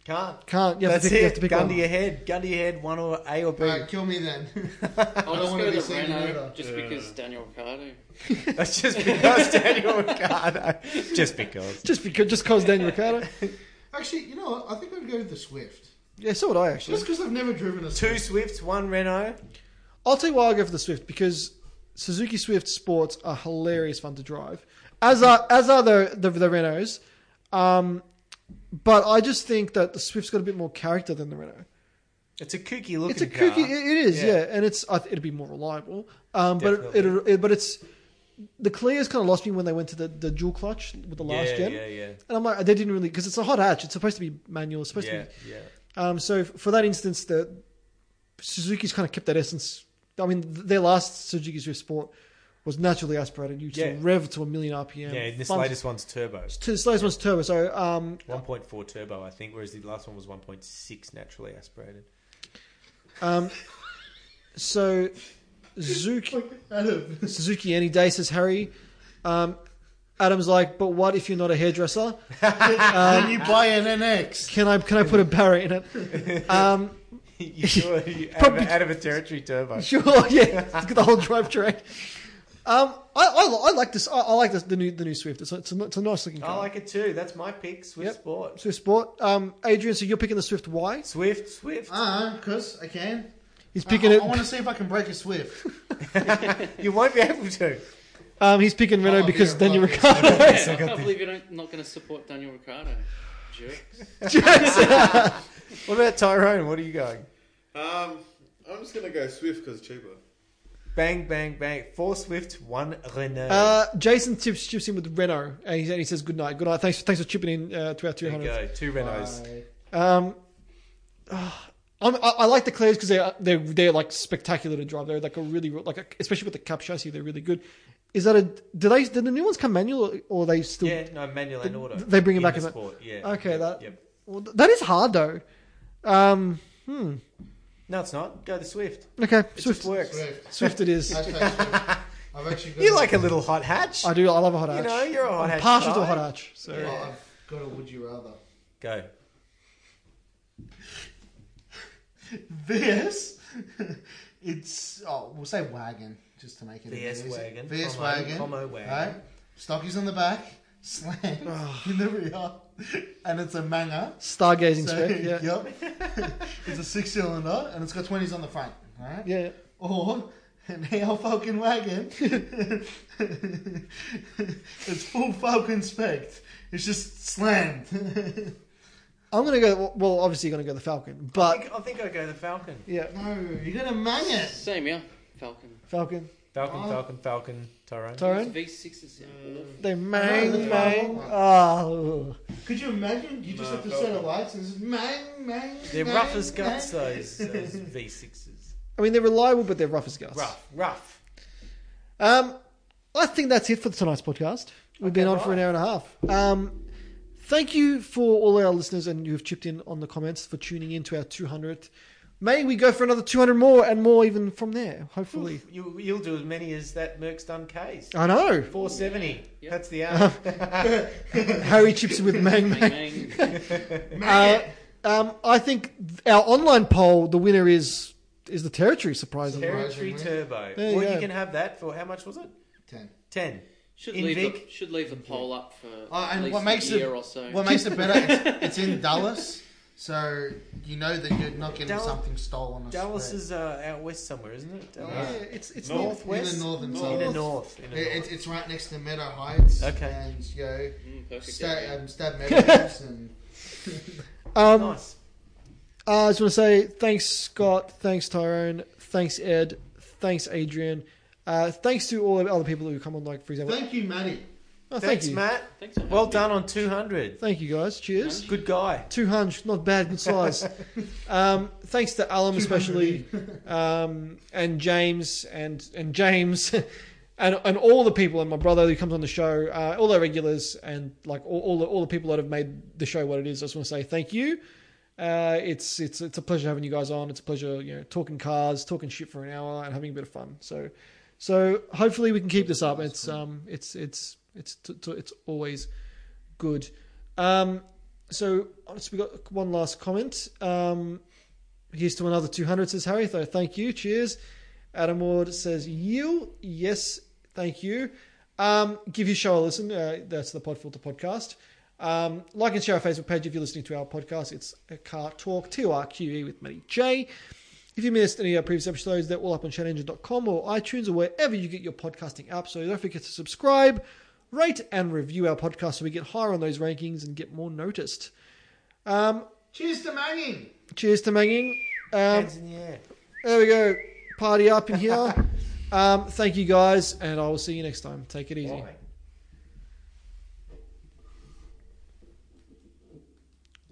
C: Can't.
A: Can't. You have
C: That's
A: to pick,
C: it.
A: You have to pick
C: Gun
A: one.
C: to your head. Gun to your head. One or A or B.
F: Alright, kill me then. (laughs)
E: I'll
F: I
E: just
F: don't
E: go
F: want to be
E: to
F: seen
E: Renault
F: either.
E: just because Daniel
F: (laughs)
E: Ricciardo.
C: (laughs) That's just because Daniel Ricciardo. Just because.
A: Just because, just cause
C: (laughs)
A: Daniel Ricciardo.
F: Actually, you know what? I think I'd go with the Swift.
A: Yeah, so would I actually.
F: Just because I've never driven a
C: Two
F: Swift.
C: Swifts, one Renault.
A: I'll tell you why I go for the Swift because Suzuki Swift Sports are hilarious fun to drive, as are as are the the, the Renaults. Um, but I just think that the Swift's got a bit more character than the Renault.
C: It's a kooky looking
A: It's a
C: car.
A: kooky. It, it is, yeah.
C: Yeah.
A: and it's I th- it'd be more reliable. Um, but it, it,
C: Definitely.
A: it- but it's the Clio's kind of lost me when they went to the, the dual clutch with the last
C: yeah,
A: gen,
C: Yeah, yeah,
A: and I'm like they didn't really because it's a hot hatch. It's supposed to be manual. It's supposed
C: yeah,
A: to be.
C: yeah.
A: Um, so f- for that instance, the Suzuki's kind of kept that essence. I mean, th- their last Suzuki Swift Sport was naturally aspirated. You just
C: Yeah.
A: rev to a million RPM.
C: Yeah, and this
A: Fun-
C: latest one's turbo.
A: To this latest one's turbo. So um,
C: 1.4 turbo, I think, whereas the last one was 1.6 naturally (laughs) aspirated.
A: um, so Zuki.
F: Adam. (laughs)
A: Suzuki any day, says Harry. Um, Adam's like, but what if you're not a hairdresser?
F: Can Um, you buy an NX?
A: Can I can I put a barra in it? Um,
C: you sure? You out,
A: Probably-
C: of, out of a territory turbo.
A: sure, (laughs) yeah, get the whole drivetrain. Um, I, I, li- I like this. I, I like this, the new the new Swift. It's a, it's a, it's a nice looking car.
C: I like it too. That's my pick, Swift
A: Yep.
C: Sport.
A: Swift Sport. Um, Adrian, so you're picking the Swift Y.
C: Swift, Swift.
F: Ah, because I can.
A: He's
F: I-
A: picking
F: I,
A: it.
F: I want to see if I can break a Swift.
C: You won't be able to.
A: Um, he's picking Renault
F: Oh,
A: because
F: yeah,
A: Daniel
F: right.
A: Ricciardo.
E: Yeah, I can't believe you're not, not going to support Daniel Ricciardo. Jerks.
C: What about Tyrone? What are you going?
D: Um, I'm just gonna go Swift because cheaper.
C: Bang, bang, bang. Four Swift, one Renault.
A: Uh, Jason tips chips in with Renault, and he, and he says good night, good night. Thanks, thanks for chipping in uh, to our two
C: there you
A: hundred.
C: go. Two Renaults.
A: Um, (sighs) I'm, I, I like the Claire's because they're, they're they're like spectacular to drive. They're like a really like a, especially with the Cup chassis, they're really good. Is that a do they did the new ones come manual or, or they still?
C: Yeah, no, manual and auto.
A: they bring it
C: In
A: back
C: the
A: as a-
C: sport. Yeah.
A: Okay,
C: Yep,
A: that-
C: Yep.
A: Well, th- that is hard though. Um, hmm.
C: No, it's not. Go the Swift.
A: Okay,
C: It
A: Swift.
C: just works.
F: Swift.
A: Swift it
C: (laughs)
A: is.
F: (laughs) Hashtag Swift. I've actually got
C: You like a little hot hatch.
A: I do. I love a hot
C: you
A: hatch.
C: know, you're a hot
A: I'm
C: hatch.
A: partial to a
C: guy.
A: hot hatch. So
F: Oh, I've got a would you (laughs) rather.
C: Go.
F: VS. (laughs) it's oh, we'll say wagon just to make it
C: VS
F: easy.
C: wagon,
F: VS
C: comma,
F: wagon.
C: comma wagon.
F: Right? Stockies on the back, (laughs) slam in the rear, and it's a manga.
A: stargazing
F: So,
A: spec.
C: (laughs)
A: Yeah. yeah,
F: Yep. (laughs) it's a six cylinder and it's got twenties on the front. Right?
A: yeah.
F: Or an AL Falcon
C: (laughs)
F: wagon. it's full Falcon spec. It's just slammed. (laughs)
A: I'm gonna go. Well, obviously, you're gonna go the Falcon,
C: I
A: but
C: think, I think I go the Falcon.
A: yeah,
F: no, you gotta mang it.
E: Same, yeah. Falcon.
A: Falcon,
C: Falcon,
F: Oh.
C: Falcon, Falcon, Tyrone.
A: Tyrone.
E: V6s, yeah. awful.
A: They mang,
F: No, the
A: mang.
F: Falcon.
A: Oh,
F: Could you imagine? You just
D: No,
F: have to
D: Falcon.
F: set a lights and it's mang, mang.
C: They're
F: mang,
C: rough as guts,
F: mang. (laughs)
A: (laughs)
C: those, those V6s.
A: I mean, they're reliable, but they're rough as guts.
C: Rough, rough.
A: Um, I think that's it for tonight's podcast. We've been on
C: Okay,
A: for an hour and a half. Um, thank you for all our listeners and you've chipped in on the comments for tuning in to our 200th. May we go for another 200 more and more even from there, hopefully.
C: You, you'll do as many as that Merc's done case.
A: I know.
C: 470.
E: Yep.
C: That's the aim.
A: (laughs) Harry chips in
F: (laughs)
A: with Mang
E: Bang,
A: Mang.
E: bang.
A: Uh, um, I think our online poll, the winner is is the territory, surprisingly.
C: Territory Turbo.
A: There you
C: or
A: go.
C: you can have that for how much was it?
F: Ten.
C: 10.
E: Should
C: In
E: leave, the,
C: Vic?
E: should leave the poll up for
F: Oh,
E: at
F: and
E: least
F: what makes
E: a
F: it
E: year or so.
F: what makes it better? It's, it's in Dallas, so you know that you're not getting
C: Dallas-
F: something stolen. Or
C: Dallas
F: spread.
C: is uh, out west somewhere, isn't it?
A: Yeah,
C: Dallas?
A: it's it's
D: North.
A: north.
C: Northwest?
F: In the northern
C: In
A: uh,
C: the
F: suburbs.
C: north. In the
F: It,
C: north.
F: it's- it's right next to Meadow Heights.
C: Okay.
F: And you know,
E: Mm, perfect.
F: Sta
E: yeah.
F: um, Stab Meadows
C: (laughs)
F: and
A: Um,
C: nice.
A: Uh, I just want to say thanks, Scott. Thanks, Tyrone. Thanks, Ed. Thanks, Adrian. Uh, thanks to all the other people who come on, like, for example.
F: thank you, Maddie.
A: Oh, thank
C: Thanks,
A: you.
C: Matt.
E: Thanks for
C: Well
E: having me.
C: done on 200.
A: Thank you, guys. Cheers.
C: Good guy.
A: 200, not bad, good size. um, thanks to Alum, especially, um, and James, and, and James, (laughs) and, and all the people, and my brother who comes on the show, uh, all our regulars, and like all, all, the, all the people that have made the show what it is. I just want to say thank you. Uh, it's it's it's a pleasure having you guys on. It's a pleasure, you know, talking cars, talking shit for an hour, and having a bit of fun. So, so hopefully we can keep this up. It's um, it's it's it's t- t- it's always good. Um, so, so we got one last comment. Um, here's to another 200, says Harry. So thank you. Cheers. Adam Ward says, you. Yes, thank you. Um, give your show a listen. Uh, that's the Pod Filter podcast. Um, like and share our Facebook page if you're listening to our podcast. It's a Car Talk, T O R Q E with Matty J. If you missed any of our previous episodes, they're all up on chatengine.com or iTunes or wherever you get your podcasting app. So don't forget to subscribe, rate, and review our podcast so we get higher on those rankings and get more noticed. Um,
F: Cheers to Maggie.
A: cheers to Manging. Um,
C: Hands in the air.
A: there we go. Party up in here. um, thank you guys, and I will see you next time. Take it easy.
C: Bye.